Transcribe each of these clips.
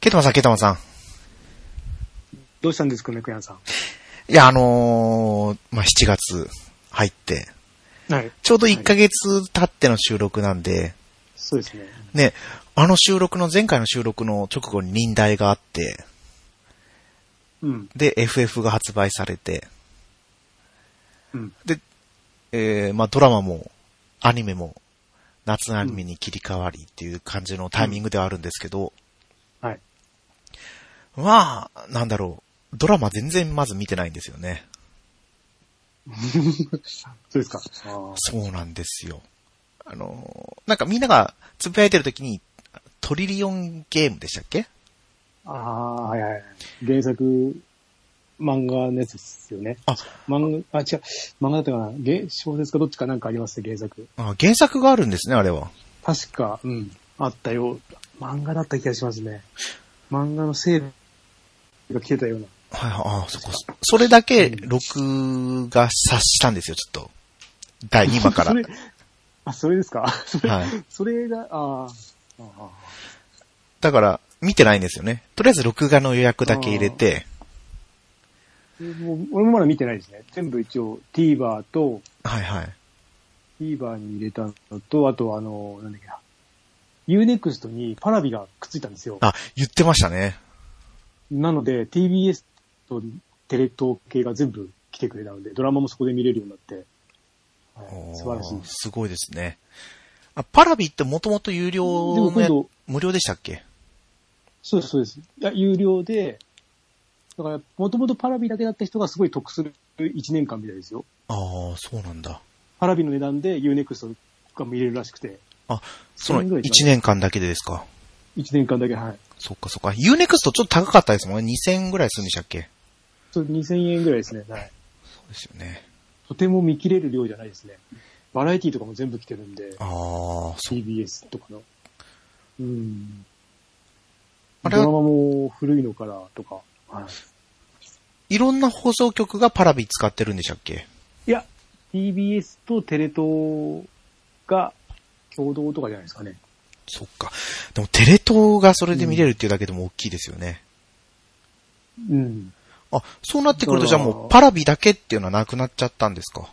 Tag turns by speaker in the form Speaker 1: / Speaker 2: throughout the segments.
Speaker 1: ケトマさん、ケトマさん。
Speaker 2: どうしたんですかね、クヤンさ
Speaker 1: いや、あのー、まあ、7月入って、
Speaker 2: ん。はい。
Speaker 1: ちょうど1ヶ月経っての収録なんで、
Speaker 2: そうですね。
Speaker 1: ね、あの収録の、前回の収録の直後に忍耐があって、
Speaker 2: うん。
Speaker 1: で、FF が発売されて、
Speaker 2: うん。
Speaker 1: で、えー、まあ、ドラマも、アニメも、夏のアニメに切り替わりっていう感じのタイミングではあるんですけど、
Speaker 2: はい。
Speaker 1: まあ、なんだろう、ドラマ全然まず見てないんですよね。
Speaker 2: そうですか。あー
Speaker 1: そうなんですよ。あのー、なんかみんながつぶやいてる時に、トリリオンゲームでしたっけ
Speaker 2: あー、はいはいはい。原作、漫画のやつですよね。
Speaker 1: あ、
Speaker 2: 漫画、あ、違う。漫画だったかなげ小説かどっちかなんかありますね、原作。
Speaker 1: あ原作があるんですね、あれは。
Speaker 2: 確か、うん。あったよ。漫画だった気がしますね。漫画のセールが来てたような。
Speaker 1: はいはい、ああ、そこ。それだけ録画察したんですよ、ちょっと。第2話か ら
Speaker 2: そ。れ、あ、それですかそれ、
Speaker 1: はい
Speaker 2: それが、あーあー。
Speaker 1: だから、見てないんですよね。とりあえず録画の予約だけ入れて、
Speaker 2: もう俺もまだ見てないですね。全部一応 TVer と、
Speaker 1: はいはい。
Speaker 2: TVer に入れたのと、あとあの、なんだっけな。Unext にパラビがくっついたんですよ。
Speaker 1: あ、言ってましたね。
Speaker 2: なので TBS とテレ東系が全部来てくれたので、ドラマもそこで見れるようになって、はい、素晴らしい
Speaker 1: おー
Speaker 2: です。
Speaker 1: すごいですね。あ、パラビってもともと有
Speaker 2: で
Speaker 1: 料
Speaker 2: も
Speaker 1: のや
Speaker 2: 今度
Speaker 1: 無料でしたっけ
Speaker 2: そうです、そうです。いや、有料で、だから、もともとパラビだけだった人がすごい得する1年間みたいですよ。
Speaker 1: ああ、そうなんだ。
Speaker 2: パラビの値段で Unext が見れるらしくて、
Speaker 1: あ、その
Speaker 2: それぐらい
Speaker 1: 1
Speaker 2: じゃない
Speaker 1: 年間だけでですか。
Speaker 2: 1年間だけ、はい。
Speaker 1: そっかそっか。ユーネクストちょっと高かったですもんね。2000ぐらいするんでしたっけ
Speaker 2: それ2000円ぐらいですね、はい。
Speaker 1: そうですよね。
Speaker 2: とても見切れる量じゃないですね。バラエティとかも全部来てるんで
Speaker 1: あ、あ、そ
Speaker 2: TBS とかの。うん。
Speaker 1: あ
Speaker 2: ド
Speaker 1: れ
Speaker 2: ラ
Speaker 1: は
Speaker 2: マも古いのからとか。はい、
Speaker 1: いろんな放送局がパラビ使ってるんでしたっけ
Speaker 2: いや、TBS とテレ東が共同とかじゃないですかね。
Speaker 1: そっか。でもテレ東がそれで見れるっていうだけでも大きいですよね。
Speaker 2: うん。
Speaker 1: あ、そうなってくると
Speaker 2: だ
Speaker 1: じ
Speaker 2: か
Speaker 1: ゃあ
Speaker 2: ら
Speaker 1: もうパラビだけっていうのはなくなっちゃったんですか。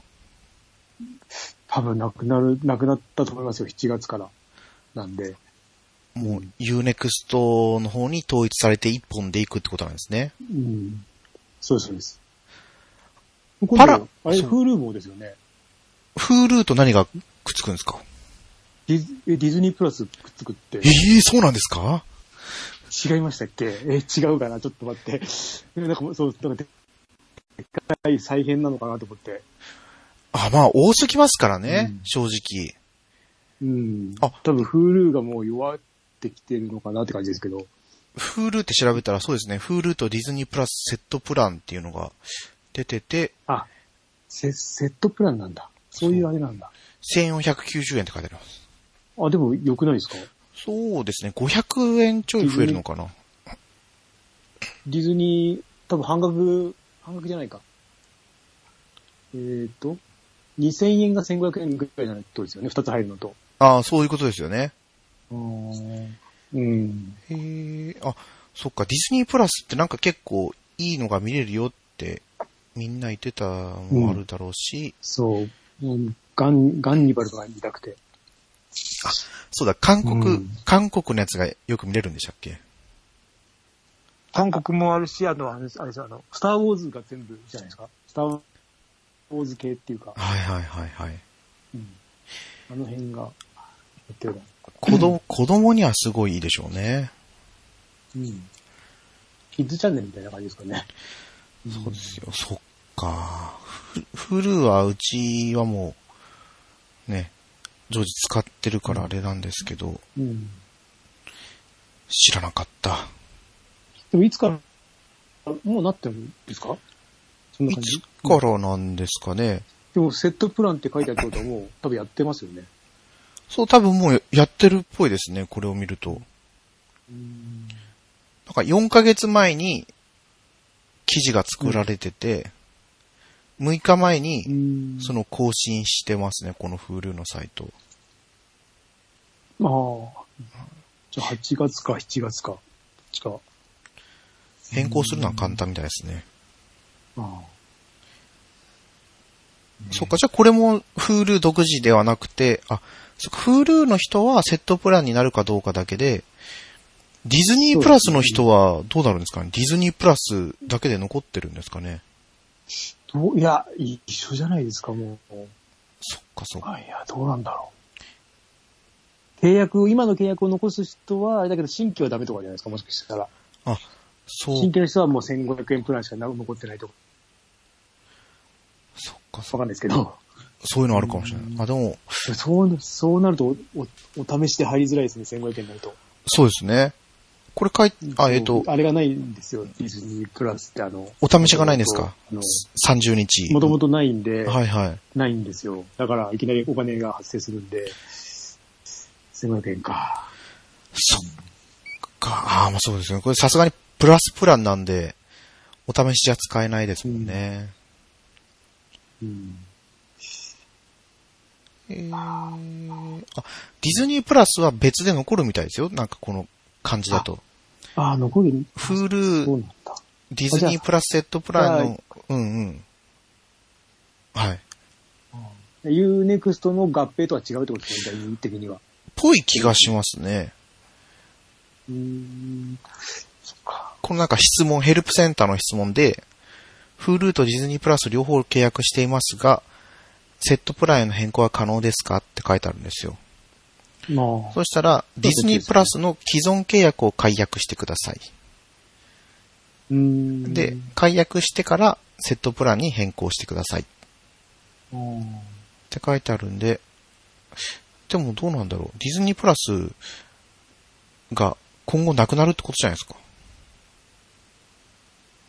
Speaker 2: 多分なくなる、なくなったと思いますよ、7月から。なんで。
Speaker 1: もう Unext の方に統一されて一本でいくってことなんですね。
Speaker 2: うん。そうです、そうです。今
Speaker 1: パラ
Speaker 2: 度あれ、
Speaker 1: そう
Speaker 2: Hulu もですよね。
Speaker 1: Hulu と何がくっつくんですか
Speaker 2: ディズえディズニープラスくっつくって。
Speaker 1: ええそうなんですか
Speaker 2: 違いましたっけえ、違うかなちょっと待って。 なんかもう、そう、なんかで、でっかい再編なのかなと思って。
Speaker 1: あ、まあ多すぎますからね、
Speaker 2: うん
Speaker 1: 正直。
Speaker 2: うん。
Speaker 1: あ
Speaker 2: あ、多分、Hulu がもう弱ってきてるのかなって感じですけど。
Speaker 1: Hulu って調べたらそうですね、Hulu とディズニープラスセットプランっていうのが出てて、
Speaker 2: あ、セセットプランなんだ。そういうあれなんだ。
Speaker 1: 1490円って書いてあります。
Speaker 2: あ、でも、良くないですか
Speaker 1: そうですね、500円ちょい増えるのかな。
Speaker 2: ディズニー、多分半額、半額じゃないか。えっ、ー、と、2000円が1500円ぐらいになるってことですよね。2つ入るのと。
Speaker 1: ああ、そういうことですよね。
Speaker 2: うん。
Speaker 1: へえ、あ、そっか、ディズニープラスってなんか結構いいのが見れるよって、みんな言ってたのもあるだろうし、
Speaker 2: そう。うんガン、ガンニバルが見たくて。
Speaker 1: そうだ、韓国、
Speaker 2: うん
Speaker 1: 韓国のやつがよく見れるんでしたっけ
Speaker 2: 韓国もあるし、あとはあれです、あれですあの、スターウォーズが全部じゃないですか。スターウォーズ系っていうか、
Speaker 1: はいはいはいはい。
Speaker 2: うん、あの辺が、やってるな
Speaker 1: 子供、子供にはすごいいいでしょうね。
Speaker 2: うん。キッズチャンネルみたいな感じですかね。
Speaker 1: そうですよ。そっか。フフルはうちはもう、ね、常時使ってるからあれなんですけど、
Speaker 2: うん。
Speaker 1: 知らなかった。
Speaker 2: でもいつから、あもうなってるんですかそんない感じ
Speaker 1: つからなんですかね。
Speaker 2: でもセットプランって書いてあるってことはもう多分やってますよね。
Speaker 1: そう、多分もうやってるっぽいですね、これを見ると。
Speaker 2: うん。
Speaker 1: なんか4ヶ月前に記事が作られてて、6日前
Speaker 2: う
Speaker 1: に
Speaker 2: ん。
Speaker 1: その更新してますね、この Hulu のサイト。
Speaker 2: ああ。じゃあ8月か7月か。確か。
Speaker 1: 変更するのは簡単みたいですね。
Speaker 2: ああ
Speaker 1: そっか、じゃあこれも Hulu 独自ではなくて、あ、そっか、Hulu の人はセットプランになるかどうかだけで、ディズニープラスの人はどうなるんですかねディズニープラスだけで残ってるんですかね
Speaker 2: どういや、い一緒じゃないですか、もう。
Speaker 1: そっか、そっか。
Speaker 2: あいや、どうなんだろう。契約、今の契約を残す人は、あれだけど、新規はダメとかじゃないですか、もしかしたら。
Speaker 1: あ、そう
Speaker 2: 新、規の人はもう1500円プランしか残ってないとか、
Speaker 1: そっか、そっか。
Speaker 2: わかんないですけど。
Speaker 1: そういうのあるかもしれない。あ、でも、
Speaker 2: そう、そうなるとお、お、お試しで入りづらいですね、1500円になると。
Speaker 1: そうですね。これ書いて、あ、えっ、と、
Speaker 2: あれがないんですよ、ディズニープラスって、あの。
Speaker 1: お試しがないんですか
Speaker 2: あの、
Speaker 1: 30日。
Speaker 2: もともとないんで、
Speaker 1: はいはい。
Speaker 2: ないんですよ。だから、いきなりお金が発生するんで、1500円か。
Speaker 1: そっか、ああ、まあそうですね。これさすがにプラスプランなんで、お試しじゃ使えないですもんね。
Speaker 2: うん。
Speaker 1: えーあ、ディズニープラスは別で残るみたいですよ。なんかこの感じだと。
Speaker 2: ああ、残る、どう
Speaker 1: Hulu、
Speaker 2: なんだ。
Speaker 1: ディズニープラスセットプランの、うんうん。はい。
Speaker 2: ユーネクストの合併とは違うってことですね、意的には。
Speaker 1: ぽい気がしますね。
Speaker 2: うーん。そっか。
Speaker 1: このなんか質問、ヘルプセンターの質問で、Hulu とディズニープラス両方契約していますが、セットプランへの変更は可能ですかって書いてあるんですよ。
Speaker 2: ま
Speaker 1: そしたら、ディズニープラスの既存契約を解約してください。
Speaker 2: うーん。
Speaker 1: で、解約してからセットプランに変更してくださいっ
Speaker 2: うん、
Speaker 1: て書いてあるんで、でもどうなんだろう。ディズニープラスが今後なくなるってことじゃないですか。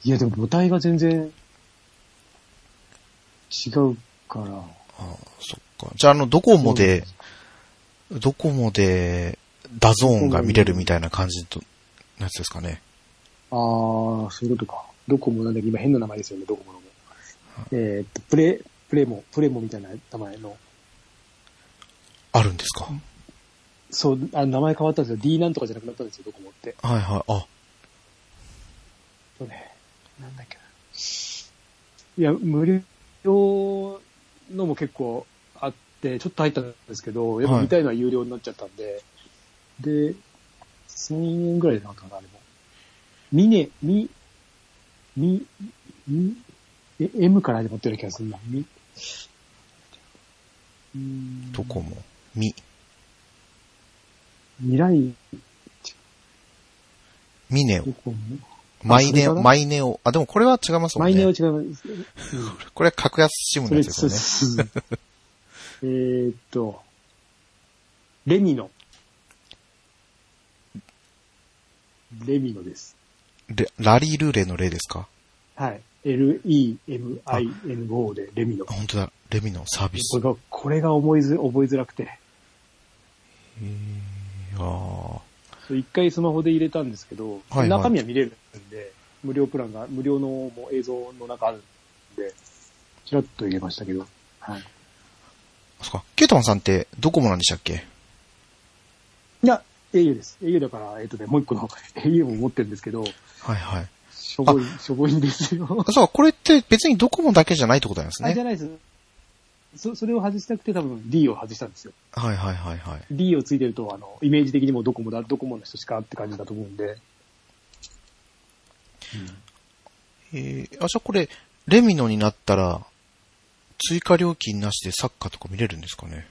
Speaker 2: いや、でも母体が全然違うか
Speaker 1: そ
Speaker 2: ら。
Speaker 1: っか。じゃあ、あの、ドコモで、ドコモで、ダゾーンが見れるみたいな感じと、のやつですかね。
Speaker 2: あー、そういうことか。ドコモなんだっけ今変な名前ですよね、ドコモのも。えーっと、プレ、プレモ、プレモみたいな名前の。
Speaker 1: あるんですか、
Speaker 2: そう、あ名前変わったんですよ。D なんとかじゃなくなったんですよ、ドコモって。
Speaker 1: はいはい。あ、
Speaker 2: そうね。なんだっけな。いや、無料のも結構あって、ちょっと入ったんですけど、やっ
Speaker 1: は
Speaker 2: ぱ
Speaker 1: い
Speaker 2: 見たいのは有料になっちゃったんで、で、1000円ぐらいじゃなかったかな、あれも。ミネ、ミ、ミ、ミ、え、M から始まってる気がするな。ミ。うーん
Speaker 1: ドコモ。み、
Speaker 2: 未来、
Speaker 1: ミネオ
Speaker 2: ド。コモ
Speaker 1: マイネ
Speaker 2: それか
Speaker 1: オ、
Speaker 2: な
Speaker 1: マイネオ。あ、でもこれは違いますもん
Speaker 2: マイ
Speaker 1: ね。
Speaker 2: ネは違います。うん
Speaker 1: これは格安シム
Speaker 2: そ
Speaker 1: のや
Speaker 2: れ、
Speaker 1: つですよね。
Speaker 2: そうそうそうえーっと、レミノ。レミノです。
Speaker 1: レラリルーレの例ですか
Speaker 2: はい。L-E-M-I-N-O でレミノ。
Speaker 1: あ、
Speaker 2: こ
Speaker 1: 本当だ。レミのサービス。
Speaker 2: れが、これが思いず、覚えづらくて。
Speaker 1: あー
Speaker 2: 一回スマホで入れたんですけ
Speaker 1: い
Speaker 2: ど、
Speaker 1: はい
Speaker 2: 中身は見れるんで、無料プランが、無料のもう映像の中あるんで、ちらっと入れましたけど。はい。
Speaker 1: そっか。ケータマンさんってドコモなんでしたっけ
Speaker 2: いや、au です。au だから、えーっとね、もう一個の au も持ってるんですけど、
Speaker 1: はいはい。
Speaker 2: しょぼい、しょぼいんですよ。
Speaker 1: あ、そうか、これって別にドコモだけじゃないってことなんです
Speaker 2: あ、じゃ
Speaker 1: ね。
Speaker 2: ないです。そ、それを外したくて多分 D を外したんですよ。
Speaker 1: はいはいはいはい。
Speaker 2: D をついてると、あの、イメージ的にもドコモだ、ドコモの人しかって感じだと思うんで。
Speaker 1: えー、あ、じゃあこれ、レミノになったら、追加料金なしでサッカーとか見れるんですかね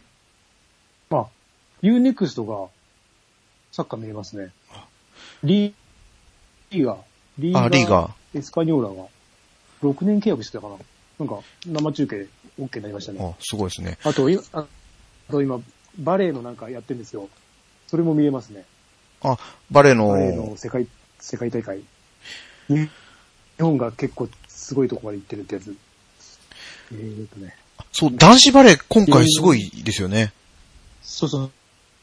Speaker 2: まあ、Unext が、サッカー見れますね。リリーガー、リ
Speaker 1: あ、リーガー。
Speaker 2: エスパニョーラが、6年契約してたかな。なんか、生中継 OK になりましたね。
Speaker 1: あ、すごいですね。
Speaker 2: あと、今、ああと今、バレエのなんかやってるんですよ。それも見れますね。
Speaker 1: あ、バレー
Speaker 2: バレーの
Speaker 1: の、
Speaker 2: 世界、世界大会。日本が結構すごいとこまで行ってるってやつ。えーとね。
Speaker 1: そう、男子バレー今回すごいですよね。
Speaker 2: そうそ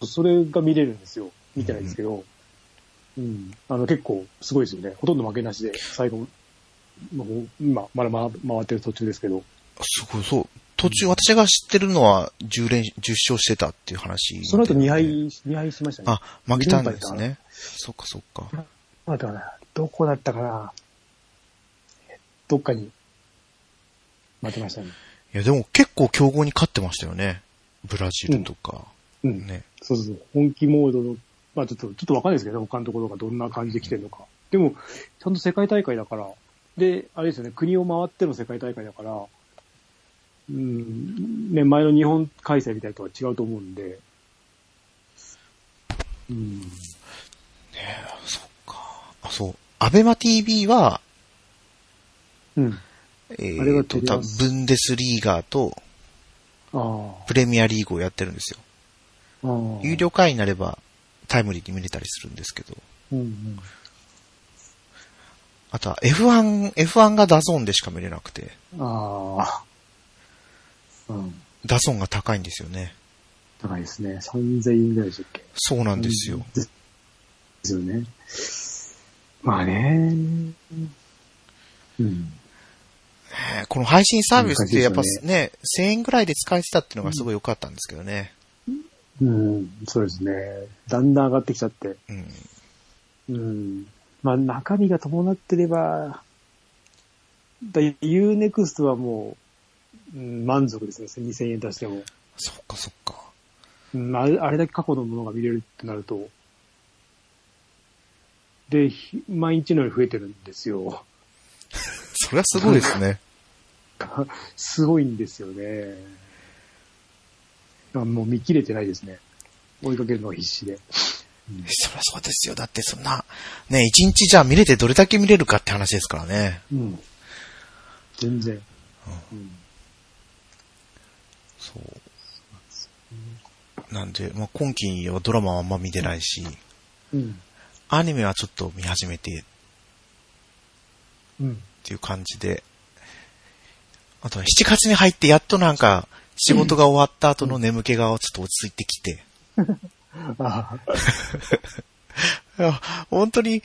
Speaker 2: う。それが見れるんですよ。見てないんですけど。うん、あの、結構すごいですよね。ほとんど負けなしで、最後の方、今、まだ回回ってる途中ですけど。
Speaker 1: すごい、そう。途中、私が知ってるのは10連、10勝してたっていう話、
Speaker 2: その後2敗、。二敗しましたね。
Speaker 1: あ、負けたんですね。そっかそっか。
Speaker 2: あとはな、どこだったかな。どっかに、待ってましたね。
Speaker 1: いや、でも結構強豪に勝ってましたよね。ブラジルとか。
Speaker 2: うん。
Speaker 1: ね。
Speaker 2: そうそうそう。本気モードの、まあちょっと、ちょっとわかんないですけどね、他のところがどんな感じで来てるのか。でも、ちゃんと世界大会だから、で、あれですよね、国を回っての世界大会だから、うん、ね、前の日本開催みたいとは違うと思うんで、うん、
Speaker 1: そっか。あ、そう。アベマ TV は、
Speaker 2: うん、
Speaker 1: え
Speaker 2: あ
Speaker 1: ー
Speaker 2: れは
Speaker 1: と、
Speaker 2: テレ
Speaker 1: た
Speaker 2: 朝
Speaker 1: ブンデスリーガーと
Speaker 2: ああ
Speaker 1: プレミアリーグをやってるんですよ。
Speaker 2: ああ、
Speaker 1: 有料会員になればタイムリーに見れたりするんですけど。
Speaker 2: うん、うん、
Speaker 1: あとは F1、F1 がダゾーンでしか見れなくて、
Speaker 2: ああ、うん、
Speaker 1: ダゾーンが高いんですよね。
Speaker 2: 高いですね。3000円ぐらいでしたっけ
Speaker 1: そうなんですよ。
Speaker 2: でですよね。まあね。うん。
Speaker 1: ねこの配信サービスってやっぱ
Speaker 2: 難しいですよ
Speaker 1: ね、1000円ぐらいで使えてたっていうのがすごい良かったんですけどね。
Speaker 2: うん、そうですね。だんだん上がってきちゃって。
Speaker 1: うん。
Speaker 2: うん。まあ中身が伴ってれば、だ UNEXT はもう、うん、満足ですね。2000円出しても。
Speaker 1: そっかそっか。
Speaker 2: うん、あれあれだけ過去のものが見れるってなると。で、ひ毎日のように増えてるんですよ。
Speaker 1: そりゃすごいですね。
Speaker 2: がすごいんですよね。あもう見切れてないですね。追いかけるのが必死で。
Speaker 1: そりゃそうですよ。だってそんな、ね、一日じゃ見れてどれだけ見れるかって話ですからね。
Speaker 2: うん。全然。うん。
Speaker 1: そう。なんで、まあ、今期はドラマはあんま見てないし、
Speaker 2: うん。
Speaker 1: アニメはちょっと見始めて
Speaker 2: うん。
Speaker 1: っていう感じで、あとは7月に入ってやっとなんか、仕事が終わった後の眠気がちょっと落ち着いてきて、
Speaker 2: ああ、
Speaker 1: いや本当に、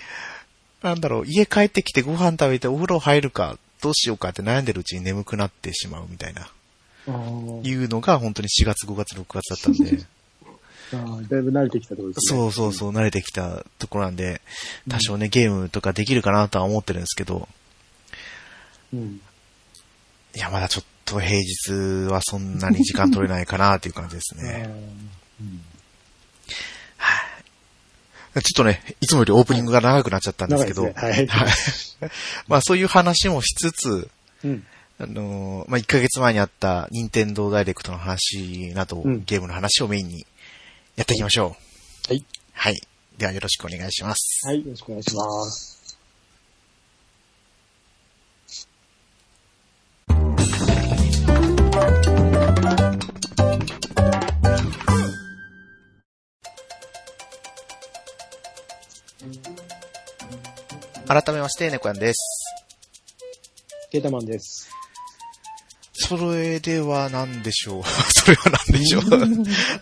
Speaker 1: なんだろう、家帰ってきてご飯食べてお風呂入るか、どうしようかって悩んでるうちに眠くなってしまうみたいな、
Speaker 2: あ
Speaker 1: いうのが本当に4月5月6月だったん で、
Speaker 2: あ、だいぶ慣れてきたところですね。
Speaker 1: そうそうそう、慣れてきたところなんで、多少ね、ゲームとかできるかなとは思ってるんですけど、
Speaker 2: う。うん。
Speaker 1: いや、まだちょっと平日はそんなに時間取れないかなっていう感じです
Speaker 2: ああ
Speaker 1: ね。ちょっとね、いつもよりオープニングが長くなっちゃったんですけど、
Speaker 2: 長いですねは
Speaker 1: は
Speaker 2: い
Speaker 1: い。 まあそういう話もしつつ、
Speaker 2: うん。
Speaker 1: あのーまあ、1ヶ月前にあった任天堂ダイレクトの話など、
Speaker 2: うん
Speaker 1: ゲームの話をメインにやっていきましょう。
Speaker 2: はい。
Speaker 1: はい。ではよろしくお願いします。
Speaker 2: はい、よろしくお願いします。
Speaker 1: 改めまして、猫やんです。
Speaker 2: ケータマンです。
Speaker 1: それでは何でしょう それは何で しょう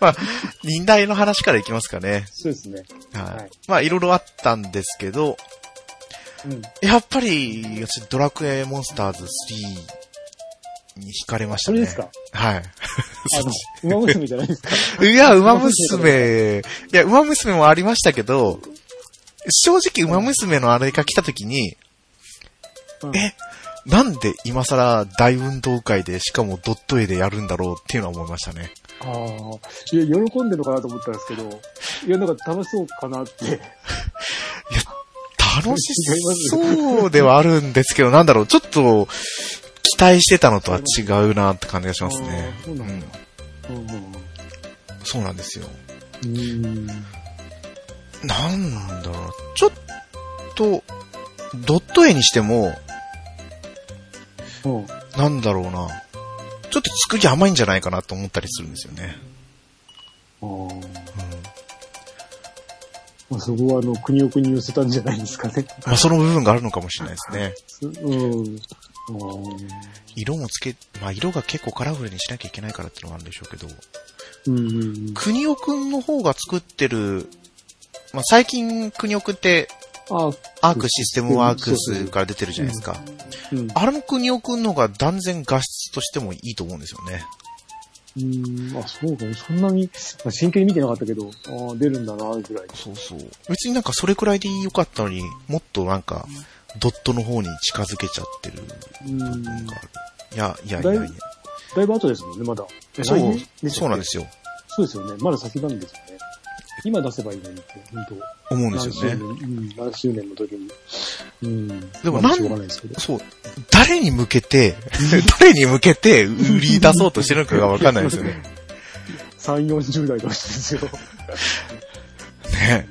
Speaker 1: まあ、忍耐の話からいきますかね。
Speaker 2: そうですね。
Speaker 1: はい。
Speaker 2: はい
Speaker 1: まあ、いろいろあったんですけど、
Speaker 2: うん。
Speaker 1: やっぱり、私ドラクエモンスターズ3に惹かれました
Speaker 2: そ
Speaker 1: ね。
Speaker 2: れですか
Speaker 1: はい。
Speaker 2: あの、馬娘じゃないですか。
Speaker 1: いや、馬娘、いや、馬娘もありましたけど、正直馬娘のあれが来た時に、
Speaker 2: う ん
Speaker 1: えなんで今更大運動会で、しかもドット絵でやるんだろうっていうのは思いましたね。
Speaker 2: ああ、いや、喜んでるのかなと思ったんですけど、いや、なんか楽しそうかなって。
Speaker 1: 楽しそうではあるんですけど、なんだろう、ちょっと、期待してたのとは違うなって感じがしますね。
Speaker 2: あーそうなんだうん
Speaker 1: そうなんですよ。
Speaker 2: うん。
Speaker 1: なんだろうな、ちょっと、ドット絵にしても、
Speaker 2: うん。
Speaker 1: なんだろうな。ちょっと作り甘いんじゃないかなと思ったりするんですよね。
Speaker 2: まあ、そこは、あの、国を国に寄せたんじゃないですかね。
Speaker 1: まあその部分があるのかもしれないですね。
Speaker 2: うん。
Speaker 1: 色もつけ、まあ色が結構カラフルにしなきゃいけないからってのがあるんでしょうけど、
Speaker 2: うん。
Speaker 1: 国尾くんの方が作ってる、まあ最近国尾くんって
Speaker 2: あ、
Speaker 1: アークシステムワークスから出てるじゃないですか。
Speaker 2: うん。
Speaker 1: あれも国尾くんの方が断然画質としてもいいと思うんですよね。
Speaker 2: うーん、あ、そうか、そんなに、まあ真剣に見てなかったけど、あー出るんだな、ぐらい。
Speaker 1: そうそう。別になんかそれくらいで良かったのに、もっとなんか、ドットの方に近づけちゃってる
Speaker 2: うーん、だ
Speaker 1: なんかあるいや、いやいやい
Speaker 2: だ
Speaker 1: や
Speaker 2: い。いぶ後ですもんね、まだ。え
Speaker 1: そ
Speaker 2: 来
Speaker 1: う
Speaker 2: 年で、し
Speaker 1: そ
Speaker 2: たっけ
Speaker 1: うなんですよ。
Speaker 2: そうですよね。まだ先なんですよね。今出せばいいのにって、本当
Speaker 1: 思うんで
Speaker 2: 何
Speaker 1: す
Speaker 2: 周
Speaker 1: よ
Speaker 2: 年、
Speaker 1: ね。
Speaker 2: うん、何周年の時に。うん。
Speaker 1: でも
Speaker 2: ま
Speaker 1: なん
Speaker 2: あしょうがないですけど。
Speaker 1: そう。誰に向けて、 誰に向けて売り出そうとしてるのかがわかんないですよね。
Speaker 2: 3、40代とかですよ。じ
Speaker 1: ね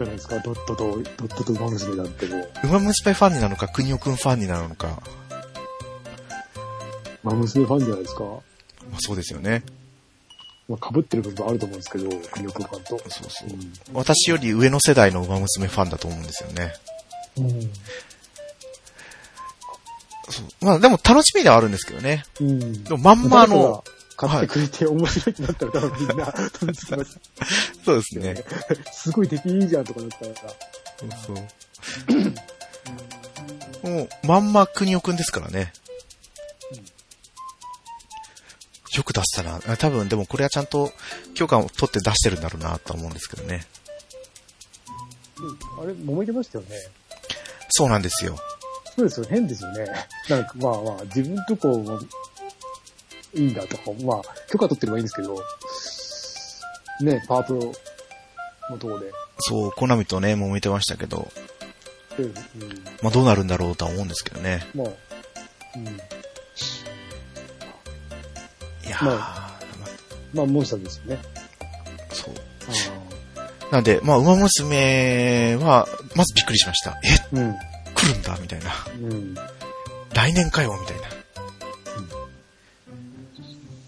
Speaker 2: ゃないですか、ドットと、ドットと馬娘だってもう、
Speaker 1: 馬娘ファンになるのか、国尾くんファンになるのか。
Speaker 2: 馬娘ファンじゃないですか。
Speaker 1: まあ、そうですよね。
Speaker 2: まあ、被ってる部分あると思うんですけど、国力ファンと。
Speaker 1: そうそう
Speaker 2: う。ん
Speaker 1: 私より上の世代の馬娘ファンだと思うんですよね。
Speaker 2: う
Speaker 1: そう。まあでも楽しみではあるんですけどね。
Speaker 2: ん。うん
Speaker 1: でもまんまあの、、
Speaker 2: 買ってくれて面白いってなったら多分みんな、飛びつきます。
Speaker 1: そうですね。
Speaker 2: すごい出来いいじゃんとかだったら、
Speaker 1: そうそう。もう、まんま国尾くんですからね。よく出したな。あ多分、でもこれはちゃんと許可を取って出してるんだろうなとは思うんですけどね。
Speaker 2: あれ、揉めてましたよね。
Speaker 1: そうなんですよ。
Speaker 2: そうですよ、変ですよね。 なんか、まあまあ、自分とこは、いいんだとか、まあ、許可取ってればいいんですけど、ね、パートのとこで、
Speaker 1: そう、コナミとね、揉めてましたけど、
Speaker 2: でうん、
Speaker 1: まあどうなるんだろうとは思うんですけどね。
Speaker 2: まあ、う
Speaker 1: い
Speaker 2: ん、
Speaker 1: やー、
Speaker 2: まあ
Speaker 1: ま
Speaker 2: まあ、モンスターですよね。
Speaker 1: あそう。
Speaker 2: あ
Speaker 1: なんで、まあ、馬娘は、まずびっくりしました。え、
Speaker 2: ーうん
Speaker 1: 来るんだみたいな。
Speaker 2: うん。
Speaker 1: 来年かよみたいな。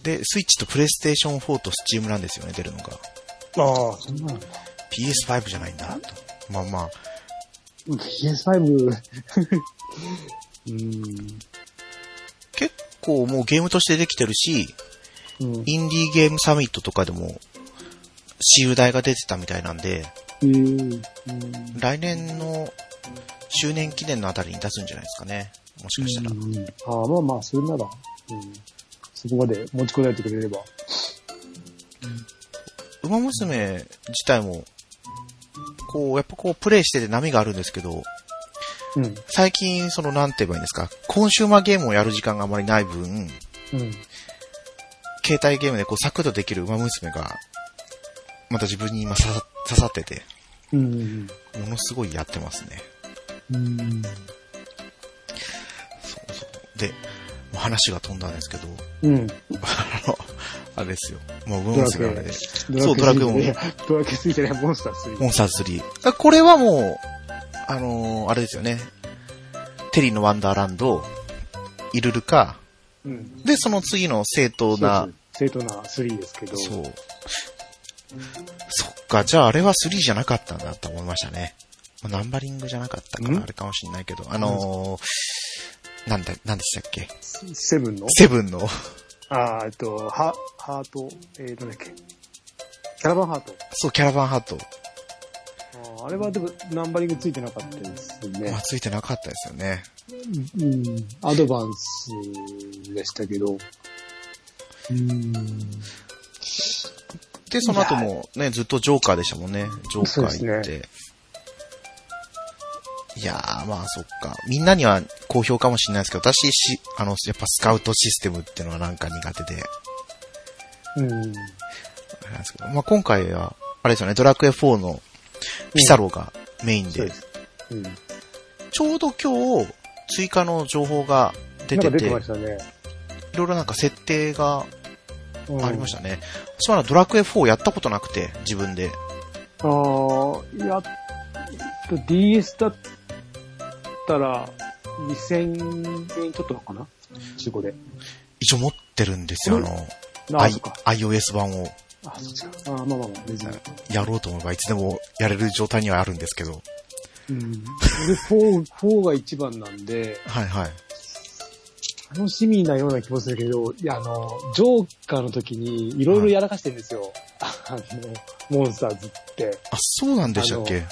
Speaker 1: で、スイッチとプレイステーション4とスチームなんですよね、出るのが。
Speaker 2: ああ、そんなの。
Speaker 1: PS5 じゃないんだ、と。まあまあ、
Speaker 2: PS5、うん、
Speaker 1: 結構もうゲームとしてできてるし、
Speaker 2: うん、
Speaker 1: インディーゲームサミットとかでも、私有代が出てたみたいなんで、
Speaker 2: うん、
Speaker 1: 来年の周年記念のあたりに出すんじゃないですかね。もしかしたら。
Speaker 2: うん、ああ、まあまあ、それなら、うん、そこまで持ちこたえてくれれば。
Speaker 1: 馬娘自体も、こう、やっぱこう、プレイしてて波があるんですけど、
Speaker 2: うん、
Speaker 1: 最近、その、なんて言えばいいんですか、コンシューマーゲームをやる時間があまりない分、
Speaker 2: うん、
Speaker 1: 携帯ゲームでこう、サクッとできる馬娘が、また自分に今刺さ刺さってて、
Speaker 2: うん、
Speaker 1: ものすごいやってますね。
Speaker 2: うん、
Speaker 1: そうそう。で、もう話が飛んだんですけど、
Speaker 2: うん。
Speaker 1: あの、あれですよ。もう馬娘があれで、そう
Speaker 2: いやドラクエ3じゃない、モンスター
Speaker 1: モ
Speaker 2: 3。
Speaker 1: ンスターズ3。だからこれはもう、あのーあれですよね。テリーのワンダーランド、イルルか、
Speaker 2: うん。
Speaker 1: で、その次の正当な、
Speaker 2: 正当な3ですけど。
Speaker 1: そう。そっか、じゃああれは3じゃなかったんだと思いましたね。まあナンバリングじゃなかったか
Speaker 2: ん
Speaker 1: な、あれかもしんないけど、あのー、なんだ、なんでしたっけ
Speaker 2: セブンの
Speaker 1: セブンの、
Speaker 2: あーえっと、ハ、ハート、えー、なんだっけ。キャラバンハート。
Speaker 1: そう、キャラバンハート、
Speaker 2: あーあれはでも、ナンバリングついてなかったですね
Speaker 1: まあ、。ついてなかったですよね。
Speaker 2: うん。アドバンスでしたけど。うん。
Speaker 1: で、その後もね、ずっとジョーカーでしたもんね。ジョーカー行って。いやー、まあそっか。みんなには好評かもしれないですけど、私し、あの、やっぱスカウトシステムっていうのはなんか苦手で、
Speaker 2: う
Speaker 1: あ
Speaker 2: ん。
Speaker 1: れなんですけど、まあ今回は、あれですよね、ドラクエ4のピサロがメインで、
Speaker 2: そうです。うん。なん
Speaker 1: ちょうど今日、追加の情報が出て
Speaker 2: か出
Speaker 1: て、
Speaker 2: てま
Speaker 1: い
Speaker 2: したね。。
Speaker 1: ろいろなんか設定がありましたたね。そうなのドラクエ4やったことなくて、自分で。
Speaker 2: ああ、やっと DS だったら、2000円ちょっとかな中古で。
Speaker 1: 一応持ってるんですよ、あの、
Speaker 2: ああ、
Speaker 1: I-
Speaker 2: そっか。
Speaker 1: iOS 版を。
Speaker 2: あ、そっちか。あーまあまあまあ、別に。
Speaker 1: やろうと思えばいつでもやれる状態にはあるんですけど。
Speaker 2: うん。で、4、4が一番なんで、
Speaker 1: はいはい。
Speaker 2: 楽しみなような気もするけど、いや、あの、ジョーカーの時にいろいろやらかしてるんですよ。あの、モンスターズって。
Speaker 1: あ、そうなんでしたっけ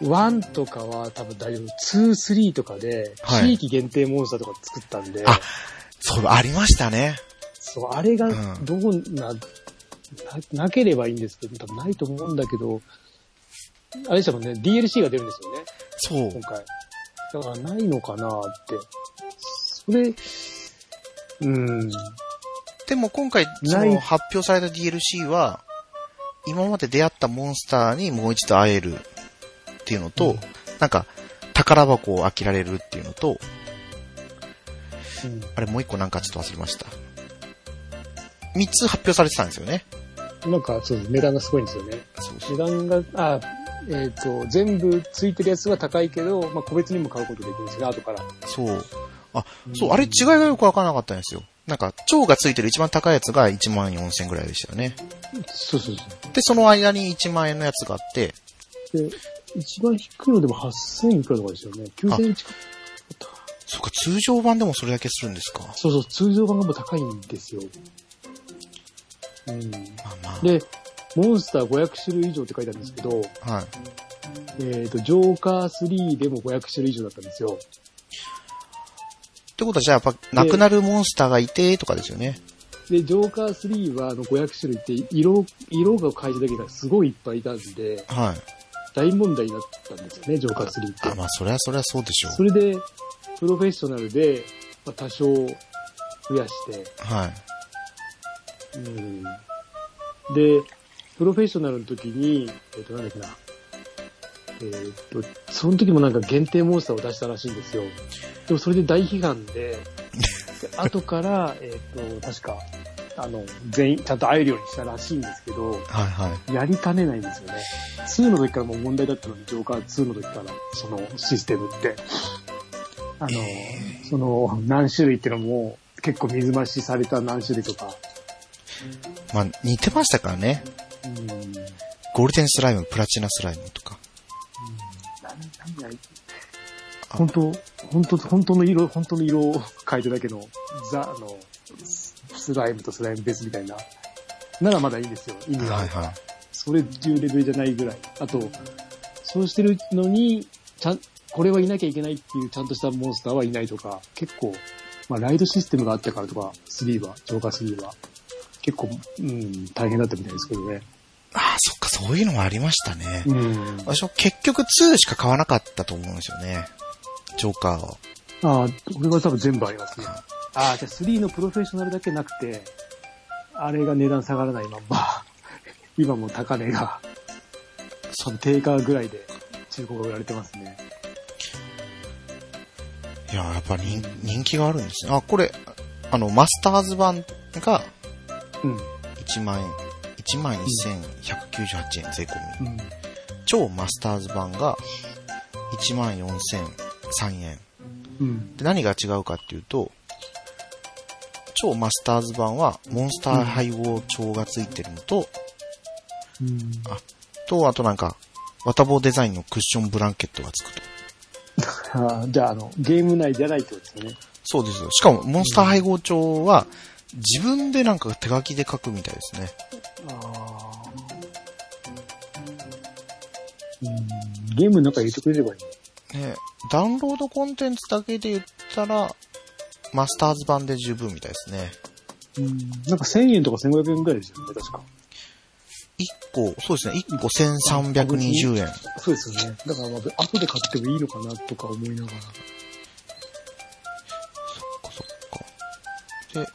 Speaker 2: 1とかは多分大丈夫。2、3とかで、
Speaker 1: はい
Speaker 2: 地域限定モンスターとか作ったんで、
Speaker 1: あそうだ、ありましたね。
Speaker 2: そう、あれが
Speaker 1: うん
Speaker 2: どうな、な、なければいいんですけど、多分ないと思うんだけど、あれでしたもんね、DLC が出るんですよね、
Speaker 1: そう
Speaker 2: 今。回。だからないのかなって。それ、うん、
Speaker 1: でも今回、そ
Speaker 2: ない
Speaker 1: の発表された DLC は、今まで出会ったモンスターにもう一度会えるっていうのと、
Speaker 2: うん
Speaker 1: なんか、宝箱を開けられるっていうのと、
Speaker 2: うん
Speaker 1: あれもう一個なんかちょっと忘れました。三つ発表されてたんですよね。
Speaker 2: なんか、そう、値段がすごいんですよね。
Speaker 1: そう
Speaker 2: 値段が、あ、えっ、と、全部ついてるやつが高いけど、まあ、個別にも買うことできるんですね、後から。
Speaker 1: そう。そう、あれ違いがよくわからなかったんですよ。なんか、蝶がついてる一番高いやつが1万4千ぐらいでしたよね。
Speaker 2: そうそうそ
Speaker 1: で、その間に1万円のやつがあって、
Speaker 2: う。で、一番低いのでも8000いくらとかですよね。9000近く。
Speaker 1: そっか、通常版でもそれだけするんですか。
Speaker 2: そうそう、通常版がもう高いんですよ。うん。
Speaker 1: まあま
Speaker 2: で、モンスター500種類以上って書いてあるんですけど、
Speaker 1: あ。はい。
Speaker 2: えっ、と、ジョーカー3でも500種類以上だったんですよ。
Speaker 1: ってことはじゃあやっぱ、亡くなるモンスターがいて、とかですよね。
Speaker 2: で、ジョーカー3はあの500種類って色、色が変えた時がすごいいっぱいいたんで、
Speaker 1: はい。
Speaker 2: 大問題になったんですよね、ジョーカー3って
Speaker 1: あ、。まあそりゃそりゃそうでしょ
Speaker 2: それで、プロフェッショナルで、まあ、多少増やして、
Speaker 1: う。はい。
Speaker 2: うん、で、プロフェッショナルの時に、えっ、と、なんだっけな、えっ、と、その時もなんか限定モンスターを出したらしいんですよ。でもそれで大批判で、で後から、えっ、と、確か、あの、全員、ちゃんと会えるようにしたらしいんですけど、
Speaker 1: はいはい。
Speaker 2: やりかねないんですよね。2の時からもう問題だったのに、ジョーカー2の時から、そのシステムって。あの、
Speaker 1: え
Speaker 2: その、何種類ってのも、結構水増しされた何種類とか。
Speaker 1: まあ似てましたからね。
Speaker 2: うん。なんなん
Speaker 1: ゴールデンスライム、プラチナスライムとか。
Speaker 2: や本当、本当、本当の色、本当の色を変えただけの、ザ、あの、スライムとスライム別みたいな。ならまだいいんですよ。意味があ
Speaker 1: は
Speaker 2: る
Speaker 1: いはい。
Speaker 2: それっていうレベルじゃないぐらい。あと、そうしてるのに、ちゃん、これはいなきゃいけないっていうちゃんとしたモンスターはいないとか、結構、まあ、ライドシステムがあったからとか、3は、浄化3は、結構、うん、大変だったみたいですけどね。
Speaker 1: ああ、そっか、そういうのもありましたね。
Speaker 2: うん。
Speaker 1: 私は結局2しか買わなかったと思うんですよね。ジョーカーを。
Speaker 2: ああ、これは多分全部ありますね。ああ、じゃあ3のプロフェッショナルだけなくて、あれが値段下がらないまん ま、今も高値が、その定価ぐらいで中古が売られてますね。
Speaker 1: いや、やっぱ人人気があるんですね。あ、これ、あの、マスターズ版が
Speaker 2: うん。
Speaker 1: 1万円、1万1198円税込み。
Speaker 2: うん。
Speaker 1: 超マスターズ版が1万4003円。
Speaker 2: うん。
Speaker 1: で、何が違うかっていうと、超マスターズ版はモンスター配合帳がついてるのと、
Speaker 2: うん
Speaker 1: と、あとなんか、綿棒デザインのクッションブランケットがつくと。
Speaker 2: あーじゃあ、あの、ゲーム内じゃないってことですよね。
Speaker 1: そうですよ。しかも、モンスター配合帳は、自分でなんか手書きで書くみたいですね。
Speaker 2: あゲームの中に入れてくれればいい。
Speaker 1: ねダウンロードコンテンツだけで言ったら、マスターズ版で十分みたいですね。
Speaker 2: うん、なんか1000円とか1500円ぐらいですよね、確か。
Speaker 1: 1個、そうですね、1個1320円。
Speaker 2: そうですよね。だから、まあ、後で買ってもいいのかなとか思いながら。
Speaker 1: そっか。で、はい。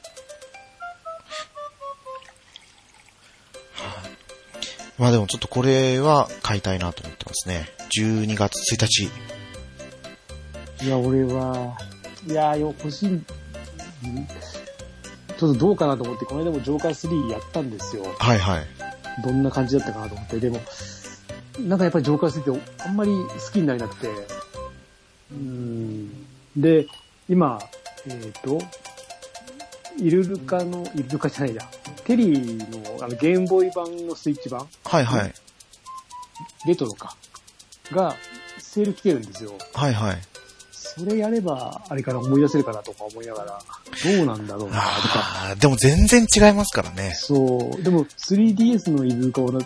Speaker 1: まあでもちょっとこれは買いたいなと思ってますね。12月1日。
Speaker 2: いや、俺は、いや、よ欲しい。うんちょっとどうかなと思って、この間もジョーカー3やったんですよ。
Speaker 1: はいはい。
Speaker 2: どんな感じだったかなと思って、でも、なんかやっぱりジョーカー3ってあんまり好きになれなくて、うん。で、今、えっ、と、イルルカの、イルルカじゃないだ、テリーのあのゲームボーイ版のスイッチ版、
Speaker 1: はいはい。
Speaker 2: レトロか、がセール来てるんですよ。
Speaker 1: はいはい。
Speaker 2: それやれば、あれから思い出せるかなとか思いながら、どうなんだろうな、とか。
Speaker 1: あーでも全然違いますからね。
Speaker 2: そう。でも、3DS のイルルカはな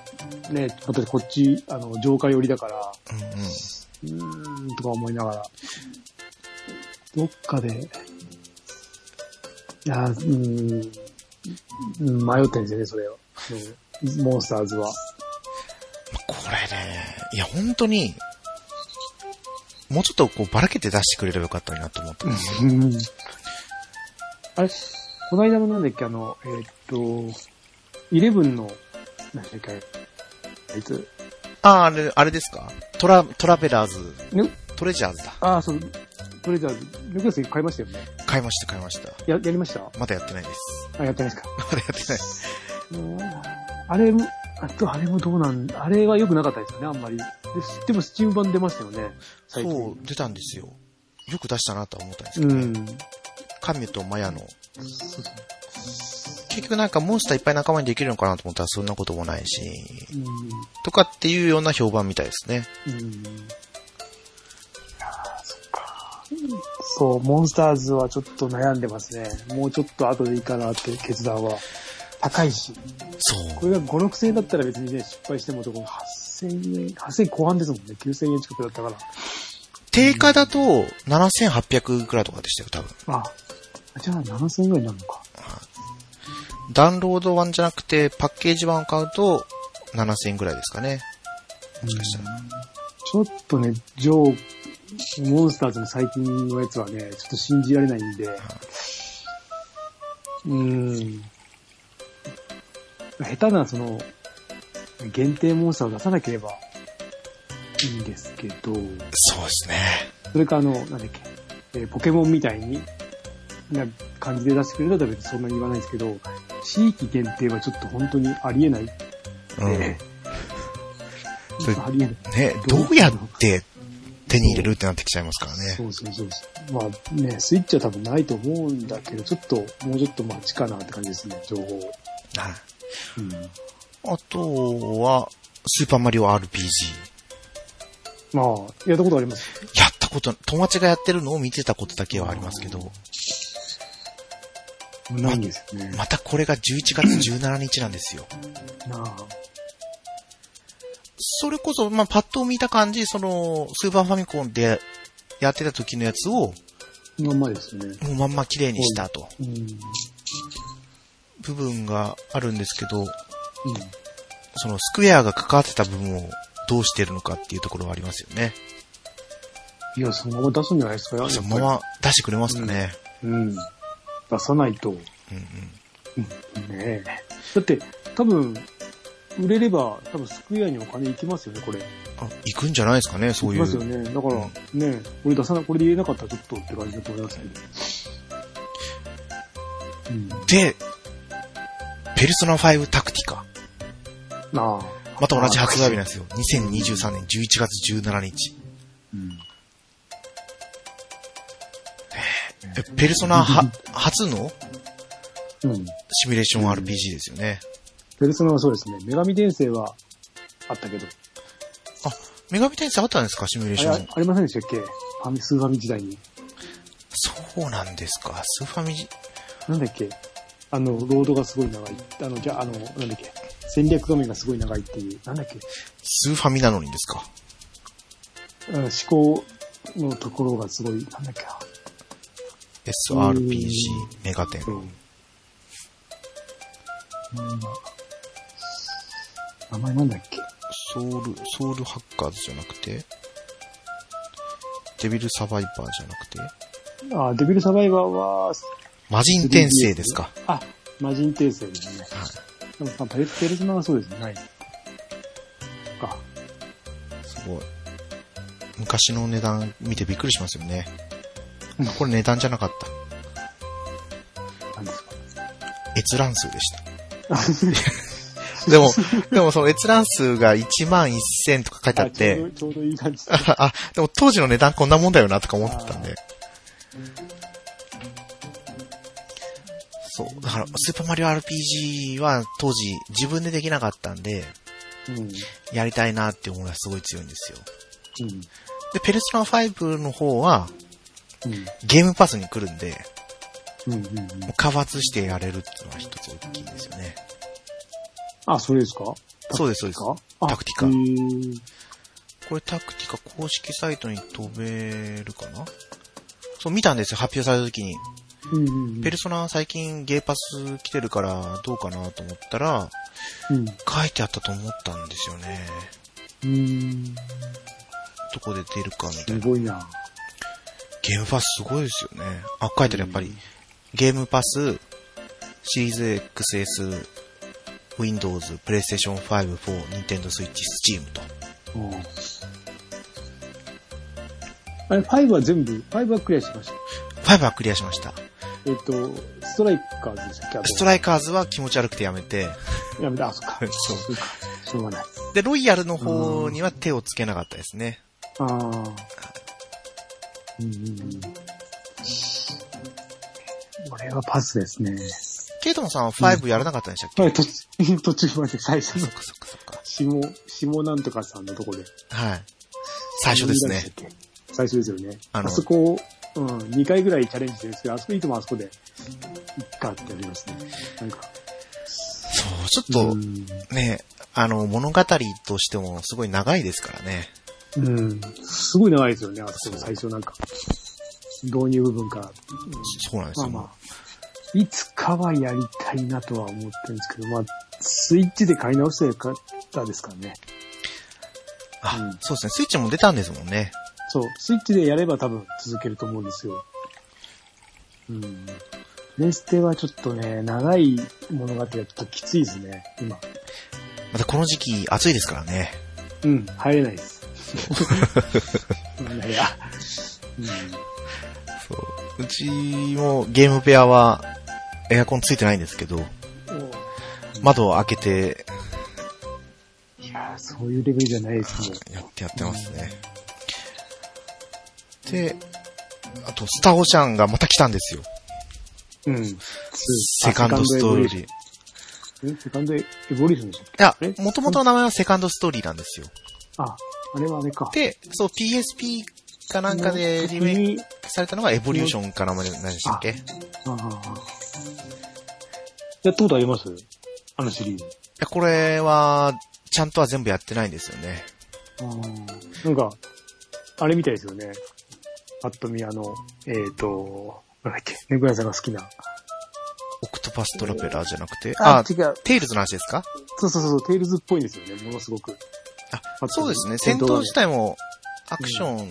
Speaker 2: ね、私こっち、あの、浄化寄りだから、
Speaker 1: うんうん。
Speaker 2: うーん、とか思いながら。どっかで、いやー、うーん、うん迷ってるんですよね、それは。うんモンスターズは。
Speaker 1: これね、いや、本当に、もうちょっとこうばらけて出してくれればよかったなと思ってます。
Speaker 2: あれ、この間のなんだっけ、あの、えーっと、イレブンの、なんだっけ、あれあいつ、
Speaker 1: あー、あれ、あれですかトラ、トラベラーズ、
Speaker 2: ぬ
Speaker 1: トレジャーズだ。
Speaker 2: ああ、そう、とりあえず、ルクラス買いましたよね。
Speaker 1: 買いました、買いました。
Speaker 2: や、やりました
Speaker 1: まだやってないです。
Speaker 2: あ、やってないですか。
Speaker 1: まだやってない。
Speaker 2: あれも、あと、あれもどうなん、あれは良くなかったですよね、あんまり。ででも、スチーム版出ましたよね、最近。
Speaker 1: そう、出たんですよ。よく出したなとは思ったんですけ
Speaker 2: う
Speaker 1: ど、
Speaker 2: ん。
Speaker 1: カミュとマヤの。
Speaker 2: そうそう
Speaker 1: 結局なんかモンスターいっぱい仲間にできるのかなと思ったらそんなこともないし、
Speaker 2: うん。
Speaker 1: とかっていうような評判みたいですね。
Speaker 2: うん。そう、モンスターズはちょっと悩んでますね。もうちょっと後でいいかなっていう決断は。高いし。
Speaker 1: そう
Speaker 2: こ。れが5、6000円だったら別にね、失敗しても、この8000円、8000円後半ですもんね。9000円近くだったから。
Speaker 1: 定価だと7800くらいとかでしたよ、多分。
Speaker 2: あ、じゃあ7000円ぐらいになるのか。
Speaker 1: ダウンロード版じゃなくてパッケージ版を買うと7000円くらいですかね。もしかしたら。
Speaker 2: ちょっとね、ジョー、モンスターズの最近のやつはね、ちょっと信じられないんで、うーん。下手な、その、限定モンスターを出さなければいいんですけ
Speaker 1: そ
Speaker 2: ど、
Speaker 1: うですね。
Speaker 2: それかあの、なんだっけ、えーポケモンみたいに、な感じで出してくれたら別にそんなに言わないですけど、地域限定はちょっと本当にありえない。
Speaker 1: うん。ね、 それ
Speaker 2: ありえない。
Speaker 1: どうやって手に入れるってなってきちゃいますから
Speaker 2: そ
Speaker 1: ね。
Speaker 2: うそうそうそう。まあね、スイッチは多分ないと思うんだけど、ちょっと、もうちょっと待ちかなって感じですね、情報。
Speaker 1: はい
Speaker 2: うん。
Speaker 1: あとは、スーパーマリオ RPG。
Speaker 2: まあ、やったことあります
Speaker 1: やったこと、友達がやってるのを見てたことだけはありますけど、
Speaker 2: ないんですよね。
Speaker 1: またこれが11月17日なんですよ。
Speaker 2: なあ。
Speaker 1: それこそ、まあ、パッと見た感じ、その、スーパーファミコンでやってた時のやつを、
Speaker 2: まんまですよね。
Speaker 1: もうまんま綺麗にしたと、
Speaker 2: うん。うん。
Speaker 1: 部分があるんですけど、その、スクエアが関わってた部分をどうしてるのかっていうところはありますよね。
Speaker 2: いや、そのまま出すんじゃないですか、やっぱり
Speaker 1: そのまま出してくれますかね。
Speaker 2: うん。出さないと。
Speaker 1: うんうん。
Speaker 2: うんねえ。だって、多分、売れれば、多分スクエアにお金いきますよね、これ。
Speaker 1: あ、行くんじゃないですかね、そう
Speaker 2: い
Speaker 1: い
Speaker 2: き
Speaker 1: う。
Speaker 2: ますよね。だから、
Speaker 1: うん
Speaker 2: ねえ、これ出さな、これで言えなかったらちょっとって感じだと思いますけど。うん。
Speaker 1: で、ペルソナ5タクティカ。
Speaker 2: なあ。
Speaker 1: また同じ発売日なんですよ。2023年11月17日。
Speaker 2: うん。
Speaker 1: えペルソナ は初の
Speaker 2: うん。
Speaker 1: シミュレーション RPG ですよね。
Speaker 2: ペルソナはそうですね。女神転生はあったけど。
Speaker 1: 女神転生あったんですかシミュレー
Speaker 2: あ
Speaker 1: シ
Speaker 2: れ、
Speaker 1: ョ
Speaker 2: あ
Speaker 1: ン。
Speaker 2: ありませんでしたっけファミ、スーファミ時代に。
Speaker 1: そうなんですか。スーファミジ、
Speaker 2: なんだっけあの、ロードがすごい長い。あの、じゃあ、あの、なんだっけ戦略画面がすごい長いっていう。なんだっけ
Speaker 1: スーファミなのにですか
Speaker 2: あの思考のところがすごい、なんだっけな
Speaker 1: ?SRPG メガテン。
Speaker 2: うん。なんだ名前なんだっけ
Speaker 1: ソウル、ソウルハッカーズじゃなくて、デビルサバイバーじゃなくて、
Speaker 2: あ、デビルサバイバーは、
Speaker 1: 魔人転生ですか。
Speaker 2: あ、魔人転生ですね。
Speaker 1: はい。
Speaker 2: でも、まあ、ペルペルソナはそうですね。はい。か。
Speaker 1: すごい。昔の値段見てびっくりしますよね。これ値段じゃなかった。
Speaker 2: なんですか。
Speaker 1: 閲覧数でした。でも、でもその閲覧数が1万1000とか書いてあっ
Speaker 2: ちょう
Speaker 1: て、
Speaker 2: どちょうどいい感じ。
Speaker 1: あ、でも当時の値段こんなもんだよなとか思ってたんで。そう。だから、スーパーマリオ RPG は当時自分でできなかったんで、
Speaker 2: うん。うん。
Speaker 1: やりたいなって思いがすごい強いんですよ。で、ペルソナ5の方は
Speaker 2: うん。
Speaker 1: ゲームパスに来るんで、
Speaker 2: うん。うん。うん
Speaker 1: もう過発してやれるっていうのは一つ大きいですよね。
Speaker 2: あ、それですか
Speaker 1: そうです、そうです。
Speaker 2: かあ
Speaker 1: タクティカ
Speaker 2: うーん
Speaker 1: これタクティカ公式サイトに飛べるかなそう見たんですよ、発表された時に。
Speaker 2: うんうん
Speaker 1: ペルソナ最近ゲーパス来てるからどうかなと思ったら、
Speaker 2: うん。
Speaker 1: 書いてあったと思ったんですよね。
Speaker 2: うん。
Speaker 1: どこで出るかみたい
Speaker 2: す
Speaker 1: な。
Speaker 2: ごいな。
Speaker 1: ゲームパスすごいですよね。あ、書いてあるやっぱり。ゲームパス、シリーズ XS、Windows、PlayStation 5、4、Nintendo Switch、Steam と。
Speaker 2: うんあれ、5は全部、5はクリアしました。
Speaker 1: 5はクリアしました。
Speaker 2: えっと、ストライカーズでしたっけあと
Speaker 1: ストライカーズは気持ち悪くてやめて、
Speaker 2: やめた、あ、そっか。
Speaker 1: そう
Speaker 2: うか。しょうがない。
Speaker 1: で、ロイヤルの方には手をつけなかったですね。
Speaker 2: ああ。うんうんうん。これはパスですね。
Speaker 1: ケイトンさんは5やらなかったんでしたっけ、
Speaker 2: はい、途 中途中まで最初
Speaker 1: そ
Speaker 2: の
Speaker 1: っ、かそっかそっか。
Speaker 2: 下、下なんとかさんのとこで。
Speaker 1: はい。最初ですね。。
Speaker 2: 最初ですよね。
Speaker 1: あ
Speaker 2: あ
Speaker 1: の
Speaker 2: そこ、うん、2回ぐらいチャレンジしてるんですけど、あそこいつもあそこで、いっかってやりますね。なんか。
Speaker 1: そう、ちょっと、
Speaker 2: うん
Speaker 1: ね、あの、物語としてもすごい長いですからね。
Speaker 2: うん。すごい長いですよね、あそこ最初なんか。導入部分から。
Speaker 1: そうなんです
Speaker 2: まあ
Speaker 1: よ。
Speaker 2: まあ。いつかはやりたいなとは思ってるんですけど、まあ、スイッチで買い直したかったですからね。
Speaker 1: あ、
Speaker 2: うん
Speaker 1: そうですね。スイッチも出たんですもんね。
Speaker 2: そう、スイッチでやれば多分続けると思うんですよ。うん。レステはちょっとね、長い物語はちょっときついですね、今。
Speaker 1: またこの時期暑いですからね。
Speaker 2: うん、入れないです。いやいや。
Speaker 1: そう。うちもゲーム部屋はエアコンついてないんですけど、
Speaker 2: うん。もう
Speaker 1: 窓を開けて
Speaker 2: いやー、そういうレベルじゃないですもん。
Speaker 1: やってやってますね。で、あと、スターオシャンがまた来たんですよ。
Speaker 2: うん。
Speaker 1: セカンドストーリー。い
Speaker 2: ー。えセカンドエボリューションでしたっけ
Speaker 1: や
Speaker 2: え、
Speaker 1: もともとの名前はセカンドストーリーなんですよ。
Speaker 2: あ、あれはあれか。
Speaker 1: で、そう、PSP かなんかでリメイク
Speaker 2: イク。
Speaker 1: されたのがエボリューションかなんかで何でしたっけい
Speaker 2: ああやったことありますあのシリーズ。
Speaker 1: や、これは、ちゃんとは全部やってないんですよね。
Speaker 2: ああ。なんか、あれみたいですよね。パッと見あの、えっ、ー、と、なんだっけ、ネブラさんが好きな。
Speaker 1: オクトパストラベラーじゃなくて、あ、
Speaker 2: 違う。
Speaker 1: テイルズの話ですか
Speaker 2: そうそうそう、テイルズっぽいんですよね、ものすごく。
Speaker 1: あ、そうですね。戦闘自体もアクション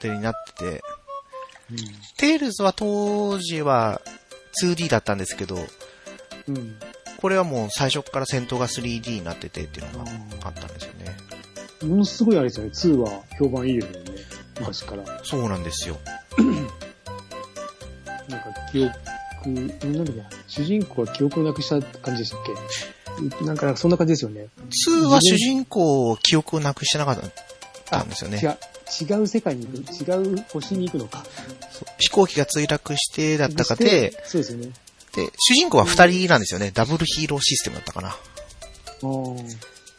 Speaker 1: でになってて、テイルズは当時は 2D だったんですけど、
Speaker 2: うん。うん。
Speaker 1: これはもう最初から戦闘が 3D になっててっていうのがあったんですよね。
Speaker 2: ものすごいあれですよね、2は評判いいですよね、昔から。
Speaker 1: そうなんですよ。
Speaker 2: なんか記憶、なんだっけな、主人公は記憶をなくした感じでしたっけなんか、そんな感じですよね。
Speaker 1: 2は主人公を記憶をなくしてなかったんですよね。
Speaker 2: 違う、違う世界に行く、違う星に行くのか。
Speaker 1: そう飛行機が墜落してだったかで、
Speaker 2: そうですよね。
Speaker 1: で、主人公は二人なんですよね。ダブルヒーローシステムだったかな。
Speaker 2: あー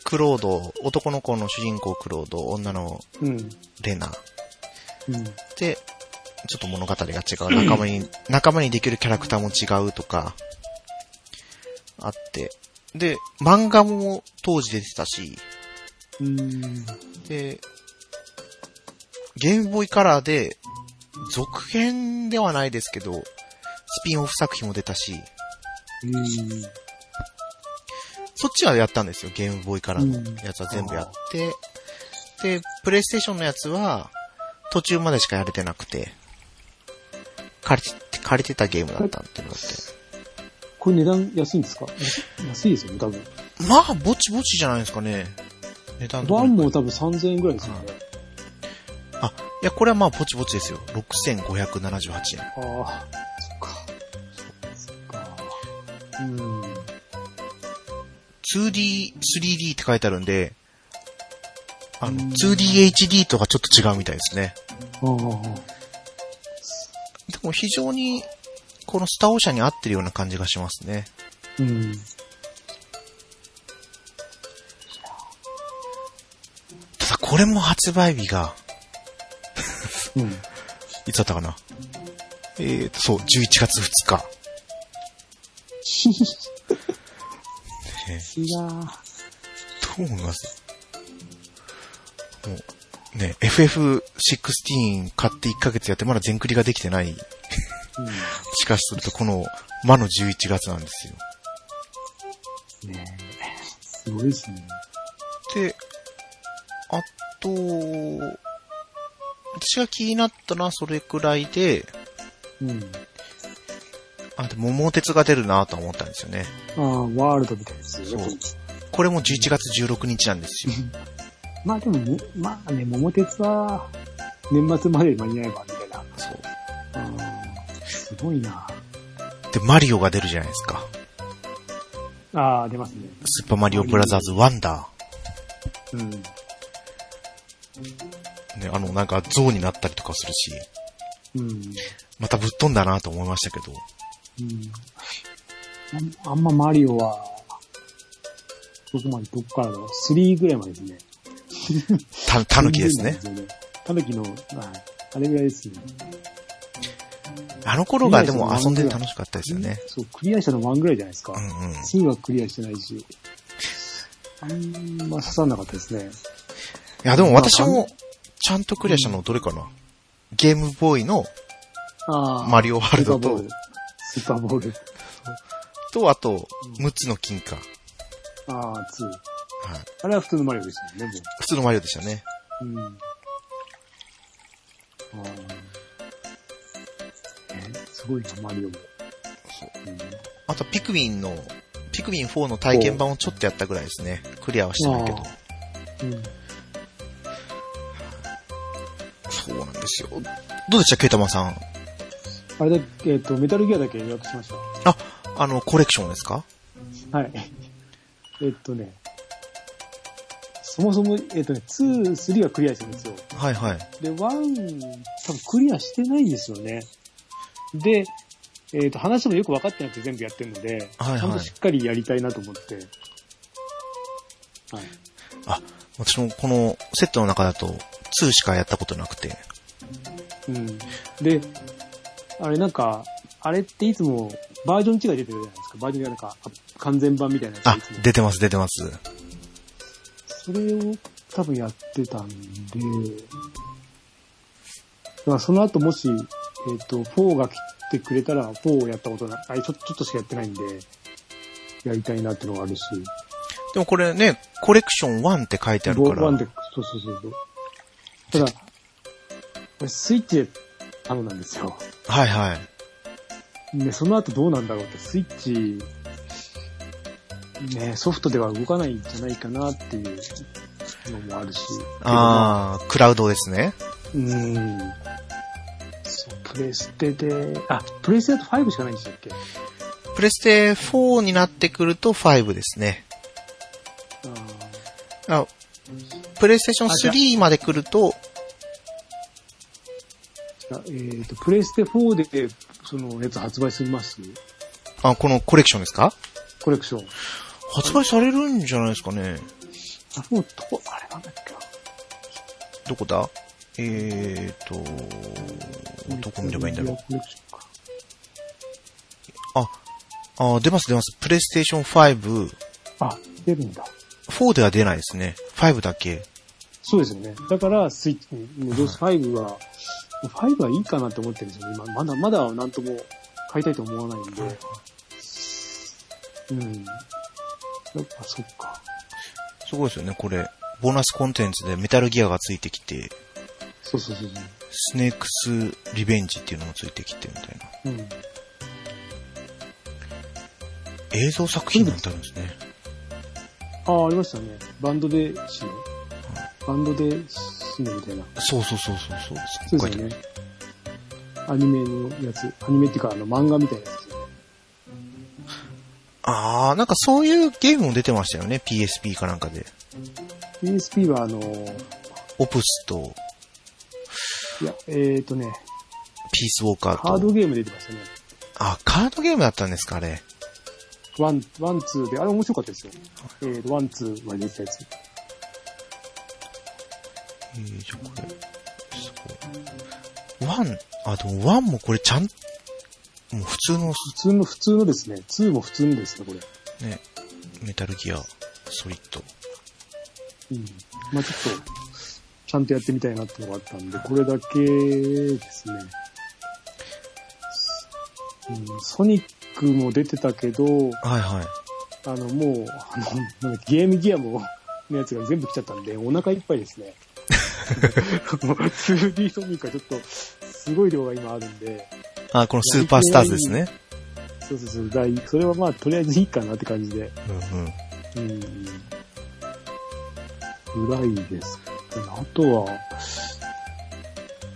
Speaker 1: クロード、男の子の主人公クロード、女の
Speaker 2: うん。
Speaker 1: レナ
Speaker 2: うん。
Speaker 1: で、ちょっと物語が違う。仲間に、仲間にできるキャラクターも違うとか、あって。で、漫画も当時出てたし、
Speaker 2: うん。
Speaker 1: で、ゲームボーイカラーで、続編ではないですけど、スピンオフ作品も出たし、
Speaker 2: うん。
Speaker 1: そっちはやったんですよ。ゲームボーイカラーのやつは全部やって。で、プレイステーションのやつは、途中までしかやれてなくて、借りて、借りてたゲームだったっていうのがあって。
Speaker 2: これ値段安いんですか安いですよね、多分。
Speaker 1: まあ、ぼちぼちじゃないですかね。値段とか
Speaker 2: ワンも多分3000円ぐらいですよね。
Speaker 1: あ、いや、これはまあ、ぼちぼちですよ。6578円。
Speaker 2: ああ、そっか。そっか。うん。
Speaker 1: 2D、3D って書いてあるんで、あの、
Speaker 2: うん
Speaker 1: 2DHD とかちょっと違うみたいですね。
Speaker 2: ああ。
Speaker 1: でも非常に、このスターオーシャンに合ってるような感じがしますね。
Speaker 2: うん。
Speaker 1: ただこれも発売日が、
Speaker 2: うん。
Speaker 1: いつだったかなえーと、そう、11月2日。ね
Speaker 2: いやー
Speaker 1: どう思いますもう、ね、FF16 買って1ヶ月やってまだ全クリができてないしかしするとこの魔の11月なんですよ。
Speaker 2: うん。ねすごいですね。
Speaker 1: で、あと、私が気になったのはそれくらいで、
Speaker 2: うん。
Speaker 1: あ、でも桃鉄が出るなとは思ったんですよね。
Speaker 2: ああ、ワールドみたいですよね。
Speaker 1: そうこれも11月16日なんですよ。
Speaker 2: まあでもも、まあね、桃鉄は、年末までに間に合えば、みたいな。
Speaker 1: そう。
Speaker 2: あーすごいな。
Speaker 1: で、マリオが出るじゃないですか。
Speaker 2: ああ、出ますね。
Speaker 1: スーパーマリオブラザーズワンダ
Speaker 2: うん。
Speaker 1: ー。ね、あの、なんか像になったりとかするし、
Speaker 2: うん。
Speaker 1: またぶっ飛んだなと思いましたけど。
Speaker 2: うん。あんあんまマリオは、どこまで、どこからだろう ?3 ぐらいまでですね。
Speaker 1: た、たぬきですね。
Speaker 2: タヌキの、はいあれぐらいですね。
Speaker 1: あの頃がでも遊んで楽しかったですよね。
Speaker 2: そう、クリアしたの1ぐらいじゃないですか。
Speaker 1: うんうん。
Speaker 2: 2はクリアしてないし。あんま刺さんなかったですね。
Speaker 1: いや、でも私も、ちゃんとクリアしたのどれかな、ゲームボーイの、
Speaker 2: あ
Speaker 1: マリオワールドと、
Speaker 2: スーパーボール。スー
Speaker 1: と、あと、
Speaker 2: うん
Speaker 1: 6つの金貨。はい。
Speaker 2: パーボール。ああ、2。あれは普通のマリオでしたよね、
Speaker 1: 普通のマリオでしたね。
Speaker 2: もう。うん。ああ。え、すごいな、マリオも。うん
Speaker 1: あと、ピクミンの、ピクミン4の体験版をちょっとやったぐらいですね。クリアはしてないけど
Speaker 2: あ。うん。
Speaker 1: そうなんですよ。どうでしたケイタマンさん。
Speaker 2: あれだけ、えっと、メタルギアだけ予約しまし
Speaker 1: あ、あの、コレクションですか
Speaker 2: た。はい。えっとね、そもそも、えっとね、2、3はクリアしてるんですよ。
Speaker 1: はいはい。
Speaker 2: で、1、多分クリアしてないんですよね。で、えっと、話もよく分かってなくて全部やってるので、
Speaker 1: はいはい
Speaker 2: ちゃんとしっかりやりたいなと思って。はい。
Speaker 1: あ、私もこのセットの中だと、2しかやったことなくて。
Speaker 2: うん。で、あれなんか、あれっていつもバージョン違い出てるじゃないですか。バージョンがなんかあ完全版みたいなやつが
Speaker 1: あ
Speaker 2: いつも、
Speaker 1: 出てます出てます。
Speaker 2: それを多分やってたんで、だからその後もし、えっ、と、4が来てくれたら、4をやったことない、あれちょちょっとしかやってないんで、やりたいなってのがあるし、
Speaker 1: でもこれね、コレクション1って書いてあるから。
Speaker 2: ワンで、そうそうそうそう。ただ、これスイッチで頼んだんですよ。
Speaker 1: はいはい。
Speaker 2: ね、その後どうなんだろうって、スイッチ、ね、ソフトでは動かないんじゃないかなっていうのもあるし。
Speaker 1: ああ、クラウドですね。
Speaker 2: うん。そう、プレステで、あ、プレステだと5しかないんでしたっけ
Speaker 1: プレステ4になってくると5ですね。
Speaker 2: あ
Speaker 1: あプレイステー
Speaker 2: あ
Speaker 1: シ
Speaker 2: じゃあ
Speaker 1: ョン3まで来ると、
Speaker 2: ー違うえっ、と、プレステ4で、そのやつ発売します
Speaker 1: あ、このコレクションですか
Speaker 2: コレクション。
Speaker 1: 発売されるんじゃないですかね。
Speaker 2: あ、もう、どこ、あれなんだっけな
Speaker 1: どこだえーと、どこ見ればいいんだろう。
Speaker 2: コレクションか。
Speaker 1: あ、あ出ます出ます。プレイステーション5、
Speaker 2: あ、出るんだ。
Speaker 1: 4では出ないですね。5だけ。
Speaker 2: そうですよね。だから、スイッチに、もうどうせ5は、5はいいかなって思ってるんですよね。今まだ、まだなんとも買いたいと思わないんで。うん。やっぱそっか。
Speaker 1: すごいですよね、これ。ボーナスコンテンツでメタルギアがついてきて、
Speaker 2: そうそうそうそう。
Speaker 1: スネークスリベンジっていうのもついてきてみたいな。
Speaker 2: うん。
Speaker 1: 映像作品なんてあるんですね。
Speaker 2: ああ、ありましたね。バンドで死ぬ。バンドで死ぬみたいな。
Speaker 1: そうそうそうそうそう。
Speaker 2: そうですよね。アニメのやつ。アニメっていうか、あの、漫画みたいなやつですよね。
Speaker 1: あー、なんかそういうゲームも出てましたよね。PSP かなんかで。
Speaker 2: PSP は、あの、い
Speaker 1: オプスと、
Speaker 2: や、えっ、ー、とね、
Speaker 1: ピースウォーカーと。
Speaker 2: カードゲーム出てましたね。
Speaker 1: あ、カードゲームだったんですか、あれ。
Speaker 2: ワン、ワン、ツーで、あれ面白かったですよ。えーと、ワン、ツーは出てたやつ。
Speaker 1: えー、じゃあこれ、すごい。ワン、あ、でもワンもこれちゃん、もう普通の
Speaker 2: 普通の、普通のですね。ツーも普通のですね、これ。
Speaker 1: ね、メタルギア、ソリッド。
Speaker 2: うん。まあちょっと、ちゃんとやってみたいなってのがあったんで、これだけですね。うんソニックも出てたけど、
Speaker 1: はいはい。
Speaker 2: あの、もう、あの、なんだっけゲームギアも、のやつが全部来ちゃったんで、お腹いっぱいですね。 もう 2D ソニックはちょっと、すごい量が今あるんで、
Speaker 1: あ、このスーパースターズですね。
Speaker 2: そうそうそう、大それはまあ、とりあえずいいかなって感じで。
Speaker 1: うんうん。
Speaker 2: うん。ぐらいです。あとは、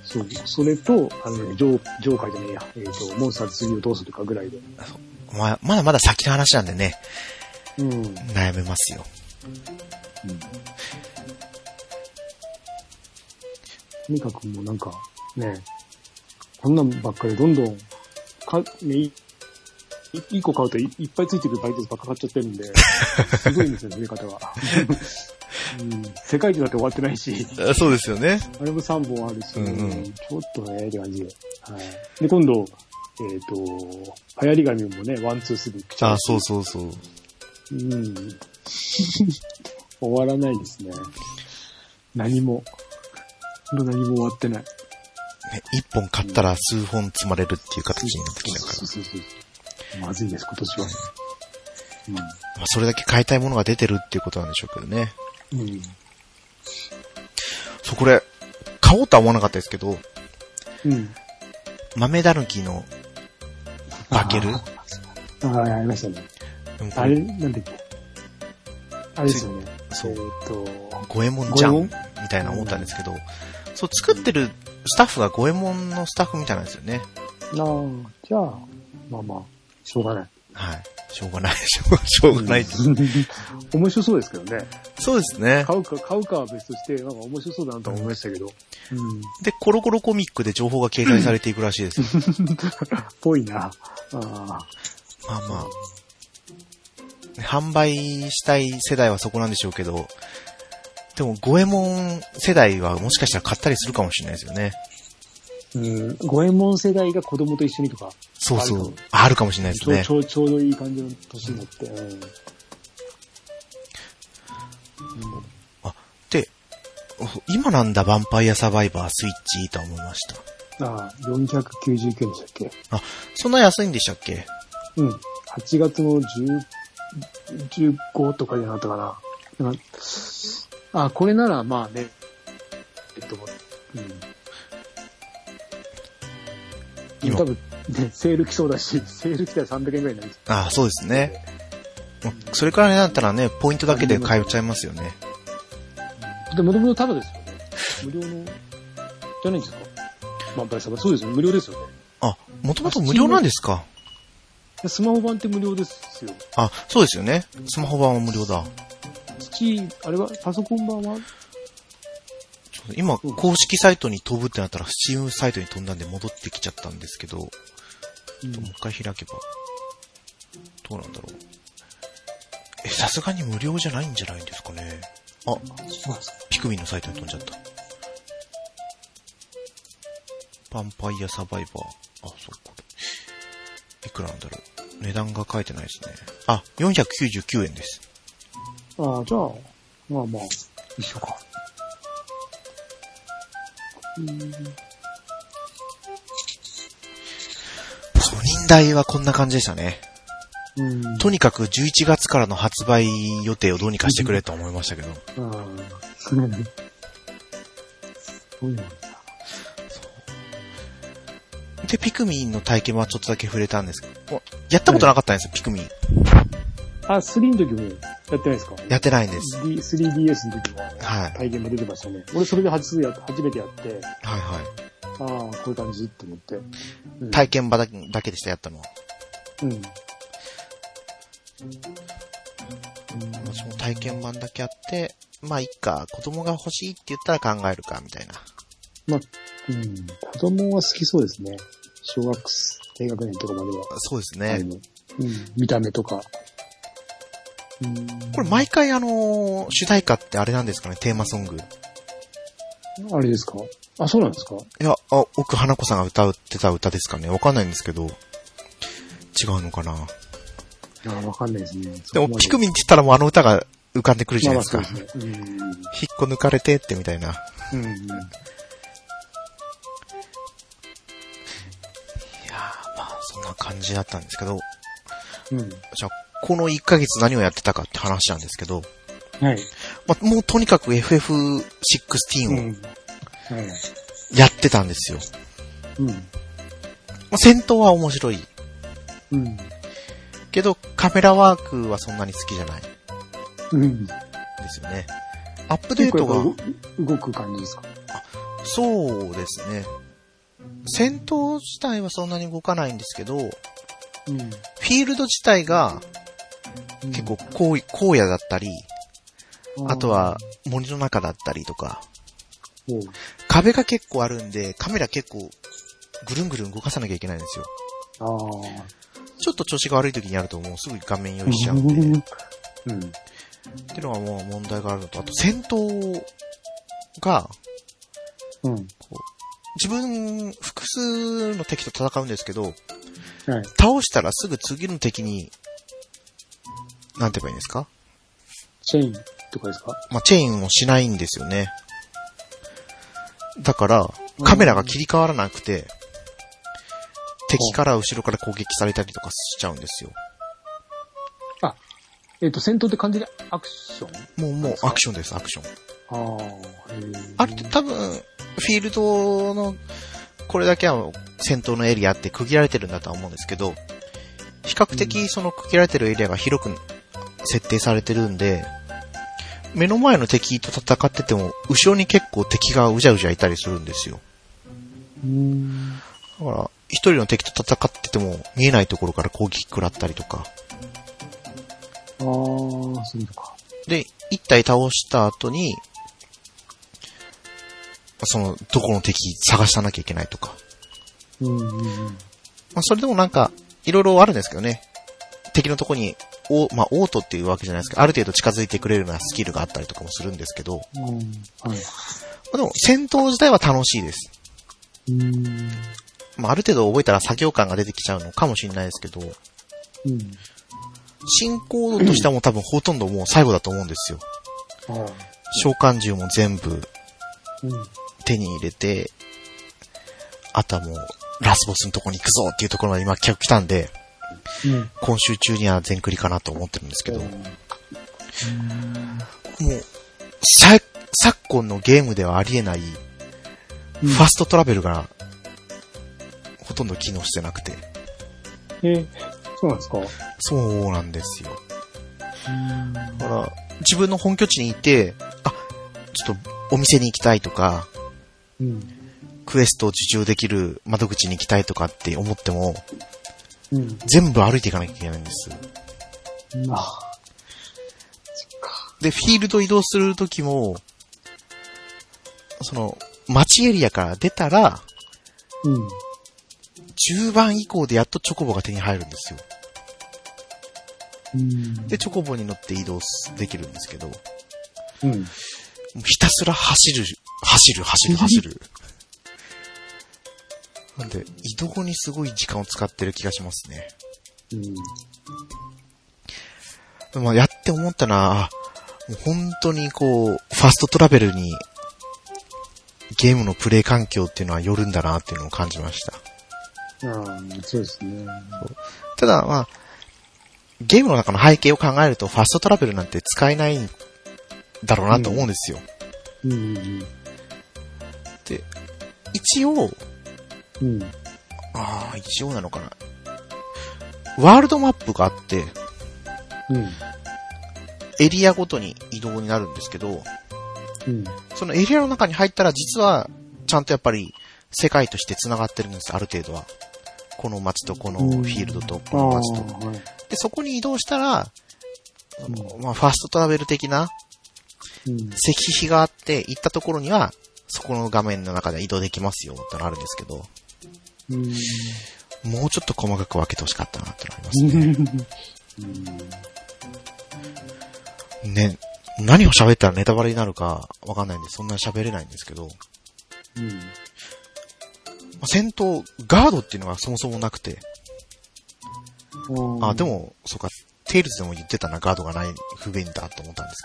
Speaker 2: そう、それと、あのね、ジョー、ジョーカーじゃねえや、えっ、と、モンスターズ3をどうするかぐらいで。
Speaker 1: まあ、まだまだ先の話なんでね、
Speaker 2: うん。うん
Speaker 1: 悩めますよ。
Speaker 2: とにかくもうなんか、ね、こんなんばっかりどんどん、か、ね、いいいい子買うといいっぱいついてくるバイトばっか買っちゃってるんで、すごいんですよね、増え方が。 うん、世界中だって終わってないし、
Speaker 1: あそうですよね。
Speaker 2: あれも3本あるし、
Speaker 1: うんうん
Speaker 2: ちょっとね、って感じで。はい。で、今度、えっ、と、流行り紙もね、ワン、ツー、スリー来ちゃ
Speaker 1: あ
Speaker 2: うし
Speaker 1: そうそうそう。
Speaker 2: うん。 終わらないですね。何も。ほんと何も終わってない。
Speaker 1: ね一本買ったら数本積まれるっていう形になってきたから。
Speaker 2: そうそうそうまずいです、今年は。
Speaker 1: まあ、それだけ買いたいものが出てるっていうことなんでしょうけどね。
Speaker 2: うん。うん。
Speaker 1: そう、これ、買おうとは思わなかったですけど、
Speaker 2: うん。
Speaker 1: 豆だぬきのバケル
Speaker 2: あああ、やりましたね。
Speaker 1: うんこ
Speaker 2: あれ、なんだっけ。あれですよね。
Speaker 1: そう
Speaker 2: えーっと、
Speaker 1: 五右衛門じゃん
Speaker 2: 五
Speaker 1: み
Speaker 2: 右
Speaker 1: たいな思ったんですけど、そう、作ってるスタッフが五右衛門のスタッフみたいなんですよね。
Speaker 2: なあ、じゃあ、まあまあ、しょうがない。
Speaker 1: はい。しょうがない。 しょうしょうがない。
Speaker 2: うん面白そうですけどね。
Speaker 1: そうですね。
Speaker 2: 買うか、買うかは別として、なんか面白そうだなとは思いましたけど。うん。
Speaker 1: で、コロコロコミックで情報が掲載されていくらしいですよ。
Speaker 2: ぽいな。あ
Speaker 1: まあまあ。販売したい世代はそこなんでしょうけど、でも、五右衛門世代はもしかしたら買ったりするかもしれないですよね。
Speaker 2: ーうん。五右衛門世代が子供と一緒にとか、
Speaker 1: そうそ
Speaker 2: あるか
Speaker 1: う
Speaker 2: も。
Speaker 1: あるかもしれないで
Speaker 2: ち
Speaker 1: す
Speaker 2: ょう
Speaker 1: ね
Speaker 2: ち。ょうちょうどいい感じの年になって。うん。
Speaker 1: で、お今なんだ、ヴァンパイアサバイバースイッチとは思いました。
Speaker 2: ああ、499でしたっけ
Speaker 1: そんな安いんでしたっけ
Speaker 2: うん。8月の10 15とかじゃなかったかな。なんかあ、これならまあね、えっと、うん。
Speaker 1: 今
Speaker 2: 多分、ね、セール来そうだし、 セール来たら300円ぐらいになる。
Speaker 1: ああ、そうですね。まそれからね、だったらね、ポイントだけで買えちゃいますよね。
Speaker 2: で、もともとタダですよね。無料の、じゃないんですかまあ、バイサバ、そうですよね。無料ですよね。
Speaker 1: あ、もともと無料なんですか。
Speaker 2: でスマホ版って無料ですよ。
Speaker 1: あ、そうですよね。スマホ版は無料だ。
Speaker 2: 土、あれは、パソコン版は
Speaker 1: ちょっと今、公式サイトに飛ぶってなったら、スチームサイトに飛んだんで戻ってきちゃったんですけど、も
Speaker 2: うん
Speaker 1: う一回開けば、どうなんだろう。え、さすがに無料じゃないんじゃないんですかね。あ、
Speaker 2: そうなんですか。
Speaker 1: ピクミンのサイトに飛んじゃった。パンパイアサバイバー。あ、そう、これ。いくらなんだろう。値段が書いてないですね。あ、499円です。
Speaker 2: ああ、じゃあ、まあまあ、一緒か。
Speaker 1: ソニン代はこんな感じでしたね。
Speaker 2: うん。
Speaker 1: とにかく11月からの発売予定をどうにかしてくれと思いましたけど。
Speaker 2: うん。すごいな。
Speaker 1: で、ピクミンの体験はちょっとだけ触れたんですけど、やったことなかったんですよ、ピクミン。
Speaker 2: あ、3の時もやってないですか
Speaker 1: やってないんです。
Speaker 2: D- 3DS の時も
Speaker 1: はい
Speaker 2: 体験も出てましたね。俺それで初や初めてやって、
Speaker 1: はいは
Speaker 2: ああ、こういう感じって思って。うん
Speaker 1: い。体験場だけだけでした、やったのは。
Speaker 2: うん。
Speaker 1: 私も体験版だけあって、まあ、いっか、子供が欲しいって言ったら考えるか、みたいな。
Speaker 2: まあ、うん、子供は好きそうですね。小学生低学年とかまでは。
Speaker 1: そうです
Speaker 2: あ
Speaker 1: ね。
Speaker 2: のうん、見た目とか。うん、
Speaker 1: これ、毎回あのー主題歌ってあれなんですかね、テーマソング。い
Speaker 2: あれですかあ、そうなんですか
Speaker 1: や、あ、奥花子さんが歌ってた歌ですかね。わかんないんですけど。違うのかな。
Speaker 2: あわかんないですね。
Speaker 1: でも、ピクミ
Speaker 2: ミ
Speaker 1: ンって言ったらもうあの歌が浮かんでくるじゃないですか。
Speaker 2: まあまあそうですね。
Speaker 1: 引っこ抜かれてってみたいな。
Speaker 2: うん。うんうん
Speaker 1: いやーまあ、そんな感じだったんですけど、
Speaker 2: うん。
Speaker 1: じゃあ、この1ヶ月何をやってたかって話なんですけど、
Speaker 2: はい。
Speaker 1: まあ、もうとにかく FF16
Speaker 2: う
Speaker 1: を
Speaker 2: ん。はい。
Speaker 1: やってたんですよ。
Speaker 2: うん。
Speaker 1: まあ、戦闘は面白い。
Speaker 2: うん。
Speaker 1: けど、カメラワークはそんなに好きじゃないんで
Speaker 2: うん。
Speaker 1: すよね。アップデ
Speaker 2: 結
Speaker 1: ート
Speaker 2: 構
Speaker 1: が、
Speaker 2: やっぱ動動く感じですか
Speaker 1: そうですね。戦闘自体はそんなに動かないんですけど、フ
Speaker 2: うん。
Speaker 1: ィールド自体が結構こう荒野だったり、
Speaker 2: うん、
Speaker 1: あとは森の中だったりとか、
Speaker 2: おう、
Speaker 1: 壁が結構あるんで、カメラ結構ぐるんぐるん動かさなきゃいけないんですよ。
Speaker 2: ああ。
Speaker 1: ちょっと調子が悪い時にやるともうすぐ画面用意しちゃうんで、
Speaker 2: うん
Speaker 1: っ。ていうのがもう問題があるのと、あと戦闘が、
Speaker 2: うん。
Speaker 1: 自分、複数の敵と戦うんですけど、
Speaker 2: はい。
Speaker 1: 倒したらすぐ次の敵に、なんて言えばいいんですか
Speaker 2: チェインとかですか
Speaker 1: まあ、チェインをしないんですよね。だから、カメラが切り替わらなくて、敵から後ろから攻撃されたりとかしちゃうんですよ。
Speaker 2: あ、えっ、と、戦闘って完全にアクション
Speaker 1: もうもうアクションです、アクション。
Speaker 2: ああ、へー
Speaker 1: あれって多分、フィールドの、これだけは戦闘のエリアって区切られてるんだとは思うんですけど、比較的その区切られてるエリアが広く設定されてるんで、目の前の敵と戦ってても、後ろに結構敵がうじゃうじゃいたりするんですよ。
Speaker 2: うん。
Speaker 1: だから、一人の敵と戦ってても、見えないところから攻撃食らったりとか。
Speaker 2: ああ、そういうことか。
Speaker 1: で、一体倒した後に、その、どこの敵探さなきゃいけないとか。
Speaker 2: うんうんう
Speaker 1: ま
Speaker 2: ん。
Speaker 1: あ、それでもなんか、いろいろあるんですけどね。敵のとこに、お、まあ、オートっていうわけじゃないですけど、ある程度近づいてくれるようなスキルがあったりとかもするんですけど、ま
Speaker 2: うん。はい。
Speaker 1: あ、でも、戦闘自体は楽しいです。
Speaker 2: うん。
Speaker 1: まあ、ある程度覚えたら作業感が出てきちゃうのかもしれないですけど、
Speaker 2: うん。
Speaker 1: 進行度としてはもう多分ほとんどもう最後だと思うんですよ。
Speaker 2: ああ。
Speaker 1: 召喚獣も全部
Speaker 2: うん。
Speaker 1: 手に入れて、あとはもう、ラスボスのとこに行くぞっていうところまで今企画来たんで、
Speaker 2: うん。
Speaker 1: 今週中には全クリかなと思ってるんですけど、もう、さ、昨今のゲームではありえない、フ
Speaker 2: うん
Speaker 1: ァストトラベルが、ほとんど機能してなくて、
Speaker 2: えー、そうなんですか
Speaker 1: そうなんですよ。だから、自分の本拠地にいて、あ、ちょっとお店に行きたいとか、
Speaker 2: うん。
Speaker 1: クエストを受注できる窓口に行きたいとかって思っても、
Speaker 2: うん。
Speaker 1: 全部歩いていかなきゃいけないんです。
Speaker 2: ああ。
Speaker 1: で、フィールド移動するときも、その、街エリアから出たら、
Speaker 2: うん。
Speaker 1: 10番以降でやっとチョコボが手に入るんですよ。
Speaker 2: うん。
Speaker 1: で、チョコボに乗って移動すできるんですけど、も
Speaker 2: うん。
Speaker 1: うひたすら走る、走る、走る、走る。 なんで、移動にすごい時間を使ってる気がしますね。
Speaker 2: うん。
Speaker 1: まあ、やって思ったのは、あもう本当にこう、ファストトラベルに、ゲームのプレイ環境っていうのはよるんだなっていうのを感じました。
Speaker 2: ああ、そうですね。
Speaker 1: ただ、まあ、ゲームの中の背景を考えると、ファストトラベルなんて使えないんだろうなと思うんですよ。
Speaker 2: うん。うん
Speaker 1: 一応、
Speaker 2: うん。
Speaker 1: ああ、一応なのかな。ワールドマップがあって、
Speaker 2: うん。
Speaker 1: エリアごとに移動になるんですけど、
Speaker 2: うん。
Speaker 1: そのエリアの中に入ったら実は、ちゃんとやっぱり世界として繋がってるんです、ある程度は。この街とこのフィールドとこの街と。
Speaker 2: ああ、はい。
Speaker 1: で、そこに移動したら、あのまあ、ファストトラベル的な
Speaker 2: うん。
Speaker 1: 石碑があって、行ったところには、そこの画面の中で移動できますよ、ってのあるんですけど、
Speaker 2: うん。
Speaker 1: もうちょっと細かく分けてほしかったな、ってのありますね。ね、何を喋ったらネタバレになるかわかんないんで、そんなに喋れないんですけど、ま
Speaker 2: うん。
Speaker 1: あ戦闘、ガードっていうのがそもそもなくて、あ、で。も、そうか、テイルズでも言ってたな、ガードがない、不便だと思ったんです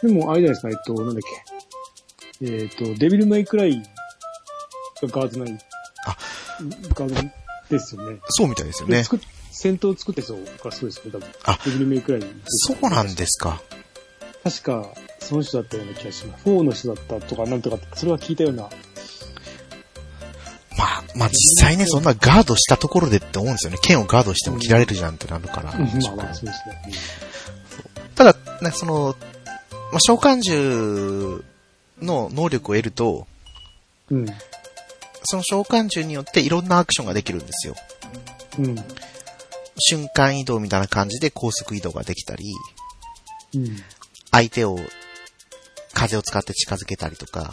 Speaker 1: けど、
Speaker 2: でも、あれじゃないですか、えっと、なんだっけ。えっと、デビルメイクライがガードない。
Speaker 1: あ
Speaker 2: ガードない。ですよね。
Speaker 1: そうみたいですよ
Speaker 2: で
Speaker 1: ね。
Speaker 2: 作っ戦闘作った人がそうですよ、多分。
Speaker 1: あ
Speaker 2: デビルメイクライに。
Speaker 1: そうなんですか。
Speaker 2: 確か、その人だったような気がします。4の人だったとか、なんとかって、それは聞いたような。
Speaker 1: まあ、まあ実際ね、そんなガードしたところでって思うんですよね。剣をガードしても切られるじゃんってなるから。
Speaker 2: まあまあ、そうですね。
Speaker 1: ただ、ね、その、まあ、召喚獣の能力を得ると、
Speaker 2: うん。
Speaker 1: その召喚獣によっていろんなアクションができるんですよ。
Speaker 2: うん。
Speaker 1: 瞬間移動みたいな感じで高速移動ができたり、
Speaker 2: うん。
Speaker 1: 相手を風を使って近づけたりとか。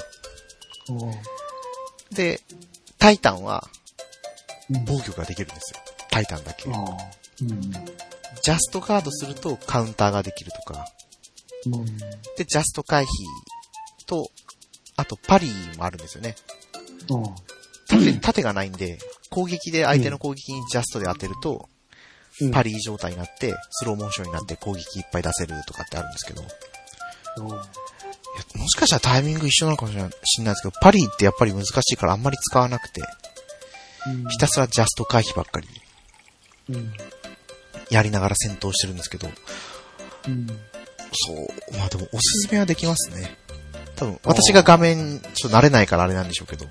Speaker 2: うん。
Speaker 1: で、タイタンは
Speaker 2: うん
Speaker 1: 防御ができるんですよ。タイタンだけ。
Speaker 2: ああ。うん。
Speaker 1: ジャストガードするとカウンターができるとか。
Speaker 2: うん。
Speaker 1: で、ジャスト回避と、あとパリーもあるんですよね。
Speaker 2: ああ。
Speaker 1: 縦、縦がないんで、攻撃で相手の攻撃にジャストで当てると、
Speaker 2: うん
Speaker 1: パリー状態になって、スローモーションになって攻撃いっぱい出せるとかってあるんですけど、い
Speaker 2: あ
Speaker 1: やもしかしたらタイミング一緒なのかもしれないしんないですけど、パリーってやっぱり難しいからあんまり使わなくて、
Speaker 2: あうん
Speaker 1: ひたすらジャスト回避ばっかり
Speaker 2: うん。
Speaker 1: やりながら戦闘してるんですけど、
Speaker 2: うん。
Speaker 1: そう、まあでもおすすめはできますね。多分、私が画面、ちょっと慣れないからあれなんでしょうけど。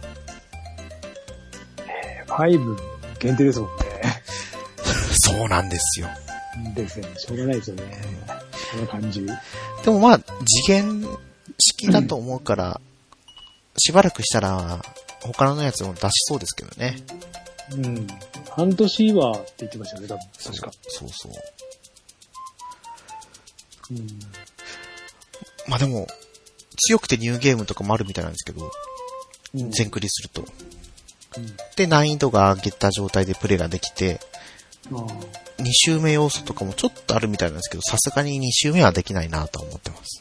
Speaker 2: 5限定ですもんね。
Speaker 1: そうなんですよ。
Speaker 2: ですよね。しょうがないですよね。この感じ。
Speaker 1: でもまあ、次元式だと思うから、しばらくしたら、他のやつも出しそうですけどね。
Speaker 2: うん。半年はって言ってましたよね、多分。確か。
Speaker 1: そうそう。
Speaker 2: うん。
Speaker 1: まあでも、強くてニューゲームとかもあるみたいなんですけど、
Speaker 2: うん
Speaker 1: 全クリすると。
Speaker 2: うん
Speaker 1: で、難易度が上げた状態でプレイができて、
Speaker 2: あ
Speaker 1: 2周目要素とかもちょっとあるみたいなんですけど、さすがに2周目はできないなとは思ってます。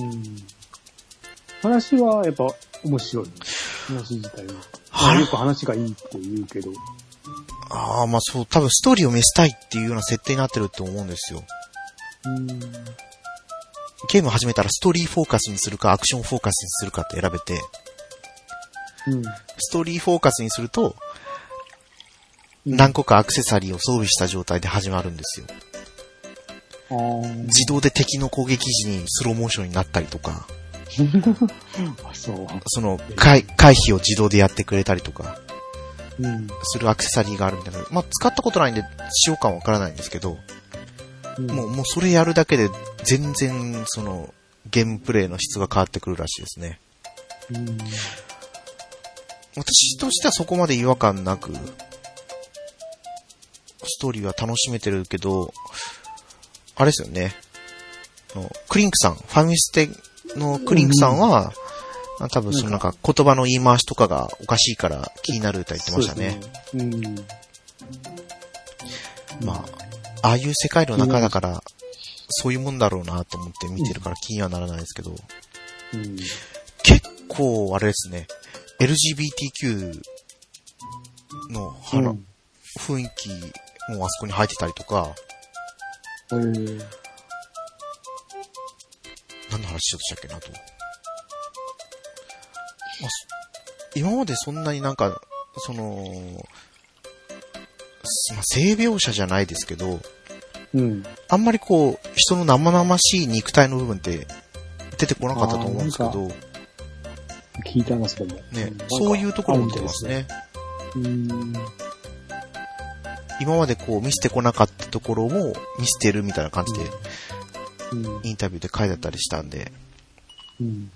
Speaker 2: あうん。話はやっぱ面白い。話自体は。
Speaker 1: はい
Speaker 2: まあよく話がいいって言うけど。
Speaker 1: ああ、まあそう、多分ストーリーを見せたいっていうような設定になってると思うんですよ。
Speaker 2: うん。
Speaker 1: ゲーム始めたらストーリーフォーカスにするか、アクションフォーカスにするかって選べて、
Speaker 2: うん。
Speaker 1: ストーリーフォーカスにすると、
Speaker 2: うん
Speaker 1: 何個かアクセサリーを装備した状態で始まるんですよ。
Speaker 2: あー
Speaker 1: 自動で敵の攻撃時にスローモーションになったりとか、
Speaker 2: あ、そう。
Speaker 1: その回回避を自動でやってくれたりとか、
Speaker 2: うん。
Speaker 1: するアクセサリーがあるみたいな。まあ、使ったことないんで使用感わからないんですけど、もう、もうそれやるだけで全然、その、ゲームプレイの質が変わってくるらしいですね。
Speaker 2: うん。うん。
Speaker 1: 私としてはそこまで違和感なく、ストーリーは楽しめてるけど、あれですよね。あのクリンクさん、ファミステのクリンクさんは、あ多分そのなんか言葉の言い回しとかがおかしいから気になるとは言ってましたね。
Speaker 2: そうですね。うん。
Speaker 1: まあ、ああいう世界の中だから、そういうもんだろうなと思って見てるから気にはならないですけど、
Speaker 2: うん。
Speaker 1: 結構あれですね、LGBTQ の
Speaker 2: う
Speaker 1: 話、
Speaker 2: ん
Speaker 1: 雰囲気もあそこに入ってたりとか、
Speaker 2: えー
Speaker 1: 何の話しようとしたっけなと。まあそ今までそんなになんか、その、すまあ、性描写じゃないですけど、
Speaker 2: うん。
Speaker 1: あんまりこう、人の生々しい肉体の部分って出てこなかったと思うんですけ
Speaker 2: あー
Speaker 1: ど、
Speaker 2: 聞いたな、それも。
Speaker 1: ね
Speaker 2: ん、
Speaker 1: そういうところも出てます。ね。
Speaker 2: うん。
Speaker 1: 今までこう見せてこなかったところも見せてるみたいな感じで、
Speaker 2: うん。
Speaker 1: インタビューで書いてあったりしたんで、
Speaker 2: うん。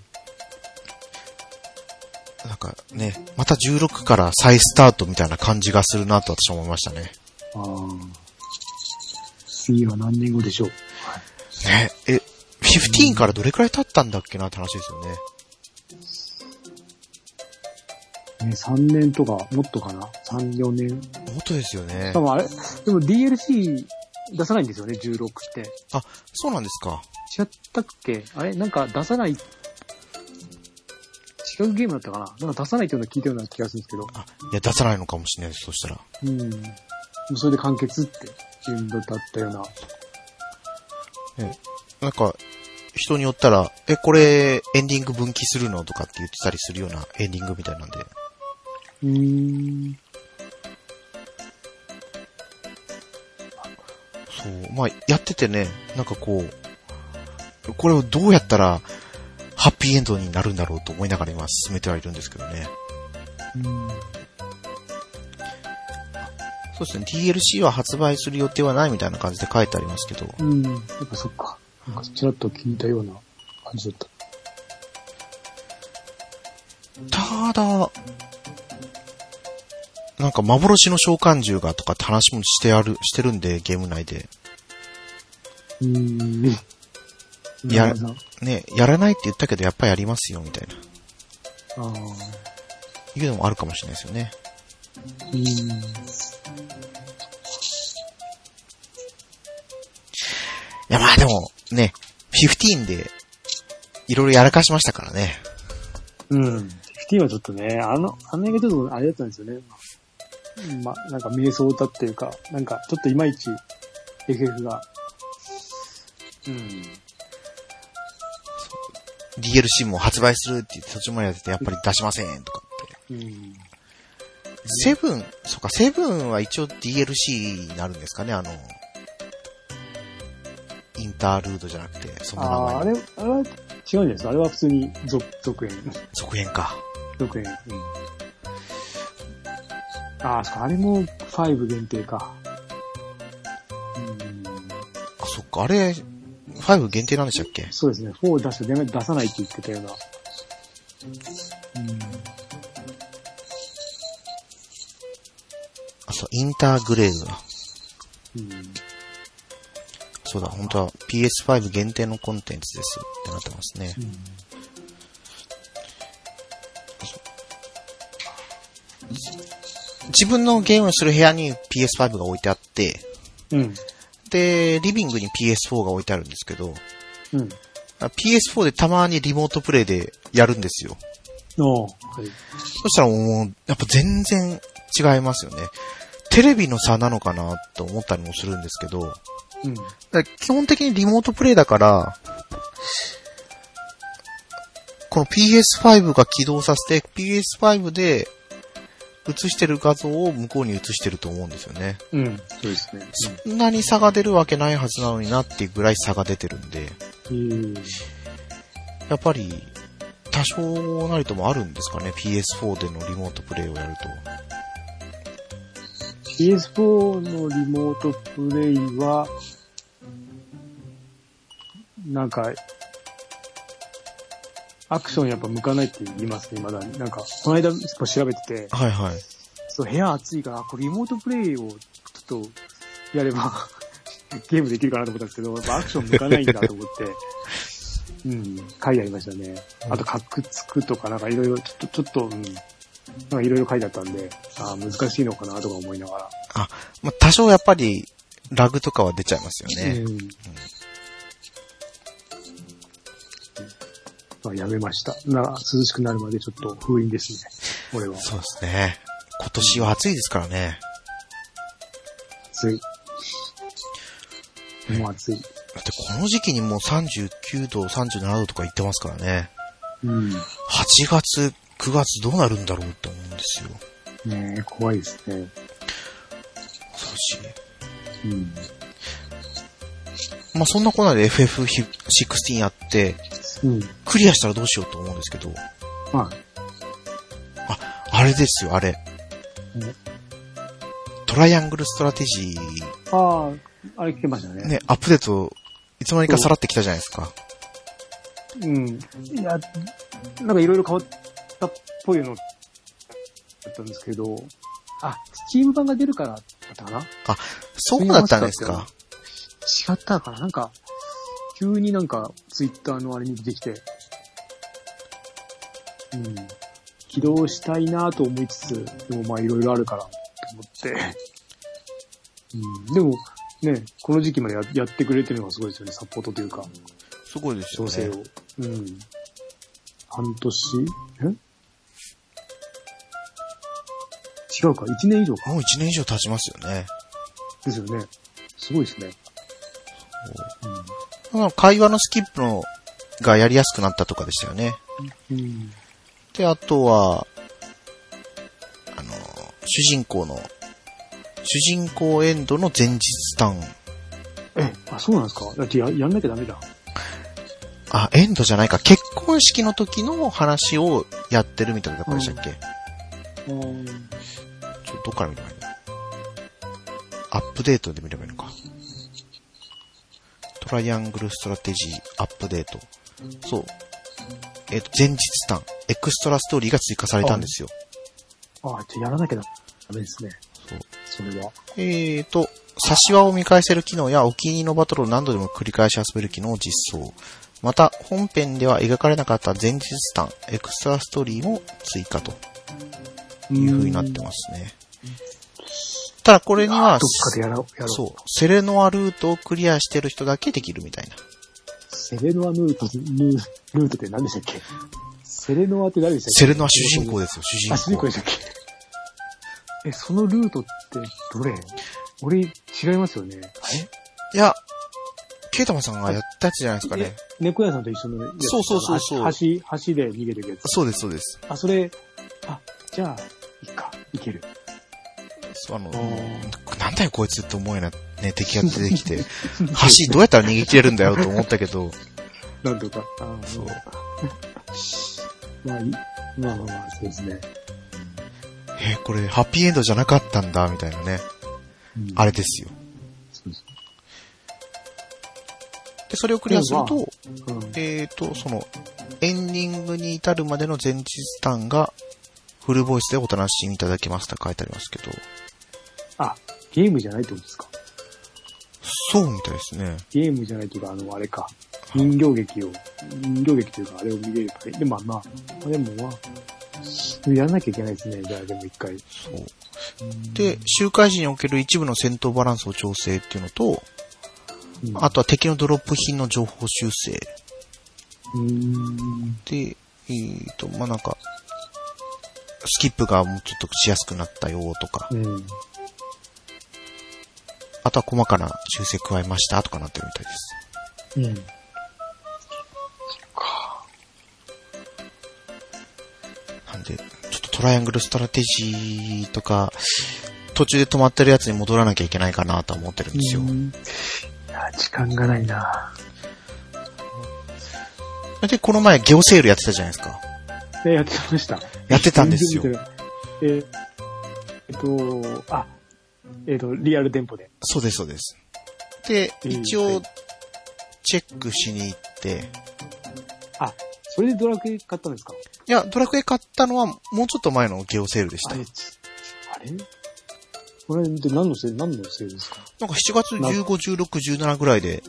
Speaker 1: なんかね、また16から再スタートみたいな感じがするなと私は思いましたね。
Speaker 2: ああ。次は何年後でしょう。
Speaker 1: ね、え、15からどれくらい経ったんだっけなって話ですよね。
Speaker 2: ね、3年とか、もっとかな ?3、4年。
Speaker 1: 元ですよね
Speaker 2: 多。分あれ、でも DLC 出さないんですよね、16って。
Speaker 1: あ、そうなんですか。
Speaker 2: 違ったっけあれなんか出さない、違うゲームだったかななんか出さないっていうのを聞いたような気がするんですけど。
Speaker 1: あ、いや、出さないのかもしれないです、そしたら。
Speaker 2: うん。もうそれで完結って、自分だったような。
Speaker 1: なんか、人によったら、え、これ、エンディング分岐するのとかって言ってたりするようなエンディングみたいなんで、
Speaker 2: うーん。
Speaker 1: そう。まあ、やっててね、なんかこう、これをどうやったら、ハッピーエンドになるんだろうと思いながら今進めてはいるんですけどね。
Speaker 2: うん。
Speaker 1: そうですね、DLC は発売する予定はないみたいな感じで書いてありますけど、
Speaker 2: うん。やっぱそっか。なんかちらっと聞いたような感じだった。
Speaker 1: ただ、なんか幻の召喚獣がとかって話もしてある、してるんで、ゲーム内で。
Speaker 2: うん。
Speaker 1: いや
Speaker 2: なるほど
Speaker 1: ね、やらないって言ったけど、やっぱりやりますよ、みたいな。
Speaker 2: あ
Speaker 1: いうのもあるかもしれないですよね。
Speaker 2: ーうん。
Speaker 1: いや、まあでも、ね、15で、いろいろやらかしましたからね。
Speaker 2: うん。15はちょっとね、あの、あの映画ちょっとあれだったんですよね。ま、なんか瞑想だっていうか、なんかちょっといまいち FF が。うん。
Speaker 1: DLC も発売するって言って途中までやってて、やっぱり出しません、とかって。
Speaker 2: うん。
Speaker 1: セブン、そうか、セブンは一応 DLC になるんですかね、あの、インタールードじゃなくて、そんな名
Speaker 2: ああー、あ
Speaker 1: 前の
Speaker 2: れ、あれは違うんじゃないですか。あれは普通に続続編。
Speaker 1: 続編か。
Speaker 2: 続編。うん。ああ、そっか、あれも5限定か。うん。
Speaker 1: あ、そっか、あれ、5限定なんでしたっけ
Speaker 2: そうですね、4出して出出さないって言ってたような。うん。
Speaker 1: あ、そう、インターグレードだ。
Speaker 2: うん。
Speaker 1: そうだ、本当は PS5 限定のコンテンツですってなってますね。自分のゲームする部屋に PS5 が置いてあって、
Speaker 2: うん。
Speaker 1: で、リビングに PS4 が置いてあるんですけど、
Speaker 2: うん。
Speaker 1: あ PS4 でたまにリモートプレイでやるんですよ。
Speaker 2: おーはい。
Speaker 1: そしたらもう、やっぱ全然違いますよね。テレビの差なのかなと思ったりもするんですけど、
Speaker 2: うん。
Speaker 1: だから基本的にリモートプレイだから、この PS5 が起動させて、PS5 で映してる画像を向こうに映してると思うんですよね。
Speaker 2: うん。そうですね。
Speaker 1: そんなに差が出るわけないはずなのになっていうぐらい差が出てるんで、
Speaker 2: うん。
Speaker 1: やっぱり多少なりともあるんですかね、PS4 でのリモートプレイをやると。
Speaker 2: PS4 のリモートプレイは、なんか、アクションやっぱ向かないって言いますね、まだに。なんか、この間ちょっと調べてて、
Speaker 1: はいはい。
Speaker 2: そう部屋暑いから、これリモートプレイをちょっとやれば ゲームできるかなと思ったんですけど、やっぱアクション向かないんだと思って、 うん、書いてありましたね。あと、カクつくとかなんかいろいろ、ちょっと、ちょっと、うん、なんかいろいろ書いてあったんで、ああ、難しいのかなとか思いながら。
Speaker 1: あ、まあ、多少やっぱり、ラグとかは出ちゃいますよね。
Speaker 2: うんまあ、やめました。な涼しくなるまでちょっと封印ですね。俺は。
Speaker 1: そうですね。今年は暑いですからね。
Speaker 2: 暑い。もう暑い。
Speaker 1: だってこの時期にもう39度、37度とか言ってますからね。
Speaker 2: うん。
Speaker 1: 8月、9月どうなるんだろうって思うんですよ。
Speaker 2: ねえ、怖いですね。
Speaker 1: 恐ろしい。
Speaker 2: うん。
Speaker 1: まあ、そんなこんなで FF16 やって、
Speaker 2: うん。
Speaker 1: クリアしたらどうしようと思うんですけど、
Speaker 2: まあ、
Speaker 1: あれですよ、あれ
Speaker 2: え。
Speaker 1: トライアングルストラテジ
Speaker 2: ああ、あれ来てましたね。
Speaker 1: ー、ね、アップデート、いつの間にかさらってきたじゃないですか。
Speaker 2: うん。いや、なんかいろいろ変わったっぽいのだったんですけど、あ、スチーム版が出るからだったかな
Speaker 1: そうだったんです
Speaker 2: そういう
Speaker 1: か
Speaker 2: の。違ったかななんか、急になんか、ツイッターのあれに出てきて、うん。起動したいなと思いつつ、でもまあいろいろあるから、と思って。うん。でも、ね、この時期までややってくれてるのがすごいですよね。サポートというか、
Speaker 1: すごいですよね。
Speaker 2: 調整を。うん。半年え違うか、一年以上か。
Speaker 1: もう1年以上経ちますよね。
Speaker 2: ですよね。すごいですね。
Speaker 1: 会話のスキップのがやりやすくなったとかでしたよね。
Speaker 2: うん。うん。
Speaker 1: で、あとは、あの、主人公の、主人公エンドの前日ターン
Speaker 2: あ、そうなんですかだってややんなきゃダメだ。
Speaker 1: あ、エンドじゃないか。結婚式の時の話をやってるみたいなとこでしたっけ、
Speaker 2: うん
Speaker 1: ちょっとどっから見ればいいのアップデートで見ればいいのか。トライアングルストラテジーアップデート。そう。えっ、と、前日談、エクストラストーリーが追加されたんですよ。
Speaker 2: あ、じゃあやらなきゃダメですね。
Speaker 1: そう
Speaker 2: それは。
Speaker 1: えーと、差し輪を見返せる機能やお気に入りのバトルを何度でも繰り返し遊べる機能を実装。また、本編では描かれなかった前日談、エクストラストーリーも追加という風になってますね。ただこれに
Speaker 2: あ
Speaker 1: は
Speaker 2: どっ、かでやろう。やろう。
Speaker 1: そう、セレノアルートをクリアしてる人だけできるみたいな。
Speaker 2: セレノアヌート、ヌー、ルートって何でしたっけセレノアって誰でしたっけ
Speaker 1: セレノア主人公ですよ、主
Speaker 2: あ、主
Speaker 1: 人
Speaker 2: 人公
Speaker 1: 公
Speaker 2: で。したっけえ、そのルートってどれ俺、違いますよね。
Speaker 1: いや、ケイタマさんがやったやつじゃないですかね。
Speaker 2: 猫屋さんと一緒のやつ
Speaker 1: そうそうそうそう
Speaker 2: あの橋、橋で逃げてるやつ。
Speaker 1: そうです、そうです。
Speaker 2: あ、それ、あ、じゃあ、いっか、いける。
Speaker 1: そうあの、
Speaker 2: ー
Speaker 1: なんだよこいつって思えな、ね、敵が出てき て、橋どうやったら逃げ切れるんだよと思ったけど、
Speaker 2: なんとか。あ
Speaker 1: そう。
Speaker 2: まあ、いいまあまあまあ、そうですね。
Speaker 1: えーこれハッピーエンドじゃなかったんだ、みたいなね。
Speaker 2: うん
Speaker 1: あれですよ。
Speaker 2: そうです
Speaker 1: で、それをクリアする
Speaker 2: うん
Speaker 1: と、
Speaker 2: うん
Speaker 1: えーと、その、エンディングに至るまでの前日談が、フルボイスでお楽しみいただけますと書いてありますけど、
Speaker 2: あ、ゲームじゃないってことですか
Speaker 1: そうみたいですね。
Speaker 2: ゲームじゃないというか、あの、あれか。人形劇を、人形劇というか、あれを見れるかい。で、まあまあ、でもまあ、やらなきゃいけないですね。じゃあ、でも一回。
Speaker 1: そう。で、周回時における一部の戦闘バランスを調整っていうのと、
Speaker 2: うん
Speaker 1: あとは敵のドロップ品の情報修正。
Speaker 2: うーん。
Speaker 1: で、えーと、まあ、なんか、スキップがもうちょっとしやすくなったよとか、
Speaker 2: うん。
Speaker 1: あとは細かな修正加えましたとかなってるみたいです。
Speaker 2: うん。そっか。
Speaker 1: なんで、ちょっとトライアングルストラテジーとか、途中で止まってるやつに戻らなきゃいけないかなとは思ってるんですよ。
Speaker 2: うんいや、時間がないな。
Speaker 1: で、この前ゲオセールやってたじゃないですか。
Speaker 2: え、やってました。
Speaker 1: やってたんですよ
Speaker 2: 全。然見てない。えー、えっと、あ、えっと、リアル店舗で。
Speaker 1: そうです、そうです。で、
Speaker 2: うん
Speaker 1: 一
Speaker 2: は
Speaker 1: 応
Speaker 2: い、
Speaker 1: チェックしに行って、
Speaker 2: あ、それでドラクエ買ったんですか
Speaker 1: いや、ドラクエ買ったのはもうちょっと前のゲオセールでした。
Speaker 2: あ
Speaker 1: な
Speaker 2: れ
Speaker 1: んか
Speaker 2: あれこれって何のせい、何のせいですか
Speaker 1: 7月15、16、17ぐらいで、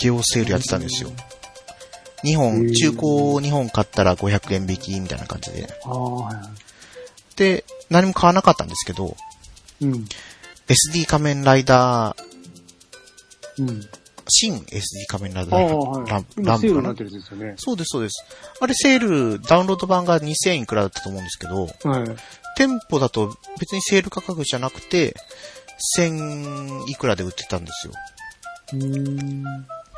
Speaker 1: ゲオセールやってたんですよ。2
Speaker 2: へ
Speaker 1: 本、
Speaker 2: ー
Speaker 1: 中古2本買ったら500円引きみたいな感じで。
Speaker 2: ああ、はいは
Speaker 1: で、何も買わなかったんですけど、
Speaker 2: い。うん。
Speaker 1: SD 仮面ライダー、
Speaker 2: うん。
Speaker 1: 新 SD 仮面ライ
Speaker 2: あ
Speaker 1: ダ
Speaker 2: あ、
Speaker 1: ーラ
Speaker 2: は
Speaker 1: ン
Speaker 2: い。
Speaker 1: プ、ラ
Speaker 2: 今
Speaker 1: ン
Speaker 2: セー
Speaker 1: プか
Speaker 2: ルにな
Speaker 1: な
Speaker 2: ってるやつですよね。
Speaker 1: そうです、そうです。あれセール、ダウンロード版が2000いくらだったと思うんですけど、
Speaker 2: はい。
Speaker 1: 店舗だと別にセール価格じゃなくて、1000いくらで売ってたんですよ。
Speaker 2: うーん。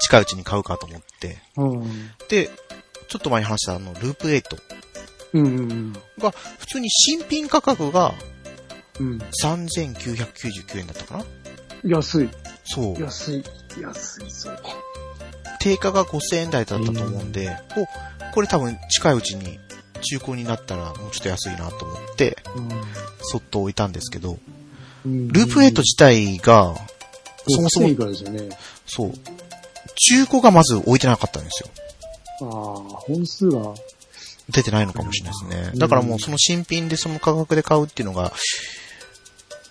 Speaker 1: 近いうちに買うかと思って。
Speaker 2: うん。
Speaker 1: で、ちょっと前に話したあの、ループ8
Speaker 2: うんうん
Speaker 1: が、普通に新品価格が
Speaker 2: うん。うん。
Speaker 1: 3999円だったかな
Speaker 2: 安い。
Speaker 1: そう。
Speaker 2: 安い。安い、そう。
Speaker 1: 定価が5000円台だったと思うんで、お、これ多分近いうちに中古になったらもうちょっと安いなと思って、そっと置いたんですけど、
Speaker 2: うん。
Speaker 1: ループ8自体が、そもそも
Speaker 2: いいからですよね。
Speaker 1: そう、中古がまず置いてなかったんですよ。
Speaker 2: ああ、本数が、
Speaker 1: 出てないのかもしれないです
Speaker 2: う
Speaker 1: ね。
Speaker 2: ん
Speaker 1: だからもうその新品でその価格で買うっていうのが、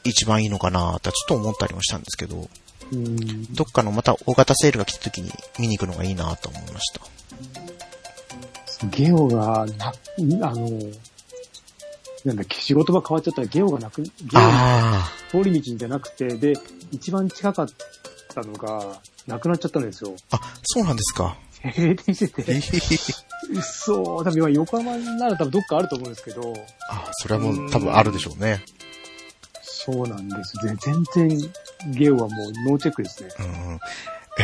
Speaker 1: 一番いいのかなとはちょっと思ったりもしたんですけど、
Speaker 2: うん。
Speaker 1: どっかのまた大型セールが来た時に見に行くのがいいなと思いました。
Speaker 2: ゲオがな、あの、なんだっけ、仕事が変わっちゃったらゲオがなく、ゲオの
Speaker 1: あ
Speaker 2: 通り道じゃなくて、で、一番近かったのが、なくなっちゃったんですよ。
Speaker 1: あ。あ、そうなんですか。
Speaker 2: 閉店して
Speaker 1: えへへ
Speaker 2: て。
Speaker 1: へ
Speaker 2: うっそー。多分今横浜なら多分どっかあると思うんですけど、
Speaker 1: あ、それはもう多分あるでしょうね。
Speaker 2: そうなんです。で全然、ゲオはもうノーチェックですね。
Speaker 1: うん。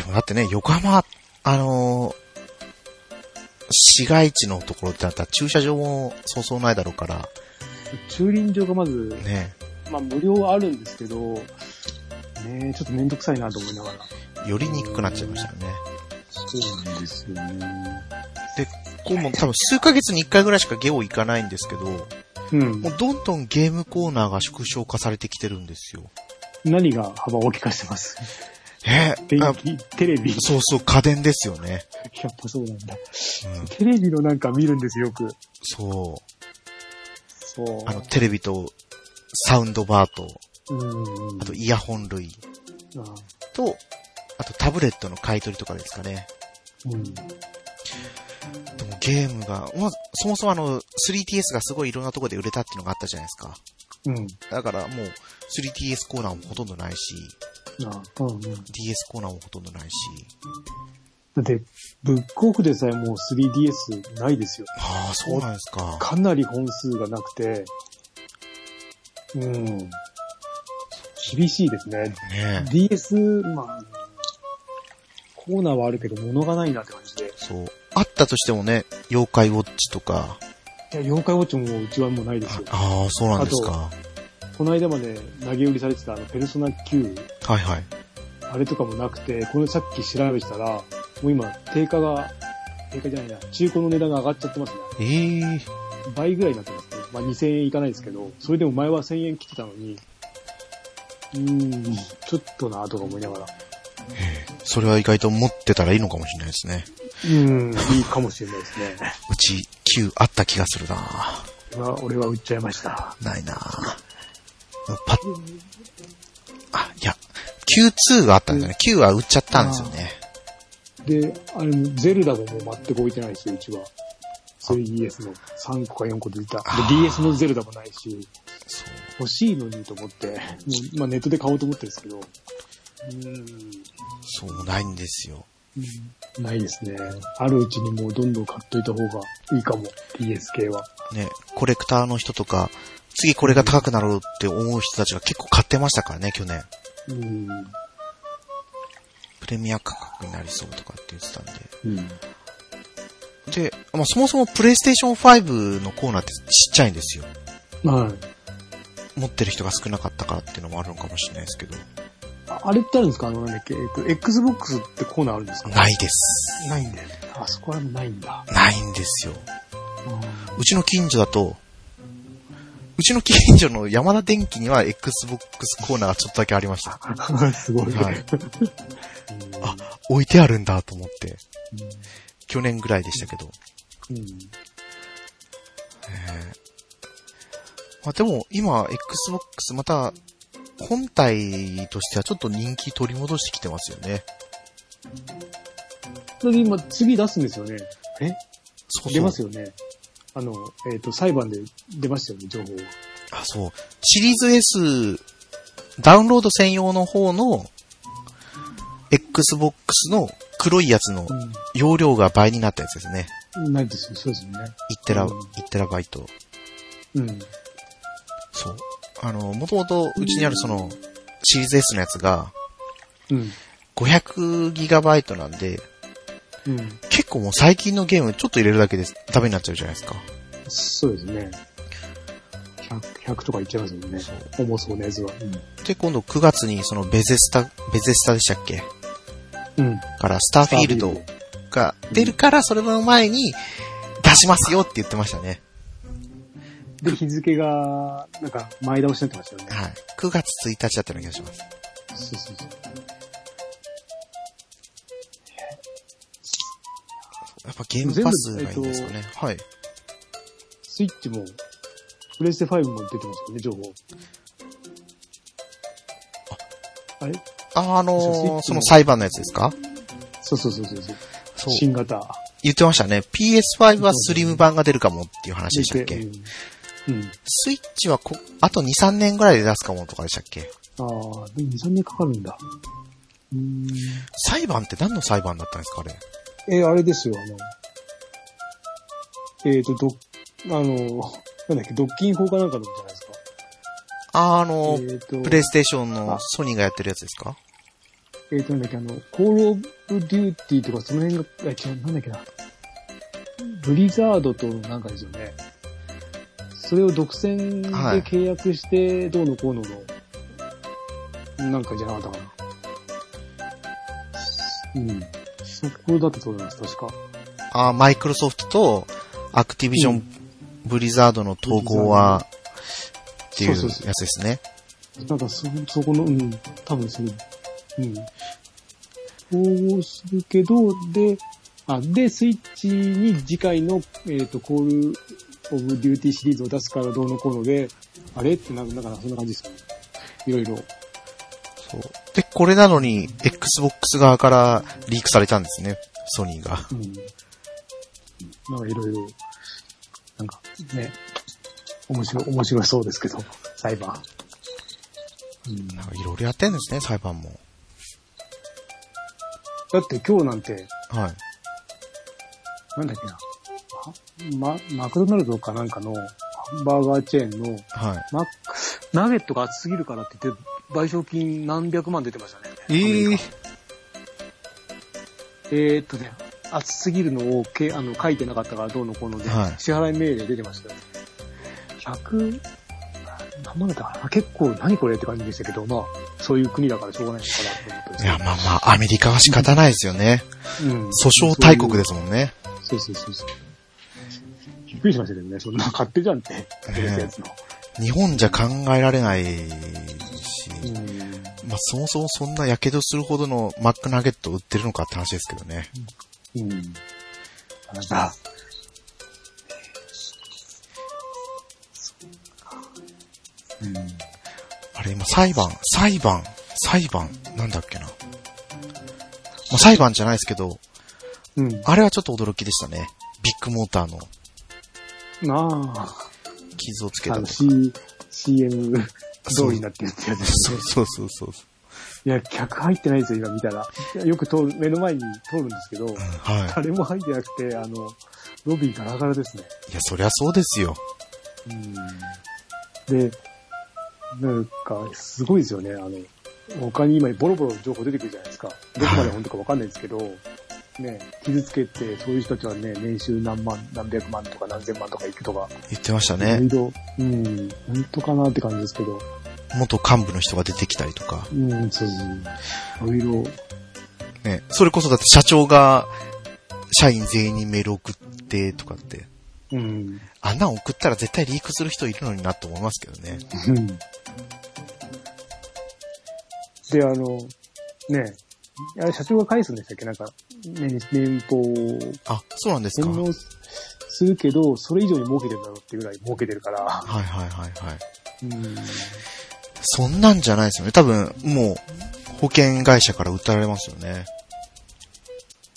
Speaker 1: え、だってね、横浜、あのー市街地のところってなったら駐車場もそうそうないだろうから、
Speaker 2: 駐輪場がまず、
Speaker 1: ね。
Speaker 2: まあ無料はあるんですけど、ねえちょっとめんどくさいなと思いながら。
Speaker 1: よりにくくなっちゃいましたよね。
Speaker 2: そうなんですよね。
Speaker 1: こうも多分数ヶ月に1回ぐらいしかゲオ行かないんですけど、
Speaker 2: うん
Speaker 1: も。うどんどんゲームコーナーが縮小化されてきてるんですよ。
Speaker 2: 何が幅を利かしてます
Speaker 1: え
Speaker 2: 電
Speaker 1: あ
Speaker 2: 気、テレビ。
Speaker 1: そうそう、家電ですよね。
Speaker 2: やっぱそうなんだ。
Speaker 1: うん、
Speaker 2: テレビのなんか見るんですよ、よく。
Speaker 1: そう。
Speaker 2: そう
Speaker 1: あの、テレビと、サウンドバーと、
Speaker 2: うんうん。
Speaker 1: あとイヤホン類
Speaker 2: あ
Speaker 1: と、あとタブレットの買い取りとかですかね。
Speaker 2: うん。
Speaker 1: でもゲームが、まあ、そもそもあの、3DS がすごいいろんなところで売れたっていうのがあったじゃないですか。
Speaker 2: うん。
Speaker 1: だからもう、3DS コーナーもほとんどないし、
Speaker 2: あうんうん。だ
Speaker 1: DS コーナーもほとんどないし。
Speaker 2: って、ブックオフでさえもう 3DS ないですよ。
Speaker 1: ああ、そうなんですか。
Speaker 2: かなり本数がなくて、うん。厳しいですね。
Speaker 1: ねえ。
Speaker 2: DS、まあ、コーナーはあるけど、物がないなって感じで。
Speaker 1: そう。あったとしてもね、妖怪ウォッチとか。
Speaker 2: いや、妖怪ウォッチももううちはもうないですよ。
Speaker 1: ああ、そうなんですか。
Speaker 2: この間まで投げ売りされてたあの、ペルソナ9、
Speaker 1: はいはい。
Speaker 2: あれとかもなくて、このさっき調べてたら、もう今、定価が、定価じゃないな、中古の値段が上がっちゃってますね。
Speaker 1: ええ
Speaker 2: 倍ぐらいになってますね。まあ2000円いかないですけど、それでも前は1000円切ってたのに、うーん、ちょっとなとか思いながら。
Speaker 1: それは意外と持ってたらいいのかもしれないですね。
Speaker 2: うーん、いいかもしれない ですね。
Speaker 1: うち9あった気がするな
Speaker 2: うわ俺は売っちゃいました。
Speaker 1: ないなパッ、あ、いや、Q2 があったんですよね。Q は売っちゃったんですよね。
Speaker 2: で、あれ、ゼルダももう全く置いてないし、うちは。3DS の3個か4個出た。で
Speaker 1: あ、ー
Speaker 2: DS のゼルダもないし、
Speaker 1: そう。
Speaker 2: 欲しいのにと思って、もうまあネットで買おうと思ってるんですけど、うーん。
Speaker 1: そう、ないんですよ。
Speaker 2: うんないですね。あるうちにもうどんどん買っといた方がいいかも、DS 系は。
Speaker 1: ね、コレクターの人とか、次これが高くなろうって思う人たちが結構買ってましたからね、去年。
Speaker 2: うん。
Speaker 1: プレミア価格になりそうとかって言ってたんで。
Speaker 2: うん。
Speaker 1: で、まあ、そもそもプレイステーション5のコーナーってちっちゃいんですよ。
Speaker 2: はい。
Speaker 1: 持ってる人が少なかったからっていうのもあるのかもしれないですけど。
Speaker 2: ああれってあるんですかあの、なんだっけ、えっと、Xbox ってコーナーあるんですか
Speaker 1: ないです。
Speaker 2: ないんだよね。あそこはないんだ。
Speaker 1: ないんですよ。
Speaker 2: うん
Speaker 1: うちの近所だと、うちの近所の山田電機には Xbox コーナーがちょっとだけありました。
Speaker 2: すごい。
Speaker 1: はい
Speaker 2: うん
Speaker 1: あ、置いてあるんだと思って。去年ぐらいでしたけど。
Speaker 2: うん。
Speaker 1: まあでも今 Xbox また本体としてはちょっと人気取り戻してきてますよね。
Speaker 2: それで今、次出すんですよね。え
Speaker 1: そうそう。
Speaker 2: 出ますよね。あの、えっ、と、裁判で出ましたよね、情報が。
Speaker 1: あ、そう。シリーズ S ダウンロード専用の方の Xbox の黒いやつの容量が倍になったやつですね。
Speaker 2: うん。ないですよ、そうですよね。
Speaker 1: 1テラ、
Speaker 2: うん
Speaker 1: 1テラバイト。
Speaker 2: うん。
Speaker 1: そう。あの、もともとうちにあるそのシリーズ S のやつが
Speaker 2: うん。
Speaker 1: 500ギガバイトなんで、
Speaker 2: うん。
Speaker 1: 結構もう最近のゲームちょっと入れるだけでダメになっちゃうじゃないですか。
Speaker 2: そうですね。100, 100とかいっちゃいますもんね。重そうなやつは。
Speaker 1: で、今度9月にそのベゼスタ、ベゼスタでしたっけ
Speaker 2: うん。うん。
Speaker 1: からスターフィールドが出るから、それの前に出しますよって言ってましたね。
Speaker 2: で、日付が、なんか、前倒しになってましたよね。
Speaker 1: はい。9月1日だったような気がします。
Speaker 2: そうそうそう。
Speaker 1: やっぱゲームパスがいいんですかね。はい。
Speaker 2: スイッチも、プレステ5も出てますよね、情報。あれ
Speaker 1: ああ
Speaker 2: そうスイッチ
Speaker 1: のー、
Speaker 2: も
Speaker 1: その裁判のやつですか
Speaker 2: そうそうそうそうそう。
Speaker 1: そう。
Speaker 2: 新型。
Speaker 1: 言ってましたね。PS5 はスリム版が出るかもっていう話でしたっ
Speaker 2: 出
Speaker 1: け
Speaker 2: てうん。うん
Speaker 1: スイッチはこ、あと2、3年ぐらいで出すかもとかでしたっけ
Speaker 2: ああ、でも2、3年かかるんだ。うーん。
Speaker 1: 裁判って何の裁判だったんですかあれ。
Speaker 2: えーあれですよ、あの、えっ、と、ど、あの、なんだっけ、ドッキン法かなんかのじゃないですか。
Speaker 1: あーあのー、
Speaker 2: えっ、と、
Speaker 1: プレイステーションのソニーがやってるやつですか
Speaker 2: えっ、と、なんだっけ、あの、コールオブデューティーとかその辺が、あ違う、なんだっけな。ブリザードとなんかですよね。それを独占で
Speaker 1: はい
Speaker 2: 契約して、どうのこうのの、なんかじゃなかったかな。うん。そこだったと思います、確か。
Speaker 1: あ、マイクロソフトとアクティビジョ
Speaker 2: う
Speaker 1: ン
Speaker 2: ん
Speaker 1: ブリザードの統合は、っていうやつ
Speaker 2: そうそうそ
Speaker 1: で
Speaker 2: う
Speaker 1: すね。
Speaker 2: なんかそ、そこの、うん、多分その、うん。こうするけど、で、あ、で、スイッチに次回の、えっ、と、コールオブデューティーシリーズを出すからどうのこうので、あれってなんか、なんかそんな感じですかね。いろいろ。
Speaker 1: そうで、これなのに、Xbox 側からリークされたんですね。ソニーが。
Speaker 2: うん。なんかいろいろ、なんかね、面白い、面白そうですけど、サイバー。うん、
Speaker 1: なんかいろいろやってんですね、裁判も。
Speaker 2: だって今日なんて、
Speaker 1: はい。
Speaker 2: なんだっけな、ま、マクドナルドかなんかのハンバーガーチェーンの、
Speaker 1: はい。
Speaker 2: マック、ナゲットが熱すぎるからって言って、賠償金何百万出てましたね。
Speaker 1: ええ
Speaker 2: えーっとね、熱すぎるのをけあの書いてなかったからどうのこうので、
Speaker 1: はい
Speaker 2: 支払い命令出てましたよ。100、何万だったかな結構何これって感じでしたけど、まあ、そういう国だからしょうがないのかなと思って
Speaker 1: いや、まあまあ、アメリカは仕方ないですよね。
Speaker 2: うん
Speaker 1: 訴訟大国ですもんね。
Speaker 2: そうそうそうそう。びっくりしましたけどね、そんな勝手じゃんって、勝手ですやつの。
Speaker 1: 日本じゃ考えられないし、
Speaker 2: うん
Speaker 1: まあそもそもそんな火傷するほどのマックナゲット売ってるのかって話ですけどね。
Speaker 2: うん。なんか、うん。
Speaker 1: あれ今裁判、裁判、裁判、なんだっけな。まあ裁判じゃないですけど、
Speaker 2: うん。
Speaker 1: あれはちょっと驚きでしたね。ビッグモーターの
Speaker 2: なあ。
Speaker 1: 傷をつけ
Speaker 2: あ
Speaker 1: た
Speaker 2: の、
Speaker 1: とか。
Speaker 2: C、CM 通りになってるってやつです
Speaker 1: そ
Speaker 2: ね
Speaker 1: う。そうそうそう。
Speaker 2: いや、客入ってないですよ、今見たら。よく通る、目の前に通るんですけど、
Speaker 1: は
Speaker 2: 誰も入ってなくて、あの、ロビーガラガラですね。
Speaker 1: い。いや、そりゃそうですよ。
Speaker 2: うん。で、なんか、すごいですよね、あの、他に今ボロボロ情報出てくるじゃないですか。どこまで本当かわかんないですけど、ね、傷つけて、そういう人たちはね、年収何万、何百万とか何千万とかいくとか、
Speaker 1: 言ってました
Speaker 2: いろい
Speaker 1: ね。
Speaker 2: ろ、うん、本当かなって感じですけど、
Speaker 1: 元幹部の人が出てきたりとか。
Speaker 2: うん、そうそう。いろいろ、
Speaker 1: ね。それこそだって社長が、社員全員にメール送ってとかって。
Speaker 2: うん。
Speaker 1: あんなん送ったら絶対リークする人いるのになと思いますけどね。
Speaker 2: で、あの、ねえ、あれ社長が返すんでしたっけなんか、ね、年俸を
Speaker 1: あ、そうなんですか。
Speaker 2: 返
Speaker 1: はい
Speaker 2: 納するけど、それ以上に儲けてるだろうっていうぐらい儲けてるから。
Speaker 1: はいはいはい。
Speaker 2: うん。
Speaker 1: そんなんじゃないですよね。多分、もう、保険会社から訴えられますよね。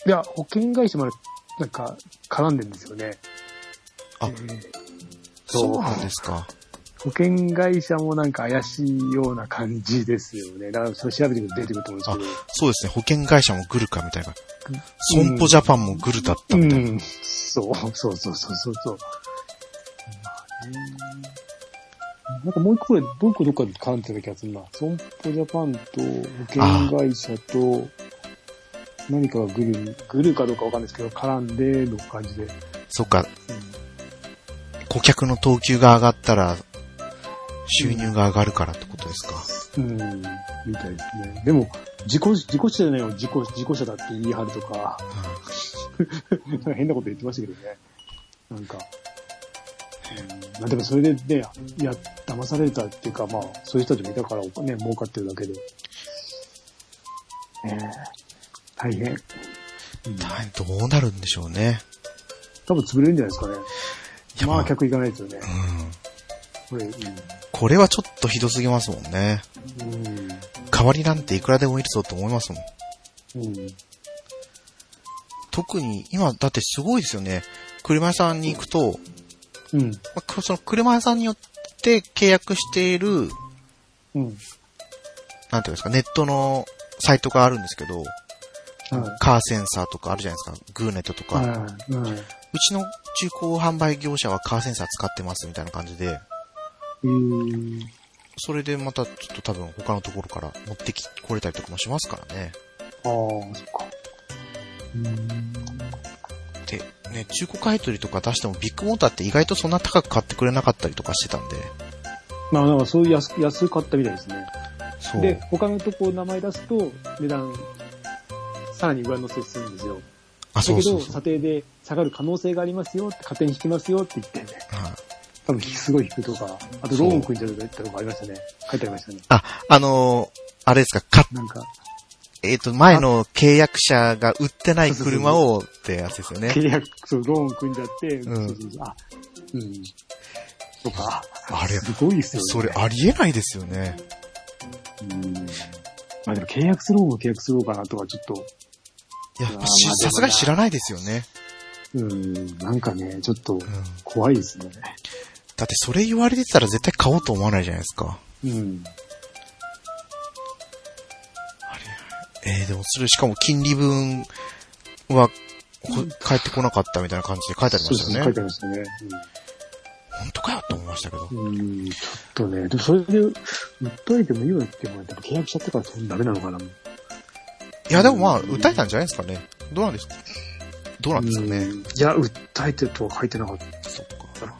Speaker 2: いや、保険会社まで、なんか、絡んでるんですよね。
Speaker 1: あ
Speaker 2: えー
Speaker 1: そうなんですか。
Speaker 2: 保険会社もなんか怪しいような感じですよね。だから、それ調べてくると出てくると思うんですけど。
Speaker 1: そうですね。保険会社もグルかみたいな。
Speaker 2: うん
Speaker 1: 損保ジャパンもグルだったみたいな。
Speaker 2: うん、そう、そうそうそうそうそう。なんかもう一個ぐらい、もう一個どっかで絡んでた気がするな。損保ジャパンと保険会社と、何かがグルー、グルーかどうかわかんないですけど、絡んでの感じで。
Speaker 1: そっか、顧客の等級が上がったら、収入が上がるからってことですか。
Speaker 2: うん、うんみたいですね。でも、事故、事故車じゃないよ、事故、事故車だって言い張るとか、なんか変なこと言ってましたけどね。なんか。うんまあ、でもそれでね、いや、騙されたっていうか、まあ、そういう人たちもいたからお金儲かってるだけで。ええ大変。
Speaker 1: 大変どうなるんでしょうね。
Speaker 2: 多分潰れるんじゃないですかね。
Speaker 1: いや
Speaker 2: ま
Speaker 1: ま
Speaker 2: あ、
Speaker 1: あ
Speaker 2: 客いかないですよね。
Speaker 1: うん。
Speaker 2: これ、
Speaker 1: これはちょっとひどすぎますもんね。
Speaker 2: うん。
Speaker 1: 代わりなんていくらでもいるぞと思いますもん。
Speaker 2: うん。うん。
Speaker 1: 特に、今、だってすごいですよね。車屋さんに行くと、
Speaker 2: うん。
Speaker 1: まあくその車屋さんによって契約している、
Speaker 2: うん。
Speaker 1: なんていうんですか、ネットのサイトがあるんですけど、
Speaker 2: はい
Speaker 1: カーセンサーとかあるじゃないですか、グーネットとか。
Speaker 2: はい。はい。
Speaker 1: うちの中古販売業者はカーセンサー使ってますみたいな感じで、
Speaker 2: えー
Speaker 1: それでまたちょっと多分他のところから持ってき、来れたりとかもしますからね。
Speaker 2: ああ、そっか。うん。
Speaker 1: で、ね、中古買い取りとか出してもビッグモーターって意外とそんな高く買ってくれなかったりとかしてたんで。
Speaker 2: まあ、なんかそういう安、安かったみたいですね。
Speaker 1: そ
Speaker 2: で、他のとこ名前出すと、値段さらに上乗せするんですよ。
Speaker 1: あ、そうそう
Speaker 2: だけど、
Speaker 1: そう。
Speaker 2: 査定で下がる可能性がありますよって、勝手に引きますよって言って、
Speaker 1: はい
Speaker 2: 多分すごい引くとか、あとローン組んでるとかありましたね。書いてありましたね。
Speaker 1: あ、あのーあれですか、か、
Speaker 2: なんか、
Speaker 1: えっ、と、前の契約者が売ってない車をってやつですよね。
Speaker 2: 契約、そう、ローン組んじゃって、
Speaker 1: うん
Speaker 2: そうそうそうあ、うん。とか、
Speaker 1: あれ
Speaker 2: すごいですよね。
Speaker 1: それありえないですよね。
Speaker 2: うん。まあでも契約する方も契約する方かなとか、ちょっと、
Speaker 1: いや、
Speaker 2: う
Speaker 1: し
Speaker 2: わーまあでもな
Speaker 1: さすがに知らないですよね。
Speaker 2: うん、なんかね、ちょっと
Speaker 1: うん。
Speaker 2: 怖いですね。
Speaker 1: だってそれ言われてたら絶対買おうと思わないじゃないですか。
Speaker 2: うん。
Speaker 1: えー、でもそれしかも金利分は、こ返ってこなかったみたいな感じで書いてありま
Speaker 2: そうで
Speaker 1: し
Speaker 2: す
Speaker 1: た
Speaker 2: ね。
Speaker 1: よ
Speaker 2: 書い
Speaker 1: ね
Speaker 2: て。ありましたね。
Speaker 1: 本当かよって思いましたけど。
Speaker 2: うん、ちょっとね、でもそれで、売っといてもいいわっても、でも契約しちゃってからそれダメなのかな。
Speaker 1: いや、でもまあ、訴えたんじゃないですかね。どうなんですかどうなんですかね。
Speaker 2: うんいや、訴えてとは書いてなかっ
Speaker 1: そっか。
Speaker 2: たな。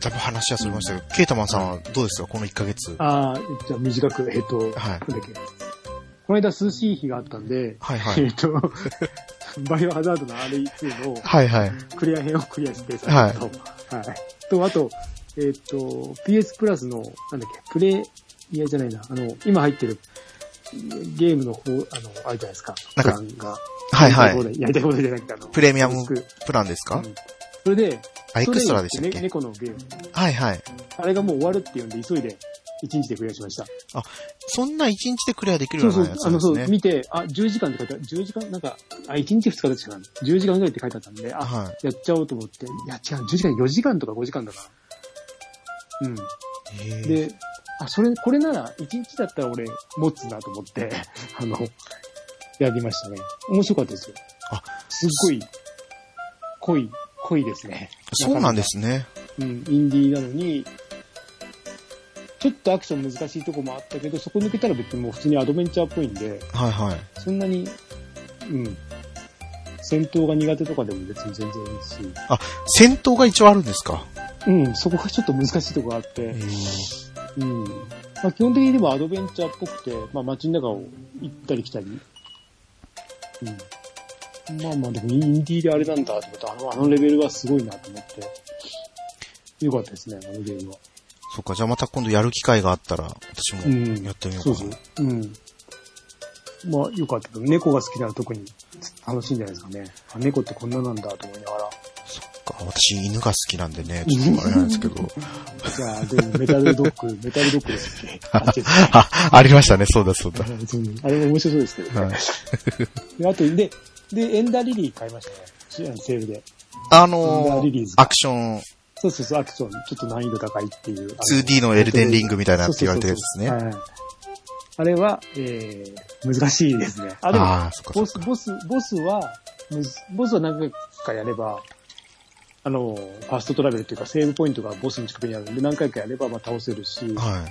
Speaker 1: だいぶ話はそれましたけど、ケイタマンさんはどうですかこの1ヶ月。は
Speaker 2: ああ、じゃあ短く、えっと、
Speaker 1: い。はい
Speaker 2: なんだっけ。この間涼しい日があったんで、
Speaker 1: は
Speaker 2: え
Speaker 1: い。
Speaker 2: っと、バイオハザードの RE2 の
Speaker 1: はいはい。
Speaker 2: クリア編をクリアして、さっきとはい。と、あと、えっと、PS プラスの、なんだっけ、プレイヤーじゃないな、あの、今入ってるゲームの方、あの、あれじゃないですか、
Speaker 1: なんか
Speaker 2: プランが。
Speaker 1: はいは
Speaker 2: やりた放
Speaker 1: い。
Speaker 2: 題やりたい放題じゃなくて、あの、
Speaker 1: プレミアム
Speaker 2: ディスク
Speaker 1: プランですか
Speaker 2: うんそれで、
Speaker 1: あ、エクストラでしたっ
Speaker 2: ストレイジってね
Speaker 1: け
Speaker 2: 猫のゲーム。
Speaker 1: はいはい。
Speaker 2: あれがもう終わるっていうんで、急いで、1日でクリアしました。
Speaker 1: そんな1日でクリアできる
Speaker 2: そ
Speaker 1: よ
Speaker 2: う
Speaker 1: うな
Speaker 2: そ
Speaker 1: や
Speaker 2: う、
Speaker 1: つな
Speaker 2: あ
Speaker 1: ん
Speaker 2: の、
Speaker 1: です
Speaker 2: そう、
Speaker 1: ね。
Speaker 2: 見て、あ、10時間って書いてあ10時間、なんか、あ、1日2日でしかない。10時間ぐらいって書いてあったんで、あ、
Speaker 1: はい。
Speaker 2: やっちゃおうと思って、いや、違う、10時間、4時間とか5時間だから。うん。
Speaker 1: へー
Speaker 2: で、あ、それ、これなら、1日だったら俺、持つなと思って、 あの、やりましたね。面白かったですよ。
Speaker 1: あ、
Speaker 2: すっごい、濃い、濃いですね。
Speaker 1: そうなんですね。
Speaker 2: うん、インディーなのに、ちょっとアクション難しいとこもあったけど、そこ抜けたら別にもう普通にアドベンチャーっぽいんで、
Speaker 1: はいはい。
Speaker 2: そんなに、うん、戦闘が苦手とかでも別に全然いいし、
Speaker 1: 戦闘が一応あるんですか
Speaker 2: うん、そこがちょっと難しいとこがあって、うん。まあ、基本的にでもアドベンチャーっぽくて、まあ街の中を行ったり来たり、うん。まあまあでもインディーであれなんだと思って、あの、あのレベルはすごいなと思って、よかったですね、あのゲームは。
Speaker 1: そっか、じゃあまた今度やる機会があったら、私も
Speaker 2: うん
Speaker 1: やってみようか
Speaker 2: そう
Speaker 1: な。
Speaker 2: そう。うん。まあ、よかったけど、猫が好きなら特に楽しいんじゃないですかね。あ猫ってこんななんだと思いながら。
Speaker 1: そっか私犬が好きなんで ね、ちょっとあれなんですけど。
Speaker 2: じゃあ、でもメタルドッグ、メタルドッグです っけあっちです
Speaker 1: あ、ありましたね、そうだそうだ。
Speaker 2: うんあれも面白そうですけどね。
Speaker 1: はい
Speaker 2: であと、で、で、エンダーリリー買いましたねしあの。セールで。
Speaker 1: あ
Speaker 2: エンダ
Speaker 1: の
Speaker 2: ーリリー
Speaker 1: ー
Speaker 2: ズ、
Speaker 1: アクション
Speaker 2: そうそうそう、アクション、ちょっと難易度高いっていう。
Speaker 1: 2D のエルデンリングみたいな
Speaker 2: あの
Speaker 1: って言われてるやつです。ね。
Speaker 2: そうそうそうはいあれは、えー、難しいですね。あ、でも、
Speaker 1: ああ、そっかそ
Speaker 2: ボ
Speaker 1: っ
Speaker 2: ス、
Speaker 1: か。
Speaker 2: ボス、ボスは、むずボスは何回かやれば、あの、ファーストトラベルっていうか、セーブポイントがボスの近くにあるんで、何回かやれば、まあ、倒せるし、
Speaker 1: は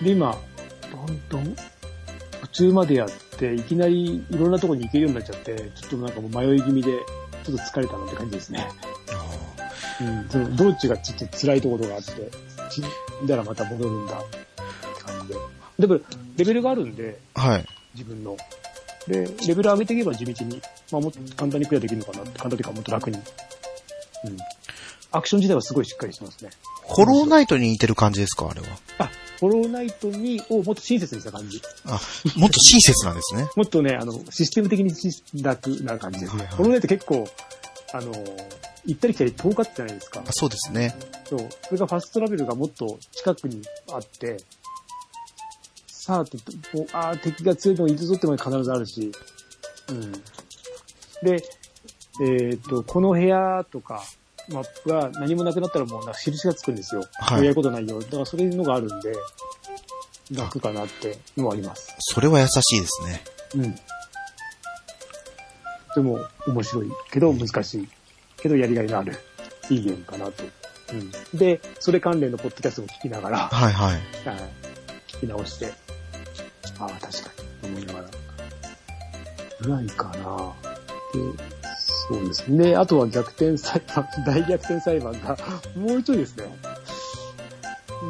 Speaker 1: い。
Speaker 2: で、今、どんどん、途中までやって、いきなりいろんなとこに行けるようになっちゃって、ちょっとなんかもう迷い気味で、ちょっと疲れたなって感じですね。
Speaker 1: あ
Speaker 2: うん、その道中がちょっと辛いところがあって、死んだらまた戻るんだって感じで。でも、レベルがあるんで、
Speaker 1: ーはい。
Speaker 2: 自分の。で、レベル上げていけば地道に、まあ、もっと簡単にクリアできるのかなって、簡単というかもっと楽に。うん。アクション自体はすごいしっかりしてますね。
Speaker 1: ホローナイトに似てる感じですかあれは。
Speaker 2: あ、ホローナイトに、をもっと親切にした感じ。
Speaker 1: あ、もっと親切なんですね。
Speaker 2: もっとね、あの、システム的にし楽な感じです
Speaker 1: はい
Speaker 2: ね
Speaker 1: は。い
Speaker 2: ホローナイト結構、あの、行ったり来たり遠かったじゃないですか
Speaker 1: あ。そうですね。
Speaker 2: そう。それがファストトラベルがもっと近くにあって、さあって、もうああ、敵が強いのがいるぞってまで必ずあるし、うん。で、えーっ、と、この部屋とか、マップが何もなくなったらもうなんか印がつくんですよ。
Speaker 1: はい
Speaker 2: もうやることないよ。だからそういうのがあるんで、楽かなってのはあります。
Speaker 1: それは優しいですね。
Speaker 2: うん。でも、面白いけど難しい。けどやりがいのある。いいゲームかなと。うん。で、それ関連のポッドキャストも聞きな がら、
Speaker 1: はいはい。
Speaker 2: はい聞き直して、ああ、確かに、思いながら。ぐらいかな。で、そうですね。 あとは逆転裁判、大逆転裁判が、もう一人ですね。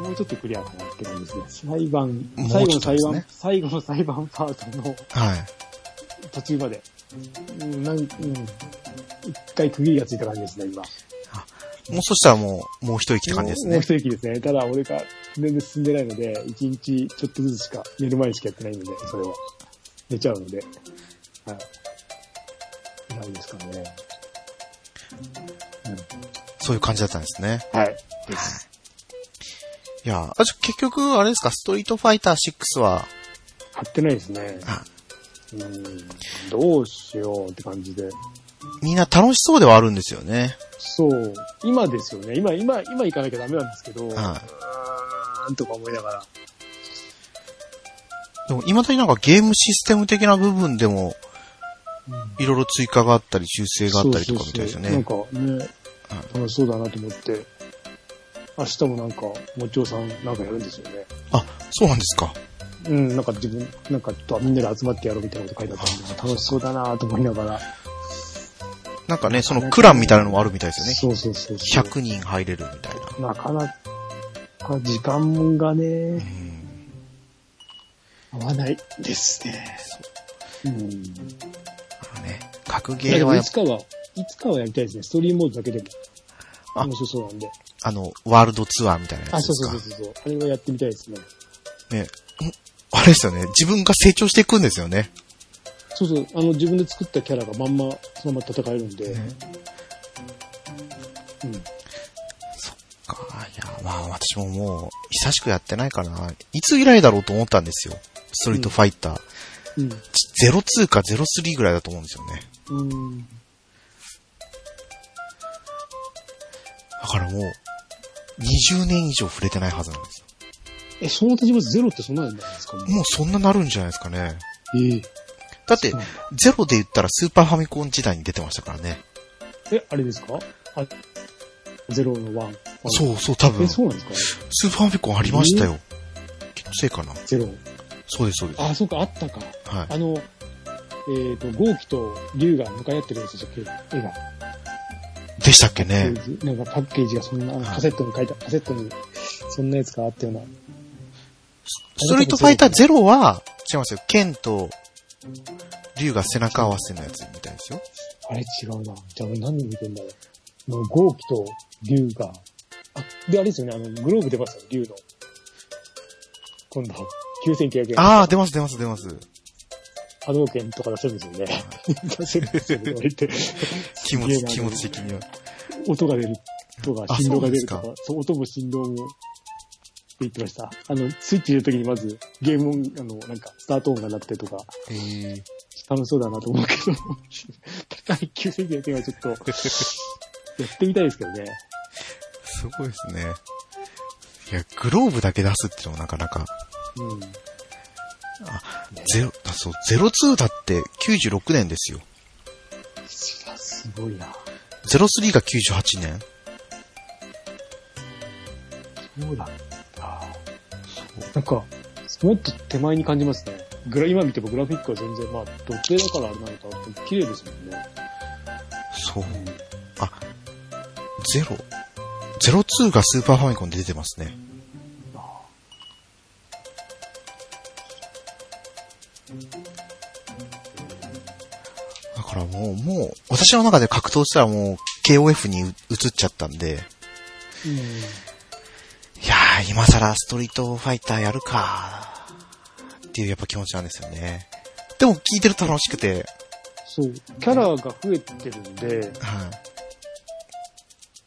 Speaker 2: もうちょっとクリアかなって感じですね。裁判、
Speaker 1: もう
Speaker 2: 最後
Speaker 1: ちょ
Speaker 2: の
Speaker 1: っと
Speaker 2: 裁
Speaker 1: です
Speaker 2: 判、
Speaker 1: ね
Speaker 2: 最後の裁判パートの
Speaker 1: はい。
Speaker 2: 途中まで。うん、なん、うん。一回区切りがついた感じですね、今。
Speaker 1: もうそしたらもう、もう一息って感じです
Speaker 2: もう
Speaker 1: ね。
Speaker 2: 一息ですね。ただ、俺が全然進んでないので、一日ちょっとずつしか、寝る前にしかやってないので、それは。寝ちゃうので。はい。なんですかね。
Speaker 1: そういう感じだったんですね。
Speaker 2: はい。
Speaker 1: いや、あじゃあ結局、あれですか、ストリートファイター6は、
Speaker 2: 貼ってないですね。
Speaker 1: あ
Speaker 2: うん。どうしようって感じで。
Speaker 1: みんな楽しそうではあるんですよね。
Speaker 2: そう。今ですよね。今、今、今行かなきゃダメなんですけど、う
Speaker 1: は
Speaker 2: ーんとか思いながら。
Speaker 1: い。でも、未だになんかゲームシステム的な部分でも、いろいろ追加があったり、修正があったりとかみたいですよね。
Speaker 2: そうそうそうなんかね、楽しそうだなと思って、明日もなんか、もちおさんなんかやるんですよね。
Speaker 1: あ、そうなんですか。
Speaker 2: うん、なんか自分、なんかちょっとみんなで集まってやろうみたいなこと書いてあったんで、楽しそうだなと思いながら。
Speaker 1: なんかね、そのクランみたいなのもあるみたいですよね。
Speaker 2: そうそうそうそう。
Speaker 1: 100人入れるみたいな。
Speaker 2: なかなか時間が
Speaker 1: う
Speaker 2: ね、
Speaker 1: ん。
Speaker 2: 合わないですね。うん。
Speaker 1: だからね、格
Speaker 2: だけ
Speaker 1: ゲー
Speaker 2: ど
Speaker 1: はや
Speaker 2: い
Speaker 1: っ
Speaker 2: つかは、いつかはやりたいですね。ストーリーモードだけでも。
Speaker 1: あ
Speaker 2: 面白そうなんで。
Speaker 1: ぱ、あの、ワールドツアーみたいなや
Speaker 2: あ、
Speaker 1: つ
Speaker 2: そ
Speaker 1: で
Speaker 2: う
Speaker 1: す
Speaker 2: そう
Speaker 1: か。
Speaker 2: そうそう。あれはやってみたいですね。
Speaker 1: ね、んあれですよね。自分が成長していくんですよね。
Speaker 2: そうそう。あの、自分で作ったキャラがまんま、そのまま戦えるんで。
Speaker 1: ね
Speaker 2: うん。
Speaker 1: かいや、まあ私ももう、久しくやってないからな。いつ以来だろうと思ったんですよ。ストリートファイター。
Speaker 2: うん。
Speaker 1: ゼロ02か03ぐらいだと思うんですよね。
Speaker 2: うん。
Speaker 1: だからもう、20年以上触れてないはずなんですよ。
Speaker 2: え、その立場ゼロってそんななんですかもう
Speaker 1: もうそんななるんじゃないですかね。
Speaker 2: ええ
Speaker 1: だって
Speaker 2: そう、
Speaker 1: ゼロで言ったらスーパーファミコン時代に出てましたからね。
Speaker 2: え、あれですかあ、ゼロのワン。
Speaker 1: そうそう、多
Speaker 2: え、
Speaker 1: 分。ス
Speaker 2: そうなんですか
Speaker 1: ーパーファミコンありましたよ。気のせいかな。
Speaker 2: ゼロ。
Speaker 1: そうです、そうです。
Speaker 2: あ、そうか、あったか。
Speaker 1: はい。
Speaker 2: あの、えっ、と、豪輝と龍が向かい合ってるやつでしたっけ絵が。
Speaker 1: でしたっけね。
Speaker 2: なんかパッケージがそんな、あのカセットに書いた、カセットに、そんなやつがあったような。
Speaker 1: ストリートファイターゼロは、違いますよ。剣と、竜が背中合わせのやつみたいですよ。
Speaker 2: あれ違うな。じゃあ俺何見てんだろう。もう豪輝と龍が。あ、で、あれですよね、あの、グローブ出ますよ、龍の。今度、9900円。
Speaker 1: ああ、出ます出ます出ます。
Speaker 2: 波動拳とか出せるんですよね。 出せるんですよね、こうやって。
Speaker 1: 気持ち、
Speaker 2: すげえな
Speaker 1: 気持ち的には。
Speaker 2: 音が出るとか
Speaker 1: あ、
Speaker 2: 振動が出ると
Speaker 1: そう
Speaker 2: か、そう、音も振動も、って言ってました。あの、スイッチ入れるときにまず、ゲーム音、あの、なんか、スタート音が鳴ってとか、
Speaker 1: えー、
Speaker 2: 楽しそうだなと思うけど、 高い9900円はちょ っと、やってみたいですけどね。
Speaker 1: すごいですね。いや、グローブだけ出すっていうのもなかなか、
Speaker 2: うん。
Speaker 1: ゼロ、あそう、ゼロツーだって96年ですよ。
Speaker 2: すごいな。
Speaker 1: ゼロスリーが98年。
Speaker 2: そうだあなんか、もっと手前に感じますね。グラ今見てもグラフィックは全然、まあ、土手だからあれなのか、綺麗ですもんね。
Speaker 1: そう。あ、ゼロ。ゼロツーがスーパーファミコンで出てますね。だからもう、もう、私の中で格闘したらもう KOF に移っちゃったんで、いやー、今更ストリートファイターやるかっていうやっぱ気持ちなんですよね。でも聞いてると楽しくて、
Speaker 2: そう。キャラが増えてるんで、
Speaker 1: はい。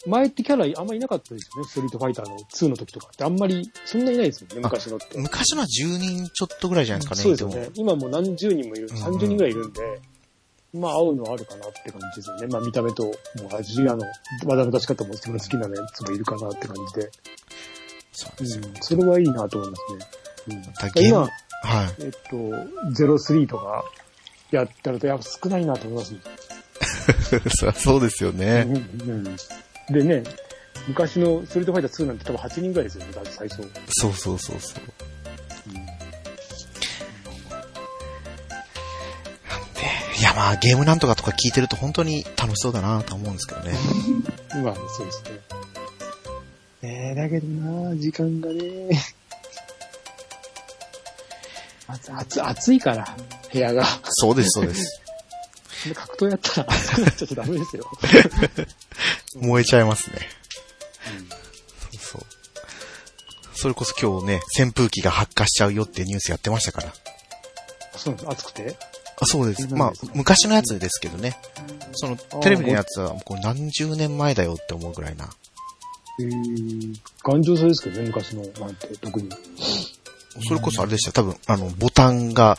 Speaker 2: 前ってキャラあんまりいなかったですよね。ストリートファイターの2の時とかってあんまり、そんないないですよね、昔のって。
Speaker 1: 昔のは10人ちょっとぐらいじゃないですか
Speaker 2: そう
Speaker 1: ね、
Speaker 2: ですよ
Speaker 1: も
Speaker 2: ね。今もう何十人もいる、
Speaker 1: うん
Speaker 2: 30人ぐらいいるんで、まあ合うのはあるかなって感じですよね。まあ見た目と、もう味、あの、技の出し方も自分の好きなやつもいるかなって感じで。
Speaker 1: そうなん
Speaker 2: う
Speaker 1: ですよ。
Speaker 2: ん、それはいいなと思いますね。
Speaker 1: だ
Speaker 2: うん、
Speaker 1: ゲームは
Speaker 2: 今、
Speaker 1: い。
Speaker 2: えっと、03とかやってると、やっぱ少ないなと思いますね。
Speaker 1: そりゃそうですよね。
Speaker 2: うんうんでね、昔のストリートファイター2なんて多分8人ぐらいですよね、だって最初。
Speaker 1: そうそうそうそう。なんで、いやまあゲームなんとかとか聞いてると本当に楽しそうだなとは思うんですけどね。
Speaker 2: うん、まあ、そうですね。ねえ、だけどな、時間がね。暑、暑、暑いから、部屋が。
Speaker 1: そうです、そうです。
Speaker 2: 格闘やったら 暑くなっちゃダメですよ。
Speaker 1: 燃えちゃいますね。そう。それこそ今日ね、扇風機が発火しちゃうよっていうニュースやってましたから。
Speaker 2: そうなんです、暑くて。
Speaker 1: あそうです。まあ、昔のやつですけどね。その、テレビのやつは、こう何十年前だよって思うぐらいな。
Speaker 2: えー、頑丈そうですけどね、昔のなんて、特に。
Speaker 1: それこそあれでしたよ。多分、あの、ボタンが、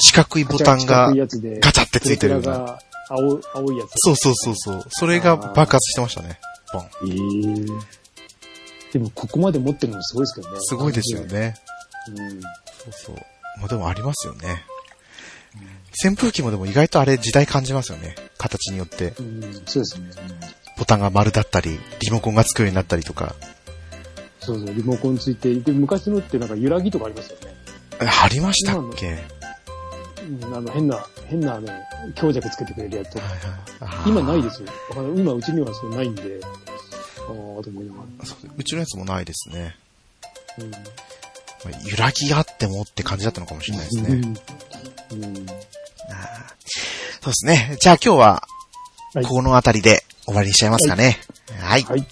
Speaker 1: 四角いボタンが
Speaker 2: 四角いやつで
Speaker 1: ガチャってついてるような。
Speaker 2: が青、青いやつ。
Speaker 1: そうそうそうそう。それが爆発してましたね。ボン。
Speaker 2: えー、でも、ここまで持ってるのすごいですけどね。
Speaker 1: すごいですよ。ね。
Speaker 2: うん。
Speaker 1: そうそう。まあでもありますよね。扇風機もでも意外とあれ時代感じますよね。形によって。
Speaker 2: うん、そうですね。
Speaker 1: ボタンが丸だったり、リモコンがつくようになったりとか。
Speaker 2: そうそう、リモコンついて、で昔のってなんか揺らぎとかありますよね。
Speaker 1: えありましたっけ
Speaker 2: うん、あの、変な、変なあの、強弱つけてくれるやつとか。今
Speaker 1: 今。
Speaker 2: ないですすよ。あの今、うちにはそうないんで、ああ、と思いなが
Speaker 1: そううちのやつもないですね。
Speaker 2: ら。うん
Speaker 1: まあ揺らぎがあってもって感じだったのかもしれないですね。
Speaker 2: うん。うん。
Speaker 1: そうですね。じゃあ今日は
Speaker 2: はい、
Speaker 1: このあたりで終わりにしちゃいますかね。はい。
Speaker 2: はい。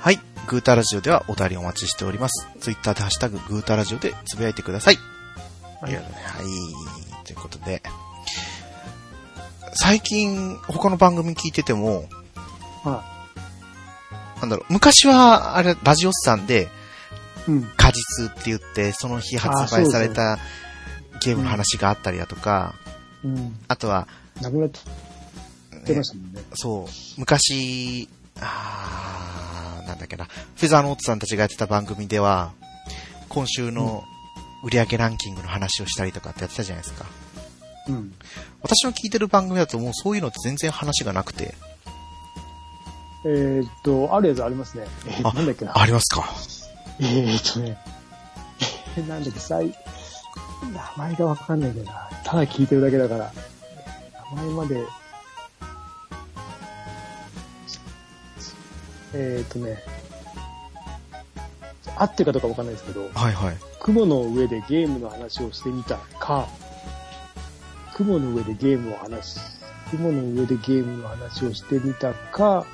Speaker 1: はい。グータラジオではお便りお待ちしております。ツイッターでハッシュタググータラジオでつぶやいてください。
Speaker 2: はい
Speaker 1: はい。ということで。最近、他の番組聞いてても、
Speaker 2: は
Speaker 1: なんだろう、昔は、あれ、ラジオスさんで、
Speaker 2: い。うん。
Speaker 1: 果実って言って、その日発売されたゲームの話があったりだとか、
Speaker 2: うん。
Speaker 1: あとは、
Speaker 2: なくなって
Speaker 1: ね
Speaker 2: ましたもんね。
Speaker 1: そう、昔、あーなんだっけな、フェザーノートさんたちがやってた番組では、今週の売り上げランキングの話をしたりとかってやってたじゃないですか。
Speaker 2: うん。
Speaker 1: 私の聞いてる番組だともうそういうのって全然話がなくて。
Speaker 2: えーっと、あるやつありますね。えーなんだっけな。
Speaker 1: りますか。
Speaker 2: えーっとね。え ーなんだっけ、さい、名前がわかんないけどな。ただ聞いてるだけだから。名前まで。えーっとね。合ってるかどうかわかんないですけど、
Speaker 1: はいはい。
Speaker 2: 雲の上でゲームの話をしてみたか、雲の上でゲームを話し、雲の上でゲームの話をしてみたか、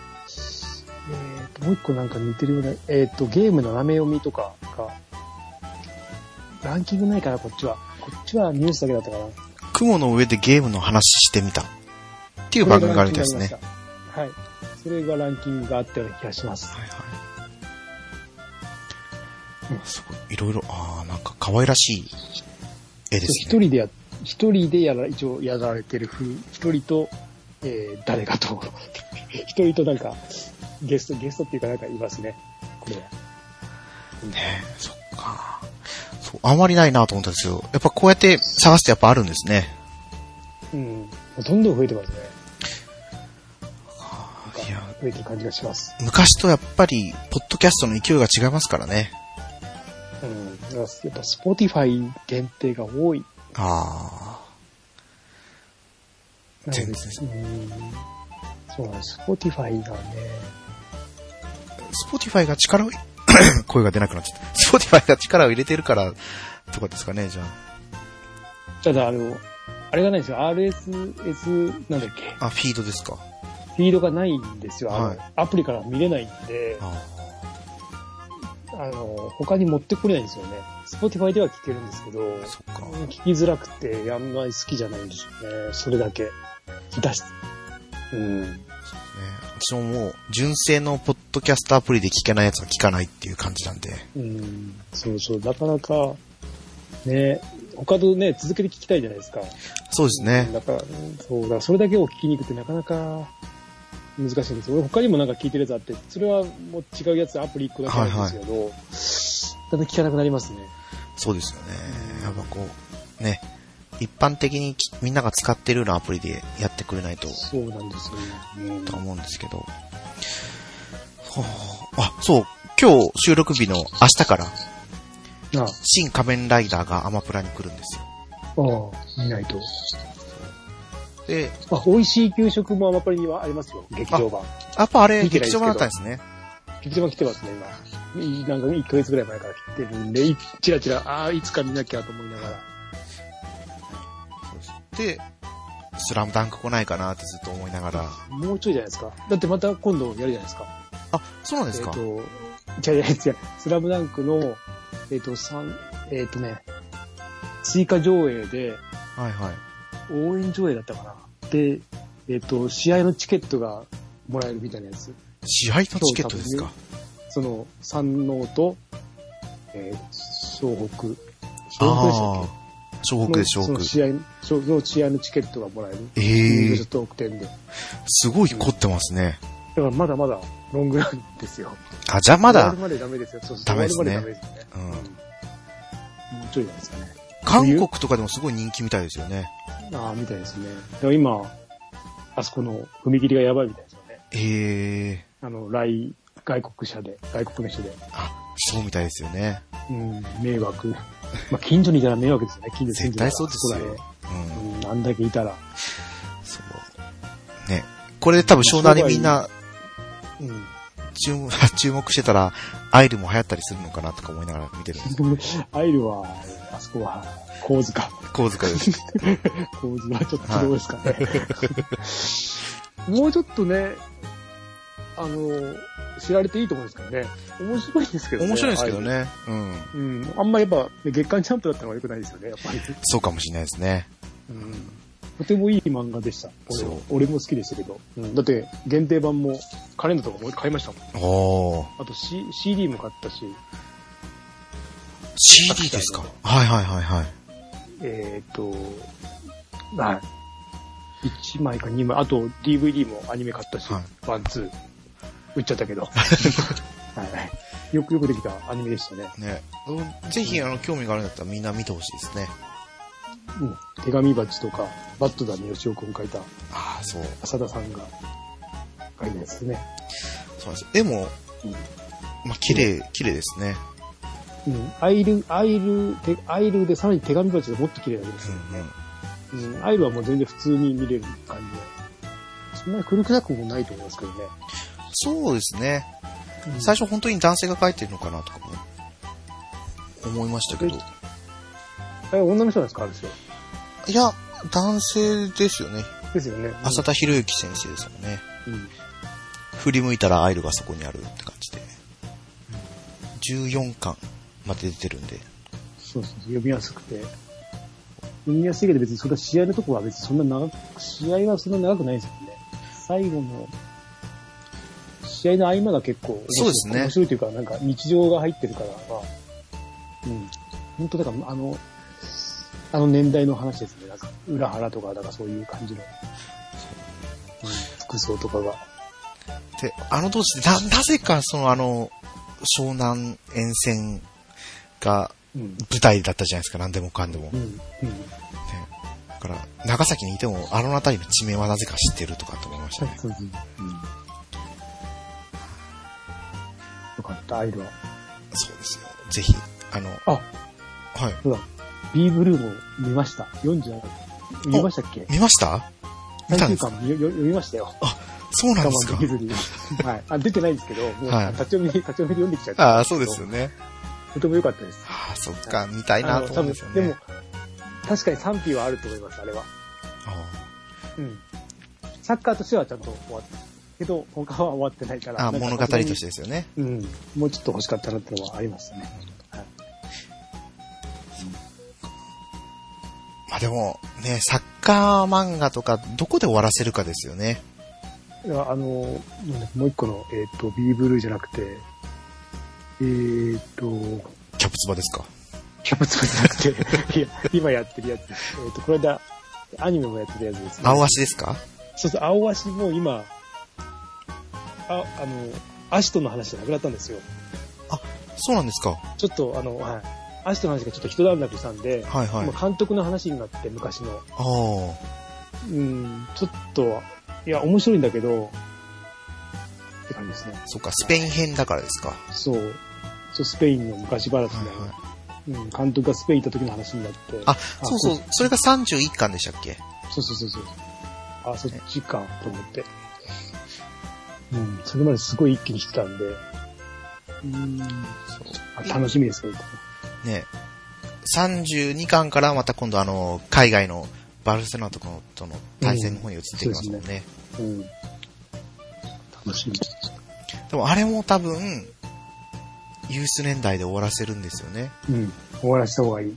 Speaker 2: えーと、もう一個なんか似てるよね。えっ、と、ゲームの斜め読みとかか、ランキングないからこっちは。こっちはニュースだけだったかな。
Speaker 1: 雲の上でゲームの話してみた。っていう番組があるみたいですね
Speaker 2: こ。れがランキングありました。はい。それがランキングがあったような気がします。
Speaker 1: はいはい。すごい、いろいろ、ああ、なんか可愛らしい絵です
Speaker 2: 一
Speaker 1: ね。
Speaker 2: 人でや、一人でやら、一応やられてる風、一人と、えー、誰かと、 一人となんか、ゲスト、ゲストっていうかなんかいますね。これ。
Speaker 1: ねえそっか。そう、あまりないなと思ったんですよ。やっぱこうやって探すとやっぱあるんですね。
Speaker 2: うん。どんどん増えてますね。
Speaker 1: いや、
Speaker 2: 増えてる感じがします。
Speaker 1: 昔とやっぱり、ポッドキャストの勢いが違いますからね。
Speaker 2: うん。だからやっぱ、スポティファイ限定が多い。
Speaker 1: あ
Speaker 2: なので
Speaker 1: 全然
Speaker 2: うん。そうなんです。スポティファイがね、
Speaker 1: あ。スポティファイが力を、 声が出なくなっちゃった。スポティファイが力を入れてるから、とかですかね、じゃ
Speaker 2: ただあの、あれがないんですよ。RSS、なんだっけ、
Speaker 1: あ。あ、フィードですか。
Speaker 2: フィードがないんですよ。あの
Speaker 1: はい
Speaker 2: アプリから見れないんで。
Speaker 1: あ
Speaker 2: あの、他に持ってこれないんですよね。Spotify では聞けるんですけど、
Speaker 1: あ、そっか。
Speaker 2: 聞きづらくて、あんまり好きじゃないんですよね。それだけ。出し、うん。
Speaker 1: ね、私ももう、純正のポッドキャストアプリで聞けないやつは聞かないっていう感じなんで。
Speaker 2: うん。そうそう。なかなか、ね、他とね、続けて聞きたいじゃないですか。
Speaker 1: そうですね。
Speaker 2: だから、そう、だからそれだけを聞きに行くってなかなか難しいんですよ。俺他にもなんか聞いてるやつあって、それはもう違うやつアプリ1個だけなんですけど、だんだん聞かなくなりますね。
Speaker 1: そうですよね。やっぱこう、ね、一般的にきみんなが使ってるようなアプリでやってくれないと、
Speaker 2: そうなんですよね。うん
Speaker 1: と思うんですけど。はあ、あ、そう、今日収録日の明日から、
Speaker 2: あ
Speaker 1: 新仮面ライダーがアマプラに来るんですよ。
Speaker 2: ああ、見ないと。
Speaker 1: で、
Speaker 2: あ、美味しい給食もアマプリにはありますよ、劇場版。
Speaker 1: やっぱあれ、
Speaker 2: 見てな
Speaker 1: 劇
Speaker 2: いです
Speaker 1: 場
Speaker 2: けど
Speaker 1: 版だったんですね。
Speaker 2: 劇場版来てますね、今。いなんか1ヶ月ぐらい前から来てるんで、いちらちら、ああ、いつか見なきゃと思いながら。
Speaker 1: で、スラムダンク来ないかなってずっと思いながら。
Speaker 2: もうちょいじゃないですか。だってまた今度やるじゃないですか。
Speaker 1: あ、そうなんですか、
Speaker 2: えっ、と、違う違う違う、スラムダンクの、えっ、と、三えっ、とね、追加上映で、
Speaker 1: はいはい。
Speaker 2: 応援上映だったかな。で、えっ、と、試合のチケットがもらえるみたいなやつ。
Speaker 1: 試合のチケットですか
Speaker 2: その、三能と、えー、湘北。湘北でした
Speaker 1: ああ
Speaker 2: っ
Speaker 1: ー、小
Speaker 2: け
Speaker 1: 北です、小
Speaker 2: その
Speaker 1: 北。
Speaker 2: 試合、その試合のチケットがもらえる。
Speaker 1: ええ
Speaker 2: 入場特典で。だか
Speaker 1: すごい凝ってますね。
Speaker 2: らまだまだロングランですよ。
Speaker 1: あ、じゃあまだ
Speaker 2: 終、わるまでダメですよ。そうそう
Speaker 1: ダメですね
Speaker 2: 終わるまでダメですよね。
Speaker 1: うん
Speaker 2: うんもうちょいなんですかね。
Speaker 1: 韓国とかでもすごい人気みたいですよね。
Speaker 2: ああ、みたいですね。だから今、あそこの踏切がやばいみたいですよね。
Speaker 1: ええ
Speaker 2: あの、来、外国車で、外国の人で。
Speaker 1: あ、そうみたいですよね。
Speaker 2: うん、迷惑。 まあ、近所にいたら迷惑ですよね、近所
Speaker 1: 絶対そうですよ。うん。
Speaker 2: 近所にいたらうん、あんだけいたら。
Speaker 1: そう。ね。これで多分湘南にみんな
Speaker 2: うん。
Speaker 1: 注目、 注目してたら、アイルも流行ったりするのかなとか思いながら見てるんです。
Speaker 2: アイルは、あそこは、構図か。
Speaker 1: 構図からです。
Speaker 2: 構図はちょっとどうですかね。もうちょっとね、あの、知られていいと思うんですけどね。面白いですけどね。
Speaker 1: 面白いですけどね。うん。
Speaker 2: アイル。うん。あんまやっぱ、ね月刊チャンプだったのが良くないですよね、やっぱり。
Speaker 1: そうかもしれないですね。
Speaker 2: うんとてもいい漫画でした。俺
Speaker 1: そう
Speaker 2: は俺も好きでしたけど。うん、だって、限定版も、カレンダーとかも買いましたもん。
Speaker 1: おー。
Speaker 2: あと、C、CD も買ったし、
Speaker 1: CD ですかはいはいはいはい。
Speaker 2: えーっ、と、はい。1枚か2枚、あと DVD もアニメ買ったし
Speaker 1: は、
Speaker 2: ワンツー。売っちゃったけ ど。はい。よくよくできたアニメでしたね。
Speaker 1: ね。うんぜひ、あの、興味があるんだったらみんな見てほしいですね。
Speaker 2: うん。手紙鉢とか、バットだに吉尾くん書いた、
Speaker 1: ああ、そう。
Speaker 2: 浅田さんが書いたやつですね。
Speaker 1: そうなんです。絵も
Speaker 2: うん、
Speaker 1: まあ、綺麗、綺麗ですね。
Speaker 2: うん。アイル、アイル、てアイルでさらに手紙鉢でもっと綺麗なわけですよね。うん、アイルはもう全然普通に見れる感じで。そんなに古くなくもないと思いますけどね。
Speaker 1: そうですね。
Speaker 2: うん
Speaker 1: 最初本当に男性が描いてるのかなとかも、思いましたけど。
Speaker 2: え女の人なんですかあるんですよ。
Speaker 1: いや、男性ですよね。
Speaker 2: ですよね。
Speaker 1: 浅田博之先生ですもんね。
Speaker 2: うん。
Speaker 1: 振り向いたらアイルがそこにあるって感じで。14巻まで出てるんで。
Speaker 2: そうそうそう、読みやすくて。読みやすいけど別にそんな試合のとこは別にそんな長く、試合はそんな長くないですよね。最後の、試合の合間が結構面白い
Speaker 1: そうですね
Speaker 2: 面白いというか、なんか日常が入ってるからは、うん。本当だから、あの、あの年代の話ですね。なんか、裏腹とか、なんかそういう感じの、うん服装とかが。
Speaker 1: で、あの当時でな、なぜかそのあの、湘南沿線が
Speaker 2: うん。
Speaker 1: 舞台だったじゃないですか、何でもかんでも。
Speaker 2: う
Speaker 1: ね
Speaker 2: ん。うん。
Speaker 1: だから、長崎にいてもあの辺りの地名はなぜか知ってるとかと思いましたね。
Speaker 2: そうですね。よかった、アイルは。
Speaker 1: そうですよ。ぜひ、あの、
Speaker 2: あ、
Speaker 1: はい。
Speaker 2: そうだ。ビーブルーも見ました。47。見ましたっけ
Speaker 1: 見ました見たんで
Speaker 2: 最終
Speaker 1: すか
Speaker 2: 巻見よよ読みましたよ。
Speaker 1: そうなん
Speaker 2: 我
Speaker 1: です
Speaker 2: 慢
Speaker 1: か
Speaker 2: できずに。はい。あ、出てないんですけど、もう、
Speaker 1: はい
Speaker 2: 立ち読み、立ち読みで読んできちゃった。
Speaker 1: ああ、そうですよ。ね。
Speaker 2: とても良かったです。
Speaker 1: ああ、そっか、見たいなと思うんですよ
Speaker 2: あの多
Speaker 1: ね。
Speaker 2: 分でも、確かに賛否はあると思います、あれは。
Speaker 1: あ
Speaker 2: うん。サッカーとしてはちゃんと終わった。けど、他は終わってないから。
Speaker 1: あああ、
Speaker 2: なんか
Speaker 1: 物語としてですよね。
Speaker 2: うん。もうちょっと欲しかったなってのはありましたね。はい。
Speaker 1: まあでも、ね、サッカー漫画とか、どこで終わらせるかですよね。
Speaker 2: いや、あの、なんだっけもう一個の、えっ、と、ビーブルーじゃなくて、えっ、と、
Speaker 1: キャプツバですか。
Speaker 2: キャプツバじゃなくて、いや、 今やってるやつです。えっ、と、この間、アニメもやってるやつです、
Speaker 1: 青足ですか
Speaker 2: そうそう、青足も今、あ、あの、アシトの話じゃなくなったんですよ。
Speaker 1: そうなんですか。
Speaker 2: ちょっと、あの、はい。アシトの話がちょっと一段落したんで、
Speaker 1: はいはい
Speaker 2: ま。あ監督の話になって昔の。
Speaker 1: ああ。
Speaker 2: うん、ちょっと、いや、面白いんだけど、って感じですね。
Speaker 1: そっか、スペイン編だからですか。
Speaker 2: そう。そうスペインの昔話みたいな、
Speaker 1: は
Speaker 2: うん、監督がスペイン行った時の話になって。
Speaker 1: あ、そうそう
Speaker 2: こ。
Speaker 1: それが31巻でしたっけ
Speaker 2: そうそうそうそう。あ、そっちか、と思って。うん、それまですごい一気に来てたんで、うん、あ楽しみですけど。
Speaker 1: ね。32巻からまた今度あの、海外のバルセロナとかのとの対戦の方に移っていきますもん
Speaker 2: うんそうで
Speaker 1: ね。
Speaker 2: すうん。楽しみ。
Speaker 1: でもあれも多分、ユース年代で終わらせるんですよね。
Speaker 2: うん、終わらした方がいい。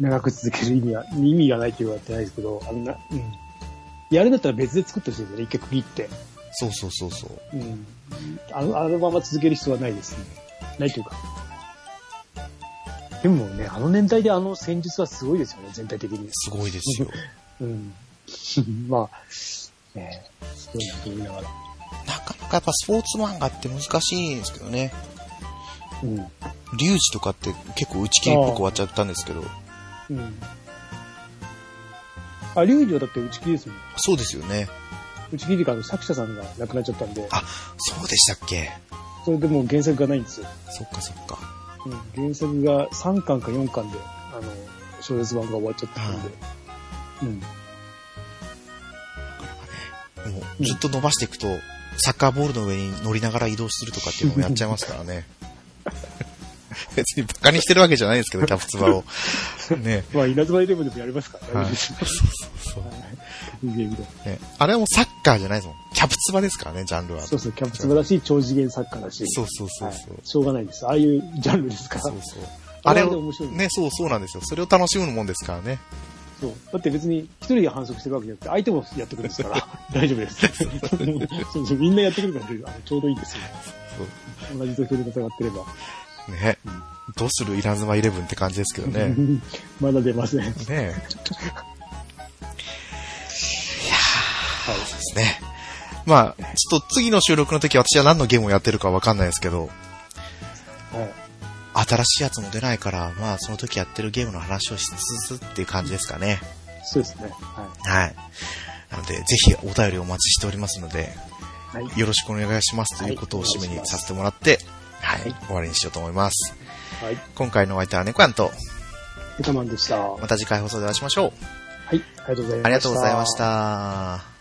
Speaker 2: 長く続ける意味は、意味がないって言われてないですけど、あんな、うん。やるんだったら別で作ってほしいですよね、一回区切って。
Speaker 1: そうそうそうそう。
Speaker 2: うん。あの、あのまま続ける必要はないですね。ないというか。でもね、あの年代であの戦術はすごいですよね、全体的に。
Speaker 1: すごいですよ。
Speaker 2: うん。 まあ、ねすごいなと言いながら。
Speaker 1: なかなかやっぱスポーツ漫画って難しいんですけどね。
Speaker 2: うん。
Speaker 1: リュウジとかって結構打ち切りっぽく終わっちゃったんですけど。
Speaker 2: うん。あ、リュウジはだって打ち切りですよね。
Speaker 1: そうですよね。
Speaker 2: 打ち切りか、あの作者さんが亡くなっちゃったんで、
Speaker 1: あ、そうでしたっけ
Speaker 2: それでもう原作がないんですよ。
Speaker 1: そっかそっか。
Speaker 2: うん、原作が3巻か4巻で、あの、小説版が終わっちゃったんで。うん。
Speaker 1: もうずっと伸ばしていくと、サッカーボールの上に乗りながら移動するとかっていうのもやっちゃいますから ね。別にバカにしてるわけじゃないですけ ど、キャプツバを。ね。
Speaker 2: まあ、稲妻イレブンでもやりますから、
Speaker 1: はい
Speaker 2: 大丈夫です。
Speaker 1: そう
Speaker 2: 格ゲーみたい
Speaker 1: ね。あれはもうサッカーじゃないですもん。キャプツバですからね、ジャンルは。
Speaker 2: なそうそう、キャプツバだし、超次元作家だし。
Speaker 1: そうそうそう
Speaker 2: はい
Speaker 1: そう。
Speaker 2: しょうがないです。ああいうジャンルですから。
Speaker 1: そ
Speaker 2: そうう
Speaker 1: そう。あ
Speaker 2: あ
Speaker 1: れ
Speaker 2: れは
Speaker 1: を
Speaker 2: 面白い、
Speaker 1: ね、そうそうなんですよ。それを楽しむもんですからね。
Speaker 2: だって別に一人が反則してるわけじゃなくて、相手もやってくるん ですから、大丈夫です。そうそう、みんなやってくるから、あのちょうどいいんですよ。
Speaker 1: そ
Speaker 2: 同じ土俵で戦ってれば。
Speaker 1: うね
Speaker 2: ん。
Speaker 1: どうする稲妻イレブンって感じですけどね。
Speaker 2: まだ出ませ ん。はい。
Speaker 1: ねえ。ね。まあ、ちょっと次の収録の時私は何のゲームをやってるかわかんないですけど、
Speaker 2: はい。
Speaker 1: 新しいやつも出ないから、まあその時やってるゲームの話をしつつっていう感じですかね。
Speaker 2: そうですね。は
Speaker 1: はい。なので、ぜひお便りお待ちしておりますので、
Speaker 2: い。はい。
Speaker 1: よろしくお願いしますということを締めにさせてもらって、はい、終わりにしようと思います。
Speaker 2: はい。
Speaker 1: 今回のお相手は猫やんと、
Speaker 2: ネタマンでした。は
Speaker 1: また次回放送でお会いしましょう。
Speaker 2: い。ありがとうございました。
Speaker 1: ありがとうございまし。た。